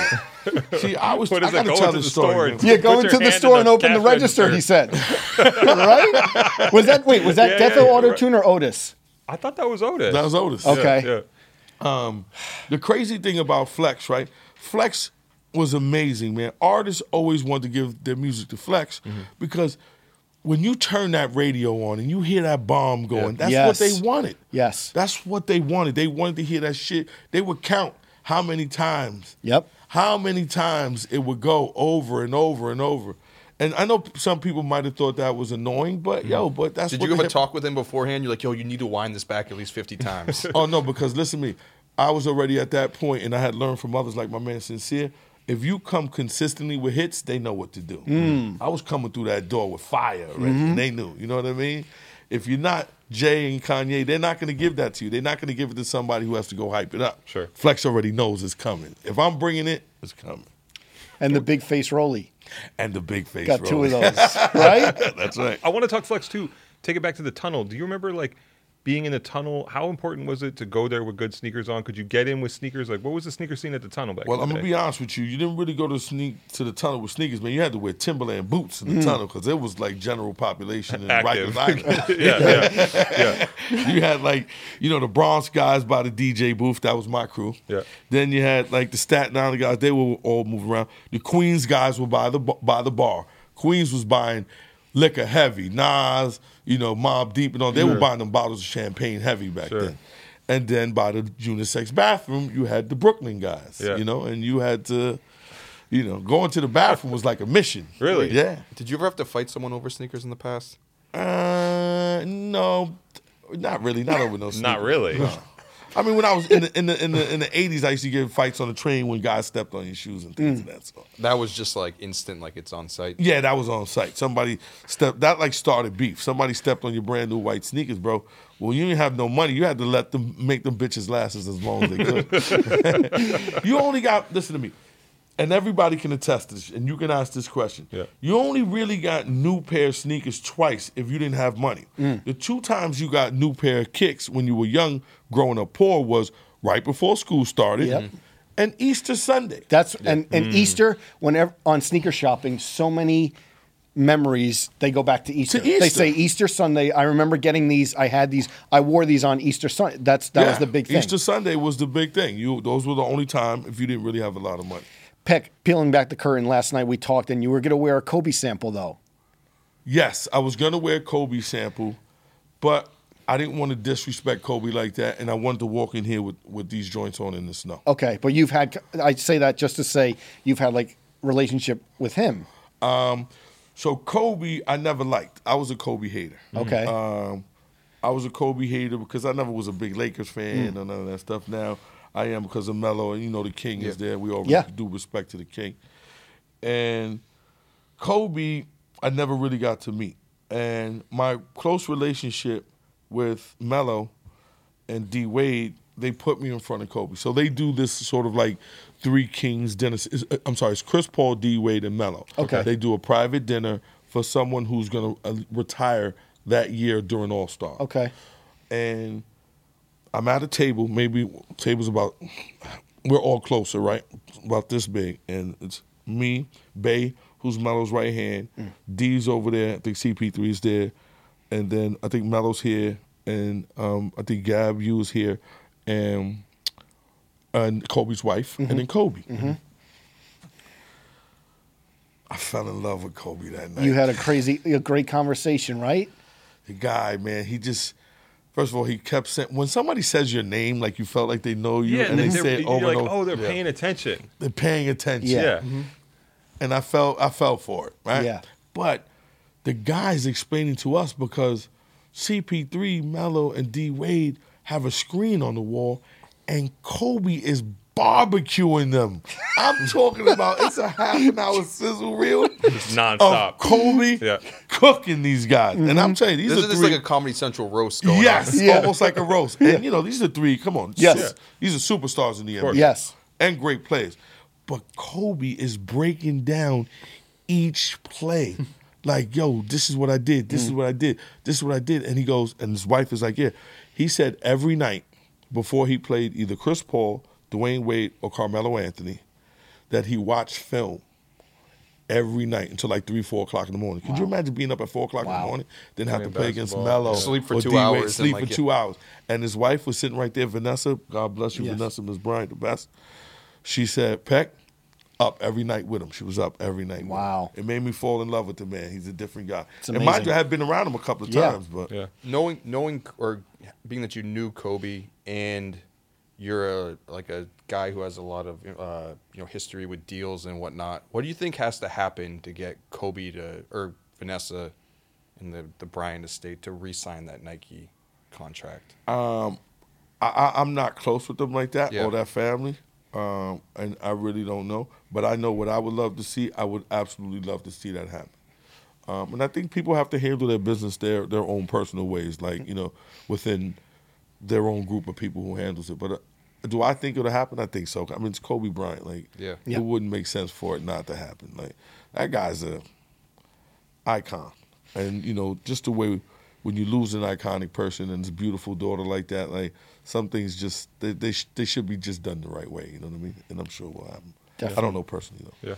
Speaker 4: See, I was.
Speaker 3: What
Speaker 4: I
Speaker 3: is it,
Speaker 4: gotta
Speaker 3: go
Speaker 4: tell
Speaker 3: into
Speaker 4: this
Speaker 3: the
Speaker 4: story.
Speaker 3: store
Speaker 4: man.
Speaker 3: and-
Speaker 1: Yeah,
Speaker 3: Put
Speaker 1: go
Speaker 3: your
Speaker 1: into the
Speaker 3: hand
Speaker 1: store
Speaker 3: in
Speaker 1: and
Speaker 3: the
Speaker 1: open the
Speaker 3: cash
Speaker 1: register. He said, (laughs) right? Was that wait? Was that
Speaker 3: Yeah,
Speaker 1: Death
Speaker 3: yeah,
Speaker 1: yeah,
Speaker 3: yeah,
Speaker 1: Auto
Speaker 3: right.
Speaker 1: Tune or Otis?
Speaker 3: I thought that was Otis.
Speaker 4: That was Otis.
Speaker 1: Okay.
Speaker 3: Yeah.
Speaker 4: Um, the crazy thing about Flex, right? Flex was amazing, man. Artists always want to give their music to Flex because when you turn that radio on and you hear that bomb going, that's
Speaker 1: Yes.
Speaker 4: what they wanted.
Speaker 1: Yes.
Speaker 4: That's what they wanted. They wanted to hear that shit. They would count how many times.
Speaker 1: Yep.
Speaker 4: How many times it would go over and over and over. And I know some people might have thought that was annoying, but yo, but
Speaker 2: (laughs)
Speaker 4: that's
Speaker 2: Did
Speaker 4: what
Speaker 2: you
Speaker 4: the
Speaker 2: ever
Speaker 4: hip-
Speaker 2: talk with him beforehand? You're like, yo, you need to wind this back at least
Speaker 4: (laughs)
Speaker 2: 50 times.
Speaker 4: Oh no, because listen to me. I was already at that point, and I had learned from others like my man Sincere. If you come consistently with hits, they know what to do.
Speaker 1: Mm.
Speaker 4: I was coming through that door with fire already,
Speaker 1: Mm-hmm.
Speaker 4: and they knew. You know what I mean? If you're not Jay and Kanye, they're not going to give that to you. They're not going to give it to somebody who has to go hype it up.
Speaker 3: Sure.
Speaker 4: Flex already knows it's coming. If I'm bringing it, it's coming.
Speaker 1: And the big face Roly
Speaker 4: And the big face
Speaker 1: got two
Speaker 4: roll.
Speaker 1: of those, right?
Speaker 4: (laughs) That's right.
Speaker 3: I want to talk flex too. Take it back to the tunnel. Do you remember like being in the tunnel? How important was it to go there with good sneakers on? Could you get in with sneakers? Like, what was the sneaker scene at the tunnel back?
Speaker 4: Well,
Speaker 3: in
Speaker 4: I'm
Speaker 3: the
Speaker 4: gonna
Speaker 3: day?
Speaker 4: be honest with you. You didn't really go to sneak to the tunnel with sneakers, man. You had to wear Timberland boots in the tunnel because it was like general population
Speaker 3: (laughs)
Speaker 4: in
Speaker 3: active.
Speaker 4: Rikers
Speaker 3: (laughs)
Speaker 4: Island.
Speaker 3: yeah, yeah,
Speaker 4: (laughs)
Speaker 3: yeah.
Speaker 4: you had like you know the Bronx guys by the DJ booth. That was my crew.
Speaker 3: Yeah.
Speaker 4: Then you had like the Staten Island guys. They were all moving around. The Queens guys were by the ba- by the bar. Queens was buying liquor heavy. Nas, you know, Mob Deep and all. They were buying them bottles of champagne heavy back
Speaker 3: Sure.
Speaker 4: then. And then by the unisex bathroom, you had the Brooklyn guys.
Speaker 3: Yeah.
Speaker 4: You know, and you had to. You know, going to the bathroom was like a mission.
Speaker 3: Really?
Speaker 4: Yeah.
Speaker 2: Did you ever have to fight someone over sneakers in the past?
Speaker 4: Uh, no, not really. Not over no.
Speaker 3: (laughs)
Speaker 4: Sneakers.
Speaker 3: Not really.
Speaker 4: I mean, when I was in the in the in the in the eighties, I used to get in fights on the train when guys stepped on your shoes and things like that. So
Speaker 2: That was just like instant, like it's on site.
Speaker 4: yeah, that was on site. Somebody stepped that like started beef. Somebody stepped on your brand new white sneakers, bro. Well, you didn't have no money. You had to let them make them bitches last as long as they could. (laughs) you only got listen to me, and everybody can attest to this, and you can ask this question.
Speaker 3: Yeah.
Speaker 4: You only really got new pair of sneakers twice if you didn't have money. The two times you got new pair of kicks when you were young, growing up poor, was right before school started,
Speaker 1: Yep.
Speaker 4: and Easter Sunday.
Speaker 1: That's and, and Easter whenever on sneaker shopping, so many memories they go back to Easter. They
Speaker 4: Easter.
Speaker 1: say Easter Sunday. I remember getting these. I had these. I wore these on Easter Sunday. That's that was
Speaker 4: Yeah.
Speaker 1: the big thing.
Speaker 4: Easter Sunday was the big thing. You those were the only time if you didn't really have a lot of money.
Speaker 1: Peck peeling back the curtain last night. We talked, and you were gonna wear a Kobe sample though.
Speaker 4: Yes, I was gonna wear Kobe sample, but I didn't want to disrespect Kobe like that, and I wanted to walk in here with, with these joints on in the snow.
Speaker 1: Okay, but you've had. I say that just to say you've had like relationship with him.
Speaker 4: Um, So Kobe, I never liked. I was a Kobe hater.
Speaker 1: Okay.
Speaker 4: Um, I was a Kobe hater because I never was a big Lakers
Speaker 1: Mm.
Speaker 4: fan or none of that stuff. Now I am because of Melo, and you know the king is there. We always
Speaker 1: Yeah.
Speaker 4: do respect to the king. And Kobe, I never really got to meet. And my close relationship with Melo and D Wade, they put me in front of Kobe. So they do this sort of like three kings dinner. It's- uh, I'm sorry, it's Chris Paul, D Wade, and Melo.
Speaker 1: Okay.
Speaker 4: They do a private dinner for someone who's going to uh, retire that year during All Star.
Speaker 1: okay.
Speaker 4: And I'm at a table, maybe table's about, we're all closer, right? About this big. And it's me, Bay, who's Melo's right hand, D's over there, I think CP3's there, and then I think Melo's here, and um, I think Gab, you is here, and, and Kobe's wife, and then Kobe. I fell in love with Kobe that night.
Speaker 1: You had a crazy, a great conversation, right?
Speaker 4: The guy, man, he just. First of all, he kept saying when somebody says your name, like you felt like they know you, and, they say it
Speaker 3: you're
Speaker 4: over
Speaker 3: like,
Speaker 4: and over,
Speaker 3: oh, they're paying attention.
Speaker 4: they're paying attention.
Speaker 1: Yeah.
Speaker 3: Yeah.
Speaker 4: and I felt I fell for it, right?
Speaker 1: Yeah.
Speaker 4: But the guys explaining to us because CP3, Mello, and D Wade have a screen on the wall, and Kobe is
Speaker 2: (laughs)
Speaker 4: barbecuing them. I'm talking about it's a half an hour sizzle reel
Speaker 3: nonstop.
Speaker 4: of Kobe
Speaker 3: Yeah.
Speaker 4: cooking these guys, and I'm telling you, these
Speaker 2: Mm-hmm. This
Speaker 4: are
Speaker 2: is just
Speaker 4: three
Speaker 2: like a Comedy Central roast going
Speaker 4: yes,
Speaker 2: on.
Speaker 1: Yeah.
Speaker 4: almost like a roast. And you know, these are three. Come on,
Speaker 1: Yes.
Speaker 4: sis- these are superstars in the NBA.
Speaker 3: course.
Speaker 1: Yes.
Speaker 4: and great players. But Kobe is breaking down each
Speaker 2: (laughs)
Speaker 4: play. Like, yo, this is what I did. This is
Speaker 2: Mm.
Speaker 4: what I did. This is what I did. And he goes, and his wife is like, yeah. He said every night before he played either Chris Paul, Dwayne Wade, or Carmelo Anthony, that he watched film every night until like three, four o'clock in the morning. Could you imagine being up at four o'clock in
Speaker 1: Wow.
Speaker 4: the morning, then have to
Speaker 3: Playing
Speaker 4: play against
Speaker 3: basketball.
Speaker 4: Melo,
Speaker 2: Sleep for
Speaker 4: or
Speaker 2: two
Speaker 4: D-Wade,
Speaker 2: hours and,
Speaker 4: sleep
Speaker 2: like,
Speaker 4: for
Speaker 2: yeah.
Speaker 4: two hours, and his wife was sitting right there, Vanessa. God bless you,
Speaker 1: Yes.
Speaker 4: Vanessa, Miss Bryant, the best. She said, "Peck, up every night with him. She was up every night. with him.
Speaker 1: Wow.
Speaker 4: It made me fall in love with the man. He's a different guy.
Speaker 1: It's
Speaker 4: And mind
Speaker 1: amazing.
Speaker 4: you, I have been around him a couple of
Speaker 1: Yeah.
Speaker 4: times, but
Speaker 3: Yeah.
Speaker 2: knowing knowing or being that you knew Kobe and you're a like a guy who has a lot of uh, you know history with deals and whatnot. What do you think has to happen to get Kobe to or Vanessa and the the Bryant estate to re-sign that Nike contract?
Speaker 4: I, I, I'm not close with them like that
Speaker 2: Yeah.
Speaker 4: or that family, um, and I really don't know. But I know what I would love to see. I would absolutely love to see that happen. Um, and I think people have to handle their business their their own personal ways, like you know, within their own group of people who handles it. But uh, do I think it'll happen? I think so. I mean, it's Kobe Bryant. Like,
Speaker 2: Yeah.
Speaker 1: Yeah.
Speaker 4: it wouldn't make sense for it not to happen. Like, that guy's a icon. And you know, just the way when you lose an iconic person and it's a beautiful daughter like that, like some things just they they, sh- they should be just done the right way. You know what I mean? And I'm sure it will happen. I don't know personally though.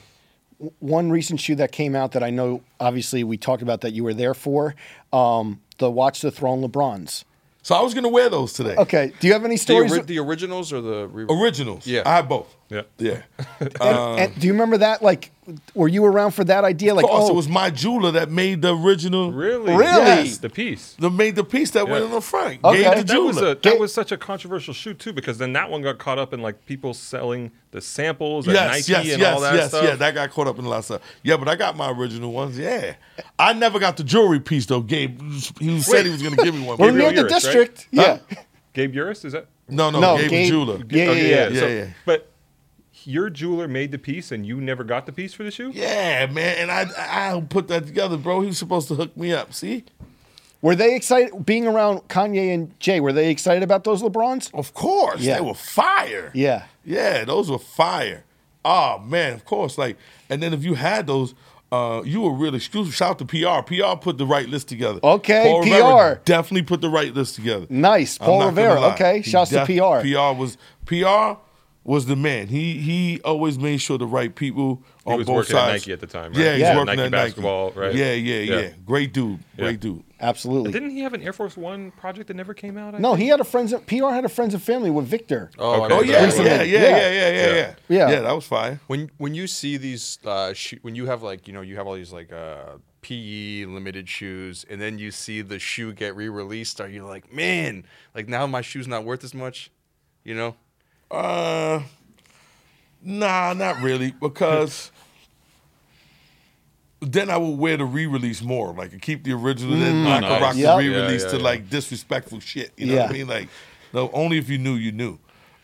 Speaker 3: Yeah.
Speaker 1: one recent shoe that came out that I know, obviously, we talked about that you were there for um, the Watch the Throne LeBrons.
Speaker 4: So I was gonna wear those today.
Speaker 1: Okay. Do you have any
Speaker 2: The,
Speaker 1: stories?
Speaker 2: ori- the originals or the re-
Speaker 4: Originals.
Speaker 2: Yeah.
Speaker 4: I have both.
Speaker 3: Yeah.
Speaker 1: (laughs)
Speaker 4: Yeah.
Speaker 1: and, and do you remember that? Like, were you around for that idea? Like,
Speaker 4: uh, of course,
Speaker 1: oh,
Speaker 4: it was my jeweler that made the original.
Speaker 3: Really?
Speaker 1: Really?
Speaker 3: Yes, the piece.
Speaker 4: That made the piece that went
Speaker 3: Yeah.
Speaker 4: in the front.
Speaker 1: Okay. That
Speaker 4: Gave the
Speaker 3: That was
Speaker 4: jeweler.
Speaker 3: a that was such a controversial shoot too because then that one got caught up in like people selling the samples at Nike and all that stuff.
Speaker 4: yeah. That got caught up in a lot of stuff. Yeah, but I got my original ones. Yeah, I never got the jewelry piece though. Gabe, he said he was going to give me one.
Speaker 1: when we
Speaker 3: Gabriel
Speaker 1: were at the
Speaker 3: Uris, right?
Speaker 1: district.
Speaker 4: Huh?
Speaker 1: Yeah. (laughs)
Speaker 3: Gabe Uris, is that?
Speaker 4: no, no,
Speaker 1: No,
Speaker 4: Gabe,
Speaker 1: Gabe-
Speaker 4: jeweler.
Speaker 1: Yeah, yeah, yeah.
Speaker 4: yeah,
Speaker 3: so-
Speaker 4: yeah.
Speaker 3: But your jeweler made the piece and you never got the piece for the shoe?
Speaker 4: Yeah, man, and I I put that together, bro. He was supposed to hook me up. See,
Speaker 1: Were they excited being around Kanye and Jay? Were they excited about those LeBrons?
Speaker 4: of course,
Speaker 1: Yeah.
Speaker 4: they were fire.
Speaker 1: Yeah.
Speaker 4: Yeah, those were fire. Oh man, of course. Like, and then if you had those, uh, you were really exclusive. Shout out to PR. PR put the right list together.
Speaker 1: Okay,
Speaker 4: Paul Revere
Speaker 1: PR.
Speaker 4: definitely put the right list together.
Speaker 1: Nice.
Speaker 4: I'm
Speaker 1: Paul
Speaker 4: not gonna
Speaker 1: Revere.
Speaker 4: lie.
Speaker 1: Okay.
Speaker 4: He
Speaker 1: Shouts to
Speaker 4: def-
Speaker 1: PR.
Speaker 4: PR was PR was the man. He he always made sure the right people
Speaker 3: He
Speaker 4: on
Speaker 3: was
Speaker 4: both
Speaker 3: working at
Speaker 4: sides.
Speaker 3: Nike at the time, right?
Speaker 4: Yeah, he
Speaker 1: Yeah.
Speaker 4: was working
Speaker 3: Nike
Speaker 4: at
Speaker 3: basketball,
Speaker 4: Nike.
Speaker 3: right?
Speaker 4: Yeah, yeah, yeah,
Speaker 3: Yeah.
Speaker 4: Great dude. Great
Speaker 3: Yeah.
Speaker 4: dude.
Speaker 1: Absolutely.
Speaker 3: Didn't he have an Air Force One project that never came out? I
Speaker 1: no,
Speaker 3: think?
Speaker 1: he had a friends. and- PR had a friends and family with Victor.
Speaker 2: Oh, I
Speaker 3: Okay.
Speaker 4: Oh
Speaker 2: remember
Speaker 4: yeah,
Speaker 2: that
Speaker 4: yeah,
Speaker 2: one.
Speaker 4: yeah, yeah,
Speaker 1: Yeah.
Speaker 4: yeah, yeah, yeah, yeah.
Speaker 1: Yeah.
Speaker 4: that was fire.
Speaker 2: When when you see these uh, shoe when you have like you know you have all these like uh, PE limited shoes and then you see the shoe get re released, are you like man like now my shoe's not worth as much, you know?
Speaker 4: Uh, nah, not really, because then I would wear the re-release more. Like I keep the original, then I could
Speaker 3: nice.
Speaker 4: rock
Speaker 1: Mm. Yep.
Speaker 4: the re-release
Speaker 3: Yeah, yeah,
Speaker 4: to
Speaker 3: yeah.
Speaker 4: like disrespectful shit. You know what I
Speaker 1: Yeah.
Speaker 4: mean? Like, no, only if you knew, you knew.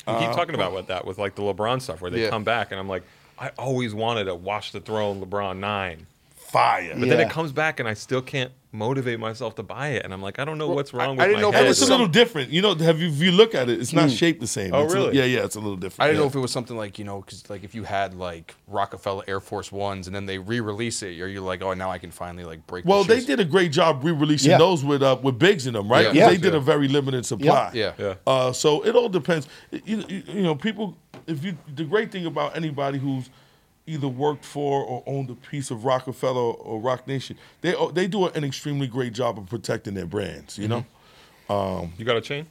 Speaker 3: We keep talking about what that with like the LeBron stuff where they
Speaker 2: Yeah.
Speaker 3: come back and I'm like, I always wanted a Watch the Throne LeBron nine,
Speaker 4: Fire.
Speaker 3: but then
Speaker 1: Yeah.
Speaker 3: it comes back and I still can't motivate myself to buy it, and I'm like, I don't know what's wrong
Speaker 2: I
Speaker 3: with
Speaker 2: didn't
Speaker 3: my
Speaker 2: know if
Speaker 4: And
Speaker 2: it
Speaker 3: head.
Speaker 2: was
Speaker 4: it's a
Speaker 2: some-
Speaker 4: little different. You know, have you, if you look at it, it's not shaped the same.
Speaker 3: Oh,
Speaker 4: It's a little-
Speaker 3: really?
Speaker 4: yeah, yeah, it's a little different.
Speaker 2: I didn't
Speaker 4: yeah.
Speaker 2: know if it was something like you know because like if you had like Rockefeller Air Force Ones and then they re release it, are you like oh now I can finally like break?
Speaker 4: Well,
Speaker 2: the
Speaker 4: they did a great job re-releasing
Speaker 1: Yeah.
Speaker 4: those with uh, with bigs in them, right?
Speaker 2: Yeah.
Speaker 4: 'Cause
Speaker 1: Yeah.
Speaker 4: They did
Speaker 3: Yeah.
Speaker 4: a very limited supply.
Speaker 2: Yeah. Yeah.
Speaker 4: Uh, so it all depends. You, you, you know, people. If you, the great thing about anybody who's either worked for or owned a piece of Rockefeller or Rock Nation, they they do an extremely great job of protecting their brands. You know.
Speaker 3: You got a chain?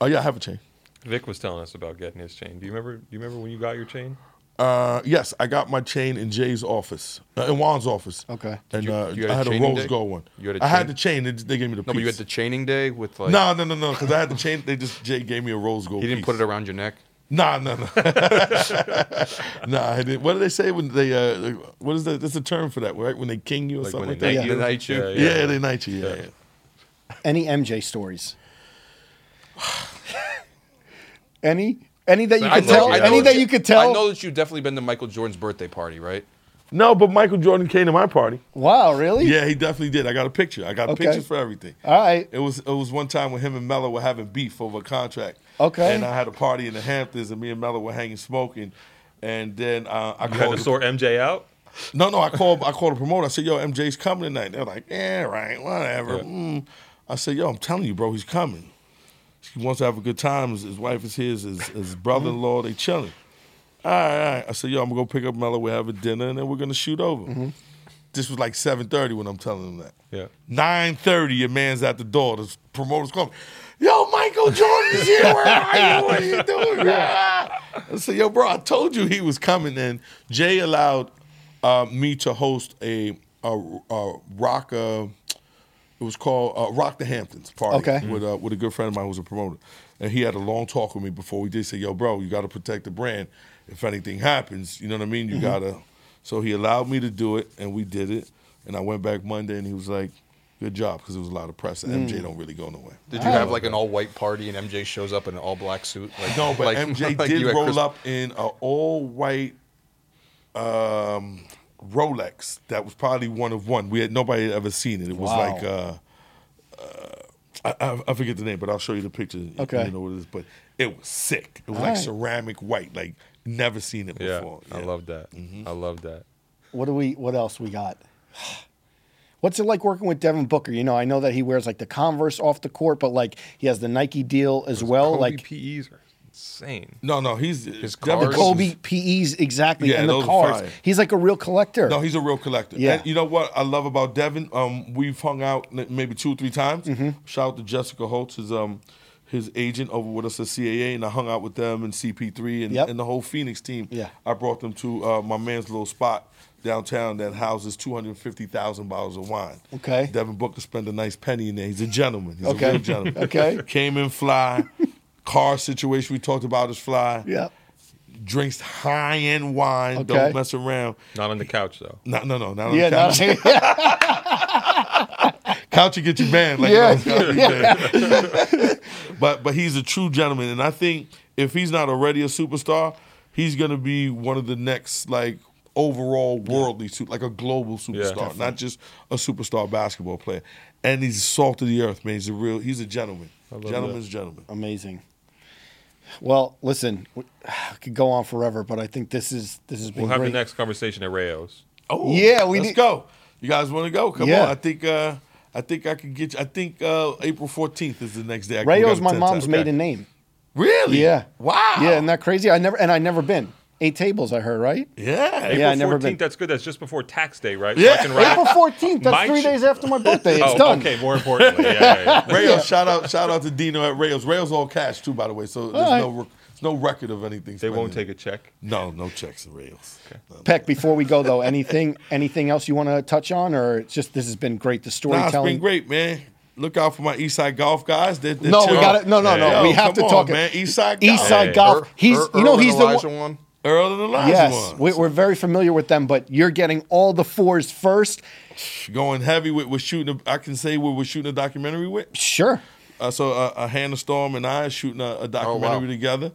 Speaker 4: Oh yeah, I have a chain.
Speaker 3: Vic was telling us about getting his chain. Do you remember? Do you remember when you got your chain?
Speaker 4: Uh, yes, I got my chain in Jay's office, uh, in Juan's office.
Speaker 1: Okay.
Speaker 4: And
Speaker 2: you-
Speaker 4: uh,
Speaker 2: you had
Speaker 4: I
Speaker 2: a
Speaker 4: had a
Speaker 2: chaining
Speaker 4: rose
Speaker 2: day?
Speaker 4: gold one.
Speaker 2: You had a
Speaker 4: I
Speaker 2: chain-
Speaker 4: had the chain. They, they gave me the
Speaker 2: no, but you had the chaining day with like
Speaker 4: No, no, no, no, because I had the chain. They just Jay gave me a rose gold.
Speaker 2: he didn't
Speaker 4: piece.
Speaker 2: put it around your neck.
Speaker 4: Nah, no, (laughs) no, nah. I didn't. What do they say when they? Uh, what is that? There's a term for that, right? When they king you or
Speaker 3: Like
Speaker 4: something
Speaker 3: when
Speaker 4: like
Speaker 3: they
Speaker 4: that.
Speaker 1: knight
Speaker 4: Yeah.
Speaker 1: you?
Speaker 2: The night shoe?
Speaker 3: Yeah,
Speaker 4: Yeah, they knight you. Yeah, yeah.
Speaker 1: Any MJ stories? any? Any that you
Speaker 2: I
Speaker 1: could tell?
Speaker 2: I
Speaker 1: any that you could tell?
Speaker 2: I know that you've definitely been to Michael Jordan's birthday party, right?
Speaker 4: No, but Michael Jordan came to my party.
Speaker 1: Wow, really?
Speaker 4: Yeah, he definitely did. I got a picture. I got
Speaker 1: Okay.
Speaker 4: pictures for everything.
Speaker 1: All right.
Speaker 4: It was it was one time when him and Mello were having beef over a contract.
Speaker 1: Okay.
Speaker 4: And I had a party in the Hamptons, and me and Mello were hanging smoking. And then uh, I
Speaker 3: You had
Speaker 4: called
Speaker 3: to
Speaker 4: the-
Speaker 3: sort MJ out.
Speaker 4: No, no, I called I called a promoter. I said, yo, MJ's coming tonight. They're like, yeah, right, whatever. Mm. I said, yo, I'm telling you, bro, he's coming. He wants to have a good time. His, his wife is here, his, his- his brother in law, they chilling. All right, all right. I said, yo, I'm gonna go pick up Mello, we'll have a dinner, and then we're gonna shoot over. This was like 7:30 when I'm telling him that.
Speaker 3: Yeah.
Speaker 4: 9:30, your man's at the door. The promoter's calling. yo, Michael Jordan's here. Where are you? What are you doing? I said, yo, bro, I told you he was coming. And Jay allowed uh, me to host a, a, a rock. Uh, it was called uh, Rock the Hamptons party
Speaker 1: Okay.
Speaker 4: with uh, with a good friend of mine who was a promoter, and he had a long talk with me before we did. Say, yo, bro, you got to protect the brand. If anything happens, you know what I mean. You gotta. So he allowed me to do it, and we did it. And I went back Monday, and he was like, "Good job," because it was a lot of press. And MJ don't really go nowhere.
Speaker 2: Did you have like an all white party and MJ shows up in an all black suit? Like,
Speaker 4: Oh, No, but
Speaker 2: like-
Speaker 4: MJ
Speaker 2: (laughs) like
Speaker 4: did
Speaker 2: you at
Speaker 4: roll
Speaker 2: Christmas?
Speaker 4: up in an all white um, Rolex that was probably one of one. We had nobody had ever seen it. It was
Speaker 1: Wow.
Speaker 4: like uh, uh, I, I- I forget the name, but I'll show you the picture. if
Speaker 1: Okay.
Speaker 4: you know what it is. But it was sick. It was like
Speaker 1: Alright.
Speaker 4: ceramic white, like never seen it
Speaker 3: Yeah,
Speaker 4: before.
Speaker 3: I
Speaker 4: Yeah.
Speaker 3: love that.
Speaker 4: Mm-hmm.
Speaker 3: I love that.
Speaker 1: What do we? What else we got? What's it like working with Devin Booker? You know, I know that he wears like the Converse off the court, but like he has the Nike deal as well.
Speaker 3: Kobe
Speaker 1: like
Speaker 3: PEs are insane.
Speaker 4: No, no, he's
Speaker 3: His
Speaker 4: Devin
Speaker 3: cars.
Speaker 4: Booker's-
Speaker 1: Kobe PEs exactly,
Speaker 4: Yeah,
Speaker 1: and the
Speaker 4: those are
Speaker 1: cars.
Speaker 4: fire.
Speaker 1: He's like a real collector.
Speaker 4: No, he's a real collector.
Speaker 1: Yeah.
Speaker 4: And you know what I love about Devin? Um, we've hung out n- maybe two or three times.
Speaker 1: Mm-hmm.
Speaker 4: Shout out to Jessica Holtz, his um, his agent over with us at CAA, and I hung out with them and CP3 and,
Speaker 1: Yep.
Speaker 4: and the whole Phoenix team.
Speaker 1: Yeah.
Speaker 4: I brought them to uh, my man's little spot downtown that houses 250,000 bottles of wine.
Speaker 1: Okay.
Speaker 4: Devin Booker spent a nice penny in there. He's a gentleman. He's
Speaker 1: Okay.
Speaker 4: a real
Speaker 1: (laughs)
Speaker 4: gentleman.
Speaker 1: Okay.
Speaker 4: Came in fly. Car situation we talked about is fly.
Speaker 1: yeah,
Speaker 4: Drinks high end wine.
Speaker 1: Okay.
Speaker 4: Don't mess around.
Speaker 3: Not on the couch though.
Speaker 4: No, no, no, not
Speaker 1: yeah,
Speaker 4: on the couch.
Speaker 1: no,
Speaker 4: couch you get your band. Like,
Speaker 1: Yeah.
Speaker 4: yeah. (laughs) but but he's a true gentleman, and I think if he's not already a superstar, he's gonna be one of the next like overall worldly su- like a global superstar, not just a superstar basketball player. And he's salt of the earth, man. He's a real. He's a gentleman. Gentleman's gentleman.
Speaker 1: amazing. Well, listen, we- (sighs) I could go on forever, but I think this is this has been
Speaker 3: We'll have
Speaker 1: great.
Speaker 3: the next conversation at Rayos.
Speaker 4: Oh
Speaker 1: Yeah, we
Speaker 4: let's
Speaker 1: need-
Speaker 4: go. You guys want to go? Come
Speaker 1: Yeah.
Speaker 4: on. I think. uh I think I could get you. I think uh, April 14th is the next day. I can go
Speaker 1: Rayo's
Speaker 4: to
Speaker 1: my
Speaker 4: Ted
Speaker 1: mom's
Speaker 4: Talk.
Speaker 1: maiden name.
Speaker 4: Really?
Speaker 1: Yeah.
Speaker 4: Wow.
Speaker 1: Yeah, isn't that crazy? I never and I never been. Eight tables, I heard, right?
Speaker 4: Yeah.
Speaker 1: Yeah, I never
Speaker 3: 14th,
Speaker 1: been.
Speaker 3: That's good. That's just before tax day, right?
Speaker 4: Yeah.
Speaker 3: Fucking right.
Speaker 1: April fourteenth. That's
Speaker 3: My
Speaker 1: three
Speaker 3: ch-
Speaker 1: days after my birthday. It's
Speaker 3: oh,
Speaker 1: done.
Speaker 3: okay. More importantly, yeah, (laughs) yeah, yeah.
Speaker 4: Rails, shout out, shout out to Dino at Rails. Rails all cash too, by the way. So there's
Speaker 1: right.
Speaker 4: no rec- there's no record of anything.
Speaker 3: they won't take a check.
Speaker 4: No, no checks in Rails. No, no.
Speaker 1: Peck, before we go though, anything anything else you want to touch on, or it's just this has been great. The
Speaker 4: Nah, it's been
Speaker 1: storytelling.
Speaker 4: great, man. Look out for my Eastside Golf guys. They're, they're
Speaker 1: No, we
Speaker 4: chilling.
Speaker 1: got it. No, no, no.
Speaker 4: Yo,
Speaker 1: we have to
Speaker 4: come on,
Speaker 1: talk.
Speaker 4: man. Eastside Golf.
Speaker 1: East Side
Speaker 3: Yeah.
Speaker 1: Golf. He's
Speaker 2: Er-
Speaker 1: you know
Speaker 2: Earl
Speaker 1: he's
Speaker 2: and
Speaker 1: the
Speaker 2: Elijah
Speaker 1: one.
Speaker 2: one.
Speaker 4: Earl and Elijah
Speaker 1: Yes, we,
Speaker 4: ones.
Speaker 1: we're very familiar with them, but you're getting all the fours first.
Speaker 4: going heavy with, with shooting. A, I can say what we're shooting a documentary with.
Speaker 1: Sure.
Speaker 4: Uh, so uh, uh, Hannah Storm and I are shooting a, a documentary together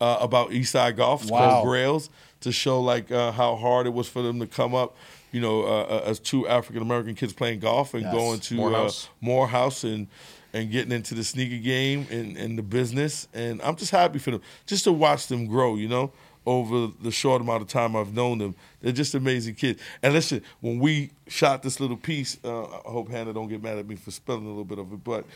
Speaker 4: uh, about Eastside Golf. It's
Speaker 1: Wow.
Speaker 4: called Grails to show like uh, how hard it was for them to come up, you know, uh, uh, as two African American kids playing golf and
Speaker 1: Yes.
Speaker 4: going to
Speaker 2: Morehouse.
Speaker 4: Uh, Morehouse and and getting into the sneaker game and, and the business. And I'm just happy for them, just to watch them grow, you know, over the short amount of time I've known them. They're just amazing kids. And listen, when we shot this little piece, uh, I hope Hannah don't get mad at me for spelling a little bit of it, but.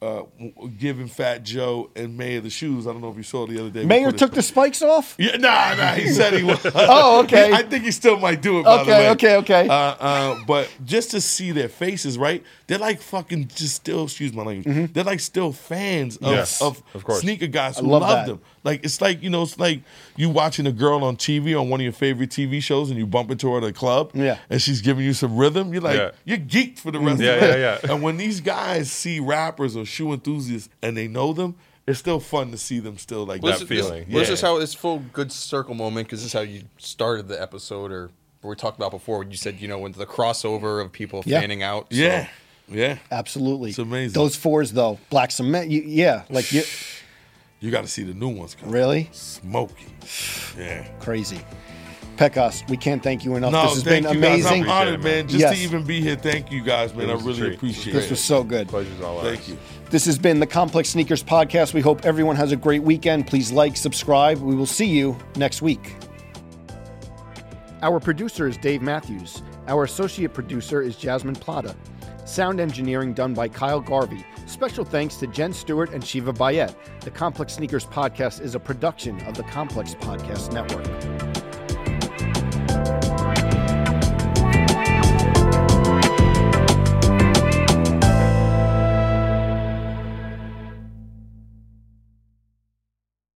Speaker 4: Uh, w- giving Fat Joe and Mayor the shoes. I don't know if you saw the other day. we
Speaker 1: Mayor
Speaker 4: put it-
Speaker 1: took the spikes off.
Speaker 4: yeah, nah, nah. He said he was.
Speaker 1: (laughs) Oh, okay.
Speaker 4: I think he still might do it. By the
Speaker 1: Okay,
Speaker 4: way.
Speaker 1: okay, okay.
Speaker 4: Uh, uh, but just to see their faces, right? They're like fucking just still. Excuse my language.
Speaker 1: Mm-hmm.
Speaker 4: They're like still fans of
Speaker 3: Yes,
Speaker 4: of,
Speaker 3: of course.
Speaker 4: sneaker guys who
Speaker 1: love
Speaker 4: love,
Speaker 1: that.
Speaker 4: them. Like it's like you know, it's like you watching a girl on TV on one of your favorite TV shows, and you bump into her at a club,
Speaker 1: Yeah.
Speaker 4: and she's giving you some rhythm. You're like,
Speaker 3: Yeah. Mm-hmm.
Speaker 4: you're geeked for the rest
Speaker 3: Yeah,
Speaker 4: of it.
Speaker 3: yeah, yeah.
Speaker 4: And when these guys see rappers or shoe enthusiasts and they know them, it's still fun to see them still like
Speaker 2: Well,
Speaker 4: that.
Speaker 2: this,
Speaker 3: that feeling,
Speaker 2: This, well, this
Speaker 3: yeah.
Speaker 2: is how it's full good circle moment because this is how you started the episode or we talked about before when you said you know when the crossover of people
Speaker 1: Yeah.
Speaker 2: fanning out. so-
Speaker 4: Yeah, yeah.
Speaker 1: Absolutely.
Speaker 4: It's amazing.
Speaker 1: Those fours though, black cement. You, yeah, like you
Speaker 4: You got to see the new ones coming.
Speaker 1: really
Speaker 4: Smoky. Yeah.
Speaker 1: crazy. Pecos, we can't thank you enough.
Speaker 4: No,
Speaker 1: this has
Speaker 4: thank
Speaker 1: been
Speaker 4: you guys.
Speaker 1: amazing.
Speaker 4: I'm honored,
Speaker 3: Appreciate it,
Speaker 4: man. Just
Speaker 1: Yes.
Speaker 4: to even be here, thank you guys, man.
Speaker 3: It
Speaker 4: I
Speaker 3: was a
Speaker 4: really
Speaker 3: treat.
Speaker 4: appreciate
Speaker 1: This
Speaker 4: it.
Speaker 1: was so good.
Speaker 3: Pleasure's all ours.
Speaker 4: Thank you.
Speaker 1: This has been the Complex Sneakers Podcast. We hope everyone has a great weekend. Please like, subscribe. We will see you next week. Our producer is Dave Matthews. Our associate producer is Jasmine Plata. Sound engineering done by Kyle Garvey. Special thanks to Jen Stewart and Shiva Bayet. The Complex Sneakers Podcast is a production of the Complex Podcast Network.